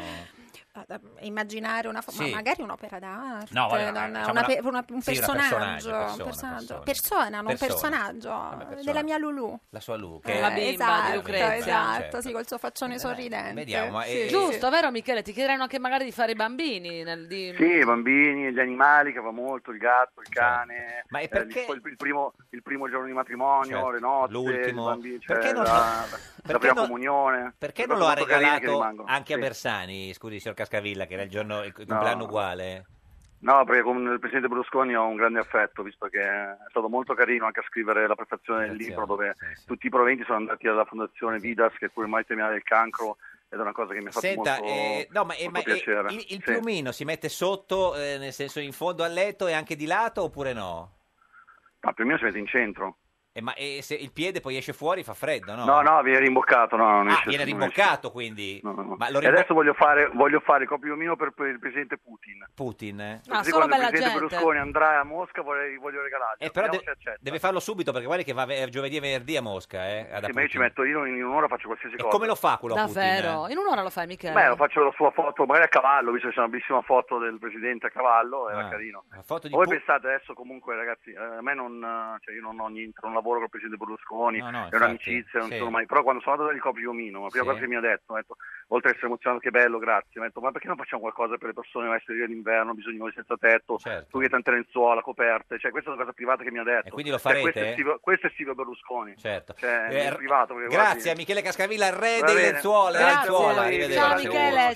Speaker 12: Ah, da- Immaginare una fo- ma
Speaker 2: Sì.
Speaker 12: magari un'opera d'arte,
Speaker 2: No, vabbè,
Speaker 12: non-
Speaker 2: diciamo
Speaker 12: una
Speaker 2: una-
Speaker 12: pe- una- un
Speaker 2: sì, una
Speaker 12: personaggio,
Speaker 2: personaggio,
Speaker 12: un
Speaker 2: persona,
Speaker 12: personaggio.
Speaker 2: persona.
Speaker 12: persona, non
Speaker 2: Persona.
Speaker 12: personaggio,
Speaker 2: Vabbè, persona.
Speaker 12: della mia Lulu.
Speaker 2: La sua Lu,
Speaker 12: Eh,
Speaker 2: che
Speaker 12: esatto,
Speaker 2: Lucrezia,
Speaker 12: esatto,
Speaker 2: certo.
Speaker 12: sì, col suo
Speaker 18: Eh,
Speaker 12: faccione sorridente.
Speaker 2: vediamo, ma
Speaker 12: Sì.
Speaker 2: eh,
Speaker 1: Giusto, vero Michele? Ti chiederanno anche magari di fare i bambini. Nel, di-
Speaker 18: Sì, i bambini, gli animali che va molto, il gatto, il cane,
Speaker 2: Certo. Ma è
Speaker 18: eh,
Speaker 2: perché-
Speaker 18: il, poi il primo, il primo giorno di matrimonio,
Speaker 2: Certo,
Speaker 18: le nozze,
Speaker 2: l'ultimo.
Speaker 18: i bambini, cioè,
Speaker 2: Perché non-
Speaker 18: la,
Speaker 2: perché
Speaker 18: la prima
Speaker 2: non-
Speaker 18: comunione.
Speaker 2: Perché
Speaker 18: Le
Speaker 2: non
Speaker 18: cose
Speaker 2: lo ha
Speaker 18: molto carine che
Speaker 2: regalato
Speaker 18: rimangono.
Speaker 2: anche a
Speaker 18: Sì.
Speaker 2: Bersani? Scusi, signor Cascavilla, che era il giorno il compleanno uguale.
Speaker 18: No, perché con il presidente Berlusconi ho un grande affetto, visto che è stato molto carino anche a scrivere la prefazione
Speaker 2: Eh,
Speaker 18: del
Speaker 2: certo,
Speaker 18: libro, dove tutti i proventi sono andati alla fondazione Vidas, che cura il mal terminale del cancro, ed è una cosa che mi ha fatto
Speaker 2: Senta,
Speaker 18: molto,
Speaker 2: eh, no, ma, eh,
Speaker 18: molto
Speaker 2: ma, eh,
Speaker 18: piacere.
Speaker 2: il, il
Speaker 18: Sì.
Speaker 2: piumino si mette sotto, eh, nel senso in fondo al letto e anche di lato oppure no?
Speaker 18: No, il piumino si mette in centro.
Speaker 2: Eh, ma eh, se il piede poi esce fuori fa freddo, no?
Speaker 18: No, no, viene rimboccato. No, non
Speaker 2: Ah,
Speaker 18: esce-
Speaker 2: viene
Speaker 18: non
Speaker 2: rimboccato quindi. Ma lo
Speaker 18: E
Speaker 2: rimbocca
Speaker 18: adesso voglio fare, voglio fare il copiomino per, per il presidente Putin.
Speaker 2: Putin? eh?
Speaker 18: Così quando il presidente Berlusconi andrà a Mosca vorrei, voglio regalargli.
Speaker 2: Eh, però
Speaker 18: Vediamo
Speaker 2: de-
Speaker 18: se accetta.
Speaker 2: deve farlo subito perché guarda che va ve- giovedì e venerdì a Mosca. Eh, ad
Speaker 18: Sì, ma io
Speaker 2: Putin.
Speaker 18: ci metto io in un'ora faccio qualsiasi
Speaker 2: E
Speaker 18: cosa.
Speaker 2: come lo fa quello a Putin? eh?
Speaker 1: Davvero? In un'ora lo fai Michele?
Speaker 18: Beh, lo faccio la sua foto, magari a cavallo, visto che c'è una bellissima foto del presidente a cavallo, era
Speaker 2: Ah,
Speaker 18: carino.
Speaker 2: la foto di
Speaker 18: Voi
Speaker 2: Pu-
Speaker 18: pensate adesso comunque ragazzi, eh, a me non, eh, cioè io non ho niente, non lavoro con il presidente Berlusconi,
Speaker 2: No, no,
Speaker 18: è
Speaker 2: infatti,
Speaker 18: un'amicizia, non
Speaker 2: sì.
Speaker 18: sono mai, però quando sono andato dal copiomino, la prima
Speaker 2: Sì.
Speaker 18: cosa che mi ha detto, mi ha detto, oltre a essere emozionato che bello, grazie, mi ha detto ma perché non facciamo qualcosa per le persone essere d'inverno, bisognosi senza tetto,
Speaker 2: Certo.
Speaker 18: tu che tante lenzuola, coperte, cioè questa è una cosa privata che mi ha detto. E
Speaker 2: quindi lo
Speaker 18: questo,
Speaker 2: farete?
Speaker 18: è Silvio, questo è Silvio Berlusconi.
Speaker 2: Certo.
Speaker 18: Cioè,
Speaker 2: Eh,
Speaker 18: nel privato, perché
Speaker 2: Grazie a
Speaker 18: guardi-
Speaker 2: Michele Cascavilla, il re
Speaker 18: Va
Speaker 2: dei
Speaker 18: bene.
Speaker 2: lenzuola.
Speaker 18: Grazie.
Speaker 2: lenzuola,
Speaker 18: Ciao,
Speaker 2: arrivederci.
Speaker 18: Michele,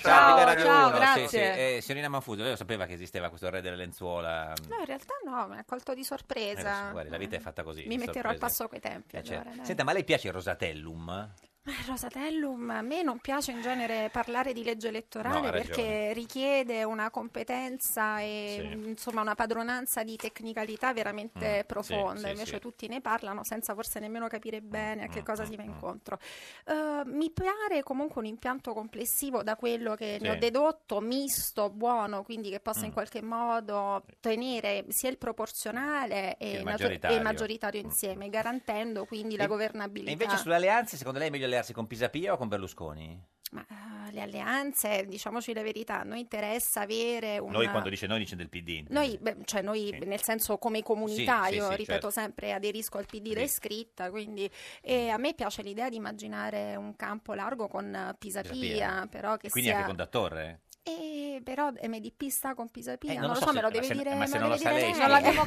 Speaker 2: ciao,
Speaker 12: ciao,
Speaker 2: Radio
Speaker 12: ciao,
Speaker 2: Uno,
Speaker 12: grazie.
Speaker 2: sì, sì. Eh, signorina Manfuso, lei lo sapeva che esisteva questo re delle lenzuola?
Speaker 12: No, in realtà no, mi ha colto di
Speaker 2: Eh, lo so,
Speaker 12: sorpresa.
Speaker 2: guardi, la vita è fatta così.
Speaker 12: Esatto. Mi
Speaker 2: di
Speaker 12: metterò al
Speaker 2: sorprese.
Speaker 12: passo coi tempi.
Speaker 2: Eh,
Speaker 12: allora,
Speaker 2: certo.
Speaker 12: dai.
Speaker 2: Senta, ma a lei piace il Rosatellum?
Speaker 12: Ma il Rosatellum a me non piace in genere parlare di legge
Speaker 2: No,
Speaker 12: elettorale
Speaker 2: ha
Speaker 12: perché richiede una competenza e
Speaker 2: Sì.
Speaker 12: mh, insomma una padronanza di tecnicalità veramente
Speaker 2: Mm,
Speaker 12: profonda.
Speaker 2: sì, sì,
Speaker 12: Invece
Speaker 2: sì.
Speaker 12: tutti ne parlano senza forse nemmeno capire bene a che cosa si va
Speaker 2: mm.
Speaker 12: incontro. Eh, mi pare comunque un impianto complessivo da quello che ne ho
Speaker 13: Sì.
Speaker 12: dedotto, misto, buono, quindi che possa in
Speaker 13: Mm.
Speaker 12: qualche modo tenere sia il proporzionale
Speaker 2: il
Speaker 12: e, natu- e
Speaker 2: maggioritario. Mm,
Speaker 12: il maggioritario insieme, garantendo quindi la
Speaker 2: E-
Speaker 12: governabilità.
Speaker 2: E invece sulle alleanze, secondo lei è meglio allearsi con Pisapia o con Berlusconi?
Speaker 12: Ma eh, le alleanze, diciamoci la verità, a noi interessa avere una...
Speaker 2: Noi quando dice noi dice del PD.
Speaker 12: Noi, beh, cioè noi nel senso come comunità,
Speaker 2: Sì, sì,
Speaker 12: io
Speaker 2: sì,
Speaker 12: ripeto
Speaker 2: certo.
Speaker 12: sempre aderisco al PD
Speaker 2: Sì. Mm.
Speaker 12: da iscritta, quindi e a me piace l'idea di immaginare un campo largo con eh, Pisapia,
Speaker 2: Pisapia.
Speaker 12: però che
Speaker 2: E quindi
Speaker 12: sia...
Speaker 2: anche con Dattore?
Speaker 12: Eh, però MDP sta con Pisapia,
Speaker 2: Eh,
Speaker 12: non, lo so, me
Speaker 2: se-
Speaker 12: lo
Speaker 2: ma
Speaker 12: deve
Speaker 2: se-
Speaker 12: dire,
Speaker 2: ma
Speaker 12: me
Speaker 2: se
Speaker 12: lo
Speaker 2: non lo sa
Speaker 12: deve dire
Speaker 2: lei-
Speaker 12: lei. Esatto.
Speaker 2: Non l'abbiamo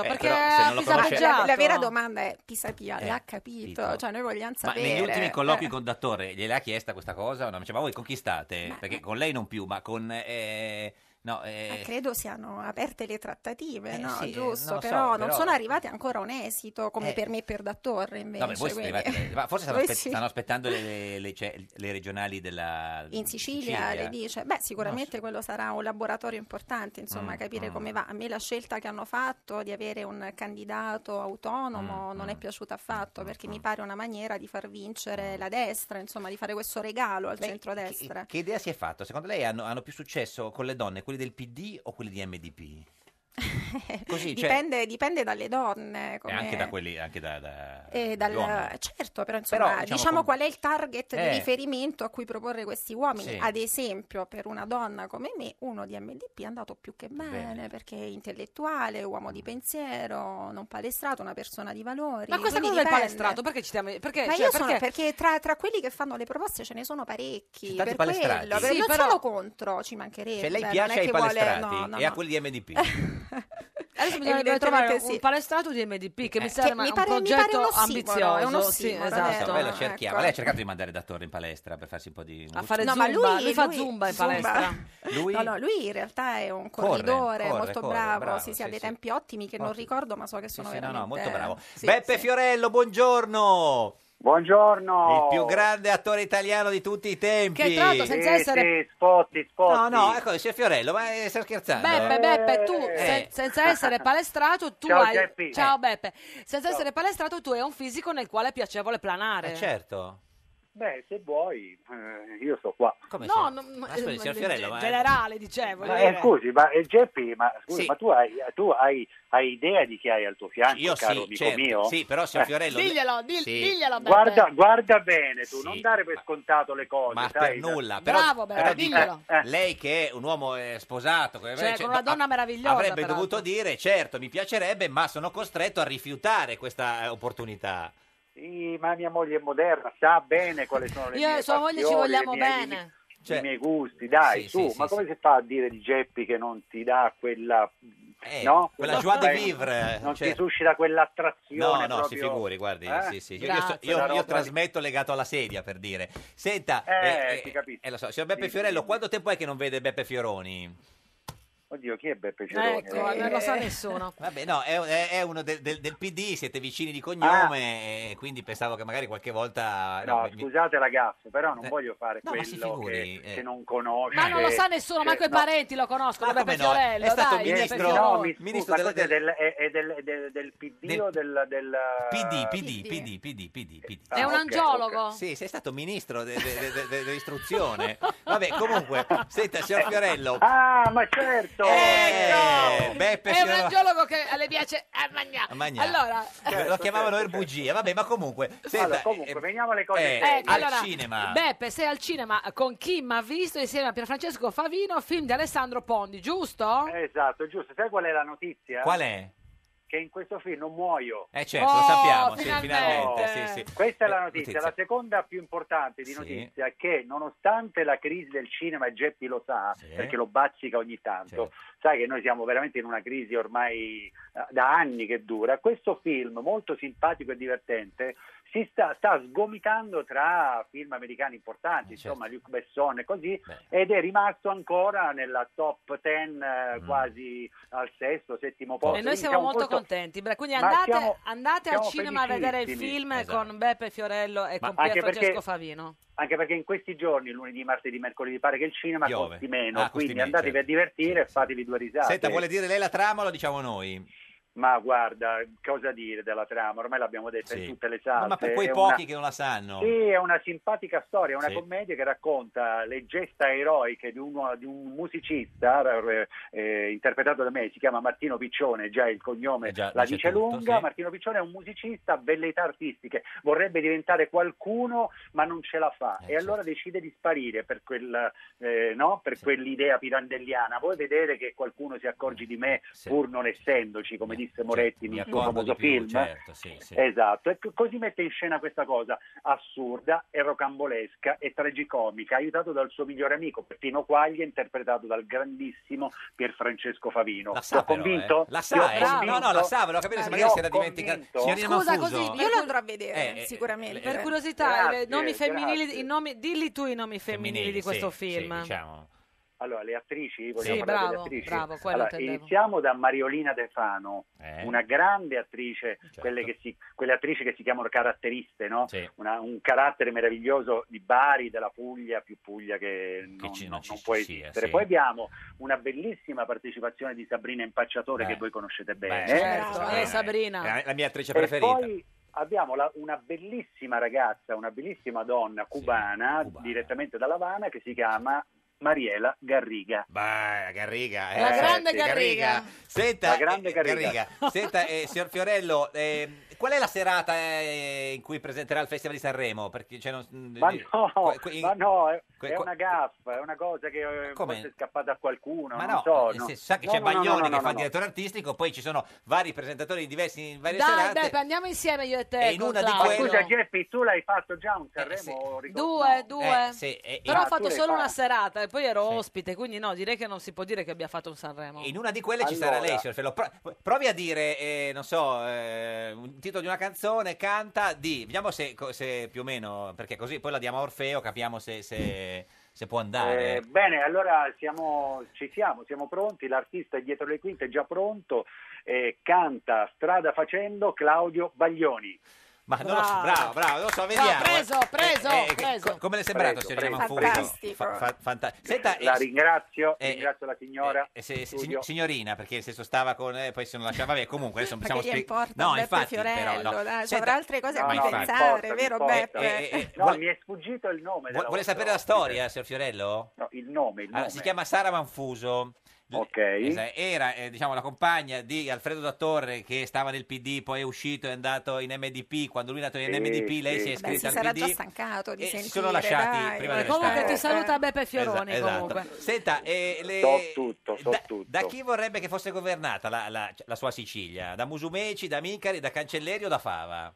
Speaker 2: Eh, perché Esatto. però se non lo conosce-
Speaker 12: la, la vera domanda è Pisapia
Speaker 2: Eh,
Speaker 12: l'ha capito? Cioè noi vogliamo
Speaker 2: Ma
Speaker 12: sapere.
Speaker 2: negli ultimi colloqui
Speaker 12: Eh.
Speaker 2: con Dattore gliel'ha chiesta questa cosa? o No, mi diceva, voi conquistate, perché con lei non più, ma con... eh, no, eh,
Speaker 12: Ma credo siano aperte le trattative, no?
Speaker 2: sì, eh,
Speaker 12: Giusto,
Speaker 2: non lo so,
Speaker 12: però non
Speaker 2: però-
Speaker 12: sono arrivate ancora a un esito come
Speaker 2: Eh.
Speaker 12: per me e per Dattore invece.
Speaker 2: No, beh, voi siete
Speaker 12: quindi-
Speaker 2: arrivati- ma forse stanno,
Speaker 12: Voi
Speaker 2: aspe-
Speaker 12: sì.
Speaker 2: stanno aspettando le, le- le- cioè, le regionali della
Speaker 12: In Sicilia, le dice, beh sicuramente quello sarà un laboratorio importante, insomma,
Speaker 2: Mm,
Speaker 12: capire
Speaker 2: mm.
Speaker 12: come va. A me la scelta che hanno fatto di avere un candidato
Speaker 2: Mm,
Speaker 12: autonomo non è piaciuta affatto perché mi pare una maniera di far vincere la destra, insomma, di fare questo regalo al
Speaker 2: Lei-
Speaker 12: centrodestra.
Speaker 2: Che idea si è fatta? Secondo lei hanno, hanno più successo con le donne, quelli del PD o quelli di MDP? Così, cioè,
Speaker 12: Dipende, dipende dalle donne.
Speaker 2: e
Speaker 12: Come...
Speaker 2: Eh, anche da quelli, anche da, da-
Speaker 12: Eh,
Speaker 2: dagli
Speaker 12: dal-
Speaker 2: uomini.
Speaker 12: certo, però
Speaker 2: Però,
Speaker 12: insomma,
Speaker 2: diciamo,
Speaker 12: diciamo,
Speaker 2: com-
Speaker 12: qual è il target
Speaker 2: Eh.
Speaker 12: di riferimento a cui proporre questi uomini.
Speaker 2: Sì.
Speaker 12: Ad esempio, per una donna come me, uno di MDP è andato più che bene,
Speaker 2: Bene. Mm.
Speaker 12: perché è intellettuale, uomo di pensiero, non palestrato, una persona di valori.
Speaker 1: Ma questa
Speaker 12: quindi
Speaker 1: cosa del
Speaker 12: dipende.
Speaker 1: palestrato, perché ci stiamo... Perché,
Speaker 12: Ma
Speaker 1: cioè,
Speaker 12: io
Speaker 1: perché...
Speaker 12: sono perché tra, tra quelli che fanno le proposte ce ne sono parecchi.
Speaker 2: Ci tanti
Speaker 12: Per
Speaker 2: palestrati.
Speaker 12: quello, perché
Speaker 2: Sì,
Speaker 12: non
Speaker 2: però-
Speaker 12: sono contro, ci mancherebbe.
Speaker 2: Cioè, lei
Speaker 12: non è
Speaker 2: piace ai
Speaker 12: che vuole-
Speaker 2: palestrati
Speaker 12: no, no,
Speaker 2: e a
Speaker 12: no.
Speaker 2: quelli di MDP.
Speaker 1: Adesso bisognerebbe
Speaker 12: Eh, Evidentemente
Speaker 1: trovare
Speaker 12: sì. Eh.
Speaker 1: un palestrato di MDP che mi
Speaker 12: Che
Speaker 1: sembra
Speaker 12: mi
Speaker 1: un
Speaker 12: pare- mi pare
Speaker 1: progetto
Speaker 12: un ossimoro,
Speaker 1: ambizioso.
Speaker 12: è un
Speaker 1: sì,
Speaker 12: ossimoro,
Speaker 1: esatto.
Speaker 2: Adesso, poi la cerchiamo.
Speaker 12: ecco.
Speaker 2: Lei ha cercato di mandare Dattore in palestra per farsi un po' di...
Speaker 1: A fare
Speaker 12: No,
Speaker 1: zumba,
Speaker 12: ma lui-
Speaker 1: lui fa
Speaker 12: lui-
Speaker 1: zumba in
Speaker 12: zumba.
Speaker 1: palestra.
Speaker 2: Lui...
Speaker 12: No, no, lui in realtà è un
Speaker 2: Corre,
Speaker 12: corridore
Speaker 2: corre,
Speaker 12: molto
Speaker 2: corre,
Speaker 12: bravo,
Speaker 2: bravo,
Speaker 12: sì, sì, ha
Speaker 2: sì,
Speaker 12: dei
Speaker 2: sì.
Speaker 12: tempi ottimi che non
Speaker 2: Ottimo.
Speaker 12: ricordo, ma so che
Speaker 2: Sì,
Speaker 12: sono
Speaker 2: sì, no,
Speaker 12: veramente
Speaker 2: no, molto bravo.
Speaker 12: Sì,
Speaker 2: Beppe
Speaker 12: sì.
Speaker 2: Fiorello, buongiorno.
Speaker 19: Buongiorno.
Speaker 2: Il più grande attore italiano di tutti i tempi.
Speaker 1: Che tra l'altro
Speaker 6: Eh,
Speaker 1: senza
Speaker 19: Sì,
Speaker 1: essere...
Speaker 19: sì, spotti,
Speaker 2: No,
Speaker 19: spotti.
Speaker 2: no, ecco, signor Fiorello, ma eh, sta scherzando?
Speaker 1: Beppe, Beppe, tu se-
Speaker 2: Eh.
Speaker 1: senza essere palestrato, tu
Speaker 2: Ciao,
Speaker 1: hai.
Speaker 2: Geppi.
Speaker 1: Ciao
Speaker 2: Eh.
Speaker 1: Beppe. Senza essere palestrato, tu hai un fisico nel quale è piacevole planare.
Speaker 2: Eh, certo.
Speaker 19: Beh, se vuoi, eh, io sto qua.
Speaker 2: Come
Speaker 1: No, no,
Speaker 2: Ma scusi, signor
Speaker 1: eh,
Speaker 2: Fiorello,
Speaker 1: ge-
Speaker 2: ma-
Speaker 1: generale, dicevo.
Speaker 19: Ma,
Speaker 1: voglio
Speaker 19: eh,
Speaker 1: dire.
Speaker 19: scusi, ma eh, Geppi, ma, scusi,
Speaker 2: Sì.
Speaker 19: ma tu, hai, tu hai, hai idea di chi hai al tuo fianco,
Speaker 2: Io
Speaker 19: caro
Speaker 2: sì,
Speaker 19: amico
Speaker 2: certo.
Speaker 19: mio? Eh.
Speaker 2: Sì, però, signor Fiorello,
Speaker 1: Diglielo, dil-
Speaker 2: Sì.
Speaker 1: diglielo Beppe.
Speaker 19: Guarda, guarda bene tu,
Speaker 2: Sì,
Speaker 19: non dare per scontato le cose.
Speaker 2: Ma per
Speaker 19: sai,
Speaker 2: nulla,
Speaker 19: dai. Eh,
Speaker 2: però,
Speaker 1: Bravo, Beppe,
Speaker 2: però dico,
Speaker 1: diglielo.
Speaker 2: lei che è un uomo eh, sposato, come-
Speaker 1: Cioè,
Speaker 2: cioè,
Speaker 1: con una
Speaker 2: no,
Speaker 1: donna meravigliosa.
Speaker 2: avrebbe
Speaker 1: peraltro.
Speaker 2: dovuto dire, certo, mi piacerebbe, ma sono costretto a rifiutare questa eh, opportunità.
Speaker 19: Sì, ma mia moglie è moderna, sa bene quali sono le
Speaker 1: Io
Speaker 19: mie
Speaker 1: e sua moglie ci
Speaker 19: passioni, le
Speaker 1: vogliamo
Speaker 19: mie- i
Speaker 1: bene.
Speaker 19: miei- I miei gusti, dai,
Speaker 2: Cioè, Sì,
Speaker 19: tu,
Speaker 2: sì,
Speaker 19: ma
Speaker 2: sì,
Speaker 19: come si fa a dire di Geppi che non ti dà quella, no?
Speaker 2: Eh, quella joie de
Speaker 19: beh,
Speaker 2: vivre,
Speaker 19: Non
Speaker 2: certo.
Speaker 19: ti suscita quell'attrazione
Speaker 2: No, no, si
Speaker 19: proprio-
Speaker 2: figuri, guardi,
Speaker 19: Eh?
Speaker 2: sì, sì. Io, io sto- io-
Speaker 19: Quella
Speaker 2: io
Speaker 19: roba lì.
Speaker 2: trasmetto legato alla sedia, per dire. Senta,
Speaker 19: Eh,
Speaker 2: eh, eh, eh, lo so, signor Beppe
Speaker 19: Sì,
Speaker 2: Fiorello,
Speaker 19: sì.
Speaker 2: quanto tempo è che non vede Beppe Fioroni?
Speaker 19: Oddio, chi è Beppe Ceroni?
Speaker 1: Ecco, non lo sa nessuno.
Speaker 2: Vabbè, no, è, è- è uno del, del- del PD, siete vicini
Speaker 19: Ah.
Speaker 2: di cognome, e quindi pensavo che magari qualche volta...
Speaker 19: No,
Speaker 2: Ah, mi-
Speaker 19: scusate ragazzi, però non
Speaker 2: Eh,
Speaker 19: voglio fare
Speaker 2: no, ma si
Speaker 19: quello
Speaker 2: figuri,
Speaker 19: che,
Speaker 2: eh.
Speaker 19: che non conosce.
Speaker 1: Ma non lo sa nessuno, manco i parenti lo conoscono.
Speaker 2: come
Speaker 1: Beppe
Speaker 2: no?
Speaker 1: Fiorello,
Speaker 2: È stato
Speaker 1: dai,
Speaker 2: il
Speaker 1: Beppe
Speaker 2: ministro-
Speaker 19: No,
Speaker 1: Fioroni.
Speaker 19: mi
Speaker 2: Ministro
Speaker 19: scusa,
Speaker 2: della-
Speaker 19: cos'è, del, è, è del, è del, del PD o del... del
Speaker 2: PD, PD, PD, PD, PD, PD.
Speaker 19: È un Ah, ok, angiologo? ok.
Speaker 2: Sì, sei stato ministro de- de- de- de- dell'istruzione. Vabbè, comunque, senta, signor Fiorello,
Speaker 19: Eh. Ah, ma certo!
Speaker 2: eh, Beppe
Speaker 1: Ecco! È un
Speaker 2: Fioroni...
Speaker 1: angiologo che le piace a mangiare.
Speaker 2: Magna.
Speaker 1: Allora,
Speaker 19: Certo,
Speaker 1: eh,
Speaker 2: lo chiamavano Erbugia, vabbè, ma comunque, senta,
Speaker 19: Allora, comunque, veniamo alle cose
Speaker 2: eh,
Speaker 19: serie.
Speaker 1: Ecco,
Speaker 2: al
Speaker 1: allora,
Speaker 2: cinema.
Speaker 1: Beppe, sei al cinema con chi mi ha visto insieme a Pierfrancesco Favino, film di Alessandro Pondi, giusto?
Speaker 19: Esatto, giusto. Sai qual è la notizia?
Speaker 2: Qual è?
Speaker 19: Che in questo film non muoio.
Speaker 2: Eh certo, lo
Speaker 19: Oh,
Speaker 2: sappiamo, sì,
Speaker 19: finalmente.
Speaker 2: finalmente. Sì, sì.
Speaker 19: Questa è la
Speaker 2: Eh,
Speaker 19: notizia. La seconda più importante di
Speaker 2: Sì.
Speaker 19: notizia è che nonostante la crisi del cinema, e Geppi lo sa, perché lo bazzica ogni tanto, sai che noi siamo veramente in una crisi ormai eh, da anni che dura, questo film molto simpatico e divertente si sta, sta sgomitando tra film americani
Speaker 2: Eh,
Speaker 19: importanti, insomma
Speaker 2: certo.
Speaker 19: Luc Besson e così, ed è rimasto ancora nella top ten
Speaker 2: Mm.
Speaker 19: eh, quasi al sesto, settimo posto.
Speaker 1: e noi
Speaker 19: Quindi
Speaker 1: siamo molto,
Speaker 19: molto-
Speaker 1: contenti. Bra- Quindi
Speaker 19: Ma
Speaker 1: andate,
Speaker 19: siamo-
Speaker 1: andate al
Speaker 19: siamo
Speaker 1: cinema a vedere il
Speaker 19: felicissimi.
Speaker 1: film
Speaker 19: Esatto.
Speaker 1: con Beppe Fiorello e
Speaker 19: Ma
Speaker 1: con
Speaker 19: anche
Speaker 1: Pierfrancesco
Speaker 19: perché-
Speaker 1: Favino.
Speaker 19: Anche perché in questi giorni, lunedì, martedì, mercoledì, pare che il cinema
Speaker 2: Piove.
Speaker 19: costi meno,
Speaker 2: Ah, costi
Speaker 19: quindi
Speaker 2: meno,
Speaker 19: andatevi
Speaker 2: certo.
Speaker 19: a divertire e fatevi due risate.
Speaker 2: Senta, vuole dire lei la trama o lo diciamo noi?
Speaker 19: Ma guarda, cosa dire della trama? Ormai l'abbiamo detta
Speaker 2: Sì.
Speaker 19: in tutte le salse.
Speaker 2: No, ma per quei
Speaker 19: È
Speaker 2: pochi
Speaker 19: una-
Speaker 2: che non la sanno.
Speaker 19: Sì, è una simpatica storia, è una
Speaker 2: Sì.
Speaker 19: commedia che racconta le gesta eroiche di, uno- di un musicista eh, eh, interpretato da me, si chiama Martino Piccione, già il cognome
Speaker 2: già
Speaker 19: la
Speaker 2: dice
Speaker 19: dice
Speaker 2: tutto,
Speaker 19: lunga.
Speaker 2: sì.
Speaker 19: Martino Piccione è un musicista a velleità artistiche, vorrebbe diventare qualcuno ma non ce la fa
Speaker 2: Eh,
Speaker 19: e allora decide di sparire per, quel, eh, no? per quell'idea pirandelliana. Vuoi vedere che qualcuno si accorge di me pur non essendoci, come disse Moretti
Speaker 2: Eh, Certo, Mi
Speaker 19: nel suo
Speaker 2: accorgo di
Speaker 19: famoso
Speaker 2: più,
Speaker 19: film?
Speaker 2: certo, sì, sì.
Speaker 19: Esatto, e co- così mette in scena questa cosa assurda e rocambolesca e tragicomica, aiutato dal suo migliore amico Peppino Quaglia, interpretato dal grandissimo Pierfrancesco Favino.
Speaker 2: La
Speaker 19: Ti
Speaker 2: sa
Speaker 19: ho
Speaker 2: però,
Speaker 19: convinto?
Speaker 2: eh. La
Speaker 19: Ti ho
Speaker 2: sa, eh. No, no, la sa, volevo capire se
Speaker 19: Ti
Speaker 2: magari
Speaker 19: ho
Speaker 2: si era dimenticata.
Speaker 19: convinto?
Speaker 2: Signorina
Speaker 12: Scusa,
Speaker 2: Mancuso?
Speaker 12: così, io lo andrò a vedere,
Speaker 2: Eh, eh,
Speaker 12: sicuramente.
Speaker 1: Per curiosità, eh,
Speaker 19: Grazie,
Speaker 1: i nomi femminili,
Speaker 19: grazie.
Speaker 1: i nomi, dilli tu i nomi femminili di questo
Speaker 19: sì, sì,
Speaker 1: film.
Speaker 2: diciamo.
Speaker 19: Allora, le attrici, vogliamo
Speaker 1: Sì,
Speaker 19: parlare delle
Speaker 1: bravo,
Speaker 19: attrici?
Speaker 1: bravo, quello
Speaker 19: Allora,
Speaker 1: intendevo.
Speaker 19: iniziamo da Mariolina De Fano,
Speaker 2: Eh. Certo.
Speaker 19: una grande attrice, quelle, che si, quelle attrici che si chiamano caratteriste, no?
Speaker 2: Sì.
Speaker 19: Una- un carattere meraviglioso di Bari, della Puglia, più Puglia che non,
Speaker 2: ci- non
Speaker 19: non
Speaker 2: ci
Speaker 19: può
Speaker 2: sia,
Speaker 19: esistere.
Speaker 2: sì.
Speaker 19: Poi abbiamo una bellissima partecipazione di Sabrina Impacciatore
Speaker 2: Beh.
Speaker 19: che voi conoscete
Speaker 2: Eh. Beh,
Speaker 19: bene.
Speaker 2: certo,
Speaker 1: Eh, Sabrina.
Speaker 2: È la mia attrice
Speaker 19: E
Speaker 2: preferita.
Speaker 19: poi abbiamo la- una bellissima ragazza, una bellissima donna cubana, direttamente dalla Havana, che si chiama Mariela Garriga.
Speaker 2: Beh, Garriga,
Speaker 19: La grande
Speaker 2: sì, Eh, Senta,
Speaker 19: La grande
Speaker 2: eh,
Speaker 19: Garriga.
Speaker 2: Garriga, Senta, eh, signor Fiorello, eh, qual è la serata eh, in cui presenterà il Festival di Sanremo? Perché, cioè, non-
Speaker 19: Ma no,
Speaker 2: que- que-
Speaker 19: ma no, è,
Speaker 2: que-
Speaker 19: è
Speaker 2: que-
Speaker 19: una gaffa, è una cosa che eh,
Speaker 2: Come?
Speaker 19: forse è scappata a qualcuno,
Speaker 2: Ma
Speaker 19: non
Speaker 2: no,
Speaker 19: so.
Speaker 2: nel
Speaker 19: no.
Speaker 2: senso, sa che
Speaker 19: No,
Speaker 2: c'è
Speaker 19: no, no,
Speaker 2: Bagnone
Speaker 19: no,
Speaker 2: che
Speaker 19: no,
Speaker 2: fa
Speaker 19: no,
Speaker 2: il
Speaker 19: no.
Speaker 2: direttore artistico, poi ci sono vari presentatori di diversi in varie
Speaker 1: Dai,
Speaker 2: serate.
Speaker 1: dai, andiamo insieme io e te.
Speaker 2: E in una di
Speaker 1: Claudio.
Speaker 2: quelle- Scusa,
Speaker 19: Geppi, Cioè, tu l'hai fatto già un Sanremo?
Speaker 1: Due, due.
Speaker 2: Eh, sì, e-
Speaker 1: Però
Speaker 2: e-
Speaker 1: ho fatto
Speaker 2: Ah, tu
Speaker 1: solo
Speaker 2: le
Speaker 1: una
Speaker 2: fai.
Speaker 1: serata e poi ero ospite, quindi no, direi che non si può dire che abbia fatto un Sanremo.
Speaker 2: In una di quelle ci sarà lei, signor Fello. Pro- provi a dire, eh, non so, eh, un titolo di una canzone, canta, di. Vediamo se, co- se più o meno, perché così poi la diamo a Orfeo, capiamo se, se- se può andare.
Speaker 19: Eh, bene, allora siamo, ci siamo, siamo pronti, l'artista è dietro le quinte, è già pronto, eh, canta strada facendo Claudio Baglioni.
Speaker 2: Ma non lo so, bravo, bravo, non so, vediamo.
Speaker 19: preso,
Speaker 2: eh.
Speaker 19: preso,
Speaker 2: che-
Speaker 19: preso.
Speaker 2: co- come le è sembrato,
Speaker 19: Preso,
Speaker 2: signor
Speaker 19: preso,
Speaker 2: Giamanfuso?
Speaker 19: fantastico.
Speaker 2: Fa- fa- fanta- Senta,
Speaker 19: La
Speaker 2: eh,
Speaker 19: ringrazio, ringrazio la signora.
Speaker 2: Eh, se- se-
Speaker 19: Studio.
Speaker 2: signorina, perché se so stava con. eh, poi se non lasciava. Vabbè, comunque adesso
Speaker 12: Ma
Speaker 2: possiamo
Speaker 12: che gli
Speaker 2: spiegare.
Speaker 12: importa
Speaker 2: No,
Speaker 12: Beppe
Speaker 2: infatti,
Speaker 12: Fiorello,
Speaker 2: però, no.
Speaker 12: dai, ci
Speaker 2: Senta-
Speaker 12: avrà altre cose a
Speaker 2: No,
Speaker 12: cui
Speaker 2: no, mi
Speaker 12: pensare,
Speaker 2: importa,
Speaker 12: vero
Speaker 2: mi importa.
Speaker 12: Beppe?
Speaker 2: Eh, eh,
Speaker 19: No,
Speaker 2: vuole-
Speaker 19: mi è sfuggito il nome.
Speaker 2: Vu-
Speaker 19: della
Speaker 2: Vuole
Speaker 19: vostra
Speaker 2: sapere la
Speaker 19: ospite.
Speaker 2: storia, signor Fiorello?
Speaker 19: No, il nome, il
Speaker 2: Allora,
Speaker 19: nome.
Speaker 2: si chiama Sara Manfuso. L- Esa- Era eh, diciamo, la compagna di Alfredo da Torre che stava nel PD, poi è uscito e è andato in MDP. Quando lui è nato in
Speaker 12: Sì,
Speaker 2: MDP, lei
Speaker 12: sì.
Speaker 2: si è
Speaker 12: Vabbè, si
Speaker 2: iscritta
Speaker 12: sarà
Speaker 2: al
Speaker 12: già
Speaker 2: PD.
Speaker 12: stancato di
Speaker 2: e
Speaker 12: sentire,
Speaker 2: si sono lasciati
Speaker 12: dai.
Speaker 2: prima
Speaker 1: Comunque ti
Speaker 2: dell'estate.
Speaker 1: saluta Beppe Fioroni
Speaker 2: Esa- esatto.
Speaker 1: comunque.
Speaker 2: Senta, eh, le-
Speaker 19: tutto,
Speaker 2: da, da chi vorrebbe che fosse governata la, la- la sua Sicilia? Da Musumeci, da Micari, da Cancelleri o da Fava?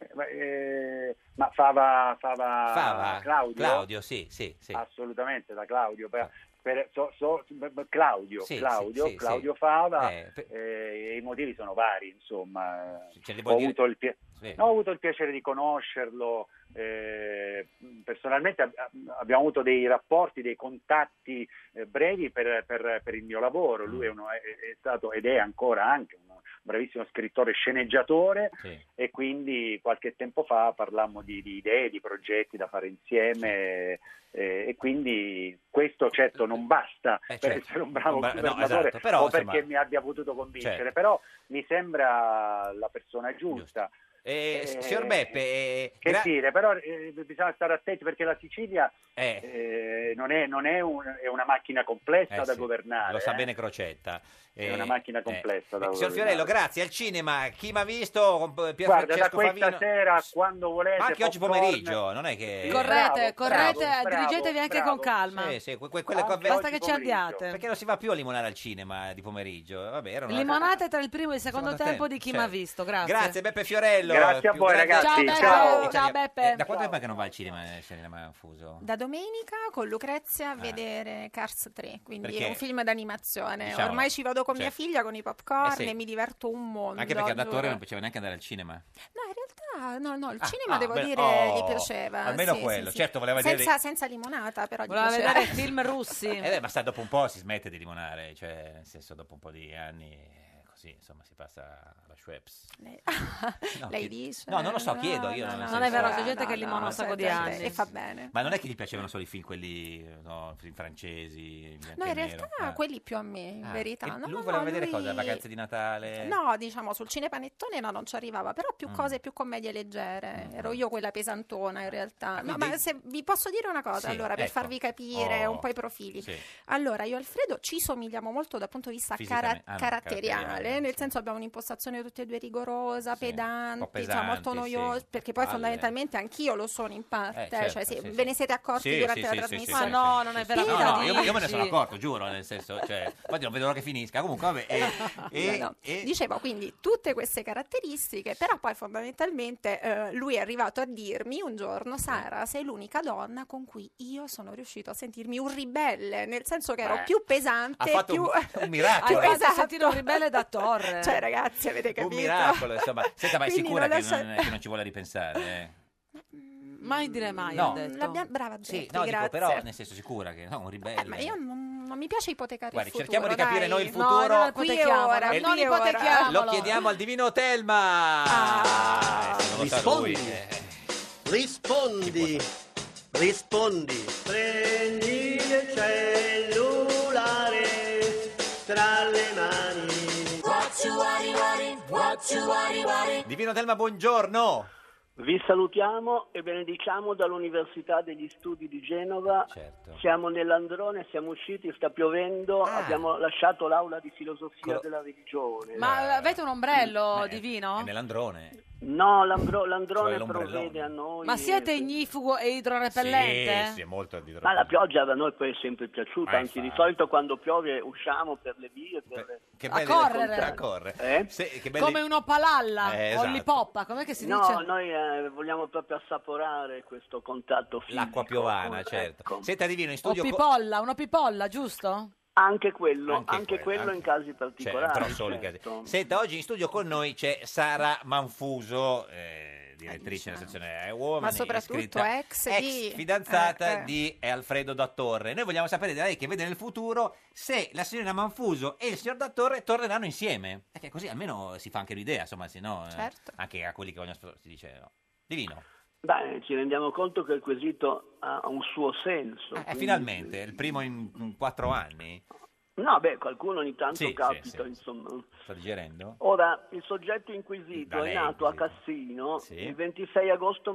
Speaker 19: Eh, ma, eh, ma Fava, Fava,
Speaker 2: Fava,
Speaker 19: Ah, Claudio? Ah,
Speaker 2: sì, sì, sì.
Speaker 19: Assolutamente, da Claudio. Per, per- so- so- Claudio,
Speaker 2: Sì,
Speaker 19: Claudio,
Speaker 2: sì, sì,
Speaker 19: Claudio Fava, eh, i motivi sono vari, insomma.
Speaker 2: Ce li
Speaker 19: Ho
Speaker 2: vuol dire?
Speaker 19: avuto, il pia-
Speaker 2: Sì.
Speaker 19: no, ho avuto il piacere di conoscerlo eh, personalmente, ab- ab- abbiamo avuto dei rapporti, dei contatti eh, brevi per, per- per il mio lavoro. Lui è, uno- è- è stato ed è ancora anche un bravissimo scrittore e sceneggiatore
Speaker 2: Sì.
Speaker 19: e quindi qualche tempo fa parlammo di, di idee, di progetti da fare insieme eh, e quindi questo certo non basta per
Speaker 2: certo.
Speaker 19: essere un bravo
Speaker 2: Un bra- no,
Speaker 19: governatore
Speaker 2: esatto, però,
Speaker 19: o
Speaker 2: insomma-
Speaker 19: perché mi abbia potuto convincere,
Speaker 2: Certo.
Speaker 19: però mi sembra la persona giusta.
Speaker 2: Eh,
Speaker 19: Eh,
Speaker 2: signor Beppe, eh,
Speaker 19: Che
Speaker 2: gra-
Speaker 19: dire, però eh, bisogna stare attenti perché la Sicilia
Speaker 2: eh,
Speaker 19: eh, non, è, non è, un- è una macchina complessa
Speaker 2: Eh
Speaker 19: da
Speaker 2: sì,
Speaker 19: governare.
Speaker 2: lo sa
Speaker 19: eh.
Speaker 2: bene Crocetta. Eh,
Speaker 19: È una macchina complessa da
Speaker 2: Signor
Speaker 19: governare.
Speaker 2: Fiorello, grazie. Al cinema, chi mi ha visto? Con Pier
Speaker 19: Guarda, da
Speaker 2: Francesco
Speaker 19: questa
Speaker 2: Favino.
Speaker 19: sera, quando volete,
Speaker 2: Ma anche oggi
Speaker 19: popcorn,
Speaker 2: pomeriggio, non è che...
Speaker 1: Correte,
Speaker 19: Bravo,
Speaker 1: correte,
Speaker 19: bravo, bravo,
Speaker 1: dirigetevi anche
Speaker 19: bravo.
Speaker 1: con calma.
Speaker 2: Sì, sì, que- que- quelle
Speaker 1: Anche
Speaker 2: cose-
Speaker 1: Basta oggi che ci pomeriggio. andiate.
Speaker 2: Perché non si va più a limonare al cinema di pomeriggio. Vabbè, era una-
Speaker 1: Limonate tra il primo e il secondo
Speaker 2: Secondo
Speaker 1: tempo
Speaker 2: tempo,
Speaker 1: di chi
Speaker 2: certo.
Speaker 1: mi ha visto, grazie.
Speaker 2: Grazie Beppe Fiorello.
Speaker 19: Grazie a
Speaker 2: più
Speaker 19: voi,
Speaker 2: grande-
Speaker 19: ragazzi,
Speaker 1: Ciao, Beppe. ciao.
Speaker 2: Italia.
Speaker 1: Ciao, Beppe.
Speaker 2: Eh, Da quanto tempo è che non va al cinema, eh, cinema fuso?
Speaker 12: Da domenica con Lucrezia a vedere Cars 3, quindi
Speaker 2: Eh. Perché-
Speaker 12: è un film d'animazione.
Speaker 2: Diciamo-
Speaker 12: Ormai ci vado con
Speaker 2: cioè-
Speaker 12: mia figlia con i popcorn
Speaker 2: Eh sì.
Speaker 12: e mi diverto un mondo.
Speaker 2: Anche perché ad attore
Speaker 12: giuro.
Speaker 2: non piaceva neanche andare al cinema.
Speaker 12: No, in realtà no, no, il
Speaker 2: Ah,
Speaker 12: cinema
Speaker 2: ah,
Speaker 12: devo
Speaker 2: bene.
Speaker 12: dire
Speaker 2: Oh,
Speaker 12: gli piaceva.
Speaker 2: almeno
Speaker 12: sì, sì,
Speaker 2: quello.
Speaker 12: sì.
Speaker 2: Certo, voleva
Speaker 12: senza,
Speaker 2: vedere-
Speaker 12: senza limonata, però gli
Speaker 1: Voleva
Speaker 12: piaceva.
Speaker 1: vedere film russi.
Speaker 2: Eh, beh, ma sa, dopo un po' si smette di limonare, cioè, nel senso, dopo un po' di anni, eh, così, insomma, si passa alla Schweppes. No,
Speaker 12: Lei
Speaker 2: chi-
Speaker 12: dice?
Speaker 2: No, non lo so,
Speaker 12: No,
Speaker 2: chiedo io.
Speaker 12: no,
Speaker 2: nel
Speaker 12: no,
Speaker 1: Non è vero,
Speaker 2: senso-
Speaker 1: c'è gente che limona un
Speaker 12: c'è
Speaker 1: sacco di
Speaker 12: gente-
Speaker 1: anni.
Speaker 12: E fa bene.
Speaker 2: Ma non è che gli piacevano solo i film quelli, no, film francesi, in bianco
Speaker 12: No, in
Speaker 2: e nero?
Speaker 12: realtà
Speaker 2: Ah.
Speaker 12: quelli più a me, in
Speaker 2: Ah,
Speaker 12: verità.
Speaker 2: e
Speaker 12: No,
Speaker 2: lui
Speaker 12: no,
Speaker 2: voleva
Speaker 12: no,
Speaker 2: vedere
Speaker 12: lui-
Speaker 2: cosa? Vacanze di Natale?
Speaker 12: No, diciamo sul cinepanettone no, non ci arrivava, però
Speaker 2: Mm.
Speaker 12: più cose, più commedie leggere. Ero io quella pesantona in realtà. No,
Speaker 2: Mm-hmm. Ah, quindi-
Speaker 12: ma se vi posso dire una cosa,
Speaker 2: Sì,
Speaker 12: allora, per
Speaker 2: ecco.
Speaker 12: farvi capire
Speaker 2: Oh,
Speaker 12: un po' i profili.
Speaker 2: sì.
Speaker 12: Allora, io e Alfredo ci somigliamo molto dal punto di vista
Speaker 2: Fisicamente-
Speaker 12: cara-
Speaker 2: ah, no,
Speaker 12: caratteriale,
Speaker 2: caratteriale,
Speaker 12: nel senso abbiamo un'impostazione tutti e due rigorosa, pedante,
Speaker 2: po'
Speaker 12: insomma, molto
Speaker 2: pesanti, sì.
Speaker 12: noiosa, perché poi
Speaker 2: Palle.
Speaker 12: fondamentalmente anch'io lo sono in parte,
Speaker 2: Eh, certo,
Speaker 12: cioè se
Speaker 2: sì,
Speaker 12: ve
Speaker 2: sì.
Speaker 12: ne siete accorti
Speaker 2: Sì,
Speaker 12: durante
Speaker 2: sì,
Speaker 12: la
Speaker 2: sì, sì,
Speaker 12: trasmissione.
Speaker 2: sì, Ma no, sì.
Speaker 1: Ah, non è
Speaker 2: No,
Speaker 1: vero.
Speaker 2: no, io, io me ne sono
Speaker 1: Dici.
Speaker 2: accorto, giuro, nel senso, cioè, infatti non vedo l'ora che finisca. Comunque, vabbè, e, e-
Speaker 12: Cioè, No, no.
Speaker 2: e-
Speaker 12: Dicevo quindi tutte queste caratteristiche, però poi fondamentalmente eh, lui è arrivato a dirmi un giorno: Sara, sei l'unica donna con cui io sono riuscito a sentirmi un ribelle, nel senso che ero
Speaker 2: Beh,
Speaker 12: più
Speaker 2: ha
Speaker 12: pesante,
Speaker 2: fatto
Speaker 12: più.
Speaker 2: un, un miracolo.
Speaker 12: Più
Speaker 2: eh.
Speaker 12: pesante.
Speaker 1: Sentire un ribelle da torre.
Speaker 12: Cioè, ragazzi, avete
Speaker 2: Un
Speaker 12: capito?
Speaker 2: miracolo, insomma. Senta, ma è
Speaker 12: Quindi
Speaker 2: sicura
Speaker 12: non
Speaker 2: che,
Speaker 12: lascia-
Speaker 2: non, che non ci vuole ripensare? eh?
Speaker 1: Mai dire mai,
Speaker 2: No.
Speaker 1: ho detto.
Speaker 12: L'abbia- Brava,
Speaker 2: Sì,
Speaker 12: Geppi,
Speaker 2: no, dico,
Speaker 12: grazie.
Speaker 2: però, nel senso, sicura che no, un ribelle. Ah,
Speaker 12: Eh, ma io non, non mi piace ipotecare
Speaker 2: Guardi,
Speaker 12: il futuro.
Speaker 2: cerchiamo di capire
Speaker 12: dai.
Speaker 2: noi il futuro.
Speaker 12: No, non qui e ora,
Speaker 2: Eh,
Speaker 12: non ipotechiamolo.
Speaker 2: Lo chiediamo al divino Telma.
Speaker 20: Ah,
Speaker 2: Eh, se non lo sa lui,
Speaker 21: Rispondi.
Speaker 2: eh.
Speaker 21: Rispondi, rispondi. Prendi il cellulare tra le mani.
Speaker 17: What you worry, worry, what you worry, worry.
Speaker 2: Divino Telma, buongiorno.
Speaker 20: Vi salutiamo e benediciamo dall'Università degli Studi di Genova.
Speaker 2: Certo.
Speaker 20: Siamo nell'Androne, siamo usciti, sta piovendo,
Speaker 2: Ah.
Speaker 20: abbiamo lasciato l'aula di filosofia
Speaker 2: Quello-
Speaker 20: della religione.
Speaker 2: Cioè,
Speaker 13: Ma avete un ombrello di
Speaker 2: È
Speaker 13: vino?
Speaker 2: nell'androne.
Speaker 20: No, l'andro- l'androne
Speaker 2: Eh, Cioè l'ombrellone.
Speaker 20: provvede a noi.
Speaker 13: Ma siete ignifugo e idrorepellente?
Speaker 20: Sì, sì, Ma la pioggia da noi poi è sempre
Speaker 2: Ah,
Speaker 20: piaciuta, anzi di solito quando piove usciamo per le vie, per...
Speaker 2: Che
Speaker 13: A correre.
Speaker 2: a correre. Se- che belli-
Speaker 13: Come un'opalalla
Speaker 20: Eh,
Speaker 13: o
Speaker 20: esatto.
Speaker 13: l'ipoppa, com'è che si
Speaker 20: no,
Speaker 13: dice?
Speaker 20: noi eh, vogliamo proprio assaporare questo contatto fisico.
Speaker 2: L'acqua piovana, certo. Senta Divino, in
Speaker 13: O
Speaker 2: studio... co-
Speaker 13: pipolla, una pipolla, giusto?
Speaker 20: Anche quello,
Speaker 2: Anche anche quello, quello anche- in
Speaker 20: casi
Speaker 2: Cioè,
Speaker 20: particolari. certo.
Speaker 2: però solo in casi- Senta, oggi in studio con noi c'è Sara Manfuso, eh, direttrice della sezione eh, I Woman,
Speaker 12: Ma soprattutto
Speaker 2: iscritta-
Speaker 12: ex di-
Speaker 2: fidanzata
Speaker 12: eh.
Speaker 2: di Alfredo Dattore. Noi vogliamo sapere da lei che vede nel futuro se la signorina Manfuso e il signor Dattore torneranno insieme. Perché così almeno si fa anche l'idea, insomma, se no eh,
Speaker 20: Certo.
Speaker 2: anche a quelli che vogliono sposare si dice no. Divino.
Speaker 20: Beh, ci rendiamo conto che il quesito ha un suo senso.
Speaker 2: E
Speaker 20: quindi-
Speaker 2: Eh, finalmente, il primo in, in quattro anni.
Speaker 20: No, beh, qualcuno ogni tanto
Speaker 2: Sì, sì,
Speaker 20: capita,
Speaker 2: sì.
Speaker 20: insomma.
Speaker 2: Sta digerendo?
Speaker 20: Ora, il soggetto inquisito
Speaker 2: Da
Speaker 20: è
Speaker 2: lei
Speaker 20: nato a Cassino
Speaker 2: Sì.
Speaker 20: il 26 agosto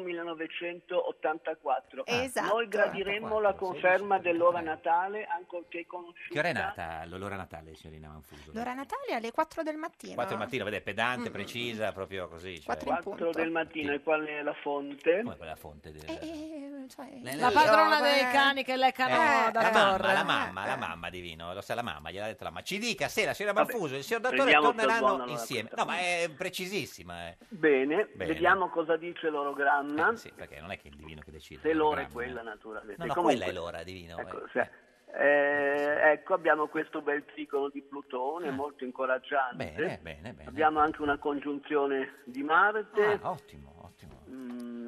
Speaker 20: 1984.
Speaker 12: Esatto.
Speaker 20: Noi gradiremmo la conferma dell'ora natale, ancorché conosciuta.
Speaker 2: Che ora è nata l- l'ora natale, signorina Manfuso?
Speaker 12: L'ora Natale alle 4 del mattino.
Speaker 2: 4 mattina, vede, pedante, precisa, proprio così. Cioè,
Speaker 20: 4 del mattino, e qual è la fonte?
Speaker 2: Come quella fonte del...
Speaker 12: Eh, cioè,
Speaker 2: La-
Speaker 13: La
Speaker 2: Io,
Speaker 13: padrona
Speaker 12: vabbè.
Speaker 13: dei cani che leccano
Speaker 2: Eh,
Speaker 13: da
Speaker 2: la mamma,
Speaker 13: torre.
Speaker 2: la mamma, la mamma divino, lo sa la mamma, gliel'ha detto la mamma. Ci dica se la signora
Speaker 20: Vabbè,
Speaker 2: Manfuso e il signor Dattore
Speaker 20: prendiamo per
Speaker 2: torneranno
Speaker 20: buona allora
Speaker 2: insieme.
Speaker 20: questa.
Speaker 2: No, ma è precisissima. eh.
Speaker 20: Bene,
Speaker 2: Bene. Eh,
Speaker 20: vediamo cosa dice l'orogramma.
Speaker 2: Sì, perché non è che è il divino che decide.
Speaker 20: Se l'ora è
Speaker 2: l'orogramma,
Speaker 20: quella,
Speaker 2: eh.
Speaker 20: naturalmente.
Speaker 2: No, no,
Speaker 20: Comunque-
Speaker 2: quella è l'ora, divino.
Speaker 20: Ecco,
Speaker 2: eh.
Speaker 20: se- eh, ecco, abbiamo questo bel trigono di Plutone, molto incoraggiante.
Speaker 2: Ah. Eh, Bene, bene, bene.
Speaker 20: Abbiamo anche una congiunzione di Marte. Mm,
Speaker 2: Ah, ottimo, ottimo.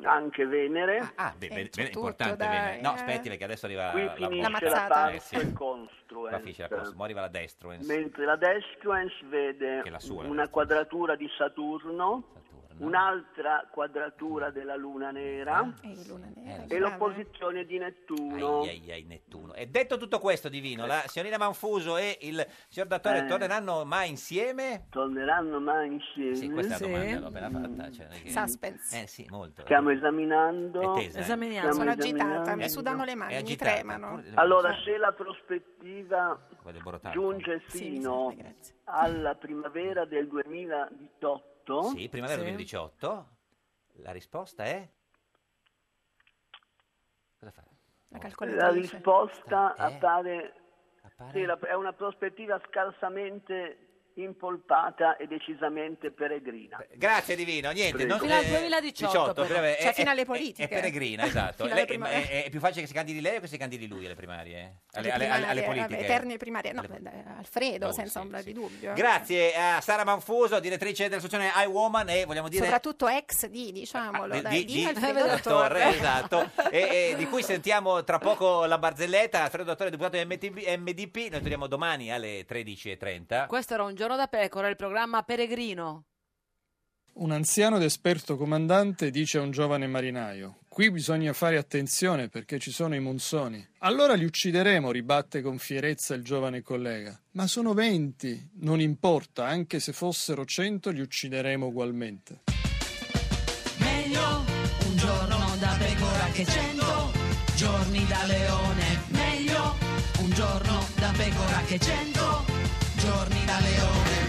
Speaker 20: anche Venere.
Speaker 2: Ah, beh, bene, bene, importante, bene. No, aspetti perché adesso arriva
Speaker 20: Qui
Speaker 2: la, la
Speaker 20: finisce la
Speaker 2: posta.
Speaker 20: parte
Speaker 2: Eh, sì.
Speaker 20: Construens.
Speaker 2: Qua finisce la cosa, mo arriva la eh, destruens.
Speaker 20: Mentre la Destruens vede
Speaker 2: Che è la sua, la
Speaker 20: una quadratura di Saturno, un'altra
Speaker 2: Mm.
Speaker 20: quadratura della Luna Eh, Nera
Speaker 2: Eh,
Speaker 20: e l'opposizione di Nettuno.
Speaker 2: Ai, ai, ai, Nettuno. E detto tutto questo, Divino, la signorina Manfuso e il signor Dattore
Speaker 20: Eh.
Speaker 2: torneranno mai insieme?
Speaker 20: Torneranno mai insieme?
Speaker 2: Sì, questa è
Speaker 20: Sì.
Speaker 2: la domanda, l'ho appena fatta. Cioè, non è che-
Speaker 12: Suspense.
Speaker 2: Eh sì, molto.
Speaker 20: Stiamo esaminando.
Speaker 2: È tesa, eh.
Speaker 20: Esaminiamo,
Speaker 12: Sono
Speaker 20: esaminiamo.
Speaker 12: agitata, mi sudano le mani,
Speaker 2: È
Speaker 12: mi
Speaker 2: agitata,
Speaker 12: tremano.
Speaker 2: pure-
Speaker 20: Allora, se la prospettiva
Speaker 2: Qua del Borotalco.
Speaker 20: giunge
Speaker 12: Sì,
Speaker 20: fino alla primavera del 2018,
Speaker 2: Sì, primavera 2018. La risposta è? Cosa fa?
Speaker 20: la risposta appare,
Speaker 2: appare-
Speaker 20: sì, la- è una prospettiva scarsamente impolpata e decisamente peregrina.
Speaker 2: Grazie Divino, niente.
Speaker 20: Prego.
Speaker 2: non-
Speaker 20: Fino al
Speaker 2: eh,
Speaker 20: 2018,
Speaker 2: 18,
Speaker 20: però.
Speaker 2: primavera,
Speaker 20: Cioè,
Speaker 2: è-
Speaker 20: fino alle
Speaker 2: è-
Speaker 20: politiche.
Speaker 2: eh, È, peregrina, esatto.
Speaker 20: Fino alle
Speaker 2: Lei- è,
Speaker 20: primarie.
Speaker 2: è- è più facile che si candidi lei o che si candidi lui alle primarie? Alle, alle- alle-
Speaker 12: primarie,
Speaker 2: alle
Speaker 12: vabbè,
Speaker 2: politiche.
Speaker 12: eterne primarie. No, beh, Alfredo, senza ombra di dubbio.
Speaker 2: Grazie a Sara Manfuso, direttrice dell'associazione I Woman e vogliamo dire... Ah,
Speaker 12: Soprattutto ex di, diciamolo,
Speaker 2: di-
Speaker 12: dai,
Speaker 2: di-
Speaker 12: di Alfredo
Speaker 2: della
Speaker 12: Torre.
Speaker 2: Torre, esatto, e, e di cui sentiamo tra poco la barzelletta. Alfredo Dottore, deputato di MTB MDP. Noi torniamo domani alle 13.30.
Speaker 1: Questo era un giorno da pecora, il programma Peregrino.
Speaker 14: Un anziano ed esperto comandante dice a un giovane marinaio: Qui bisogna fare attenzione perché ci sono i monsoni. Allora li uccideremo, ribatte con fierezza il giovane collega. Ma sono venti, non importa, anche se fossero cento li uccideremo ugualmente.
Speaker 17: Meglio un giorno da pecora che cento giorni da leone. Meglio un giorno da pecora che cento giorni da leone.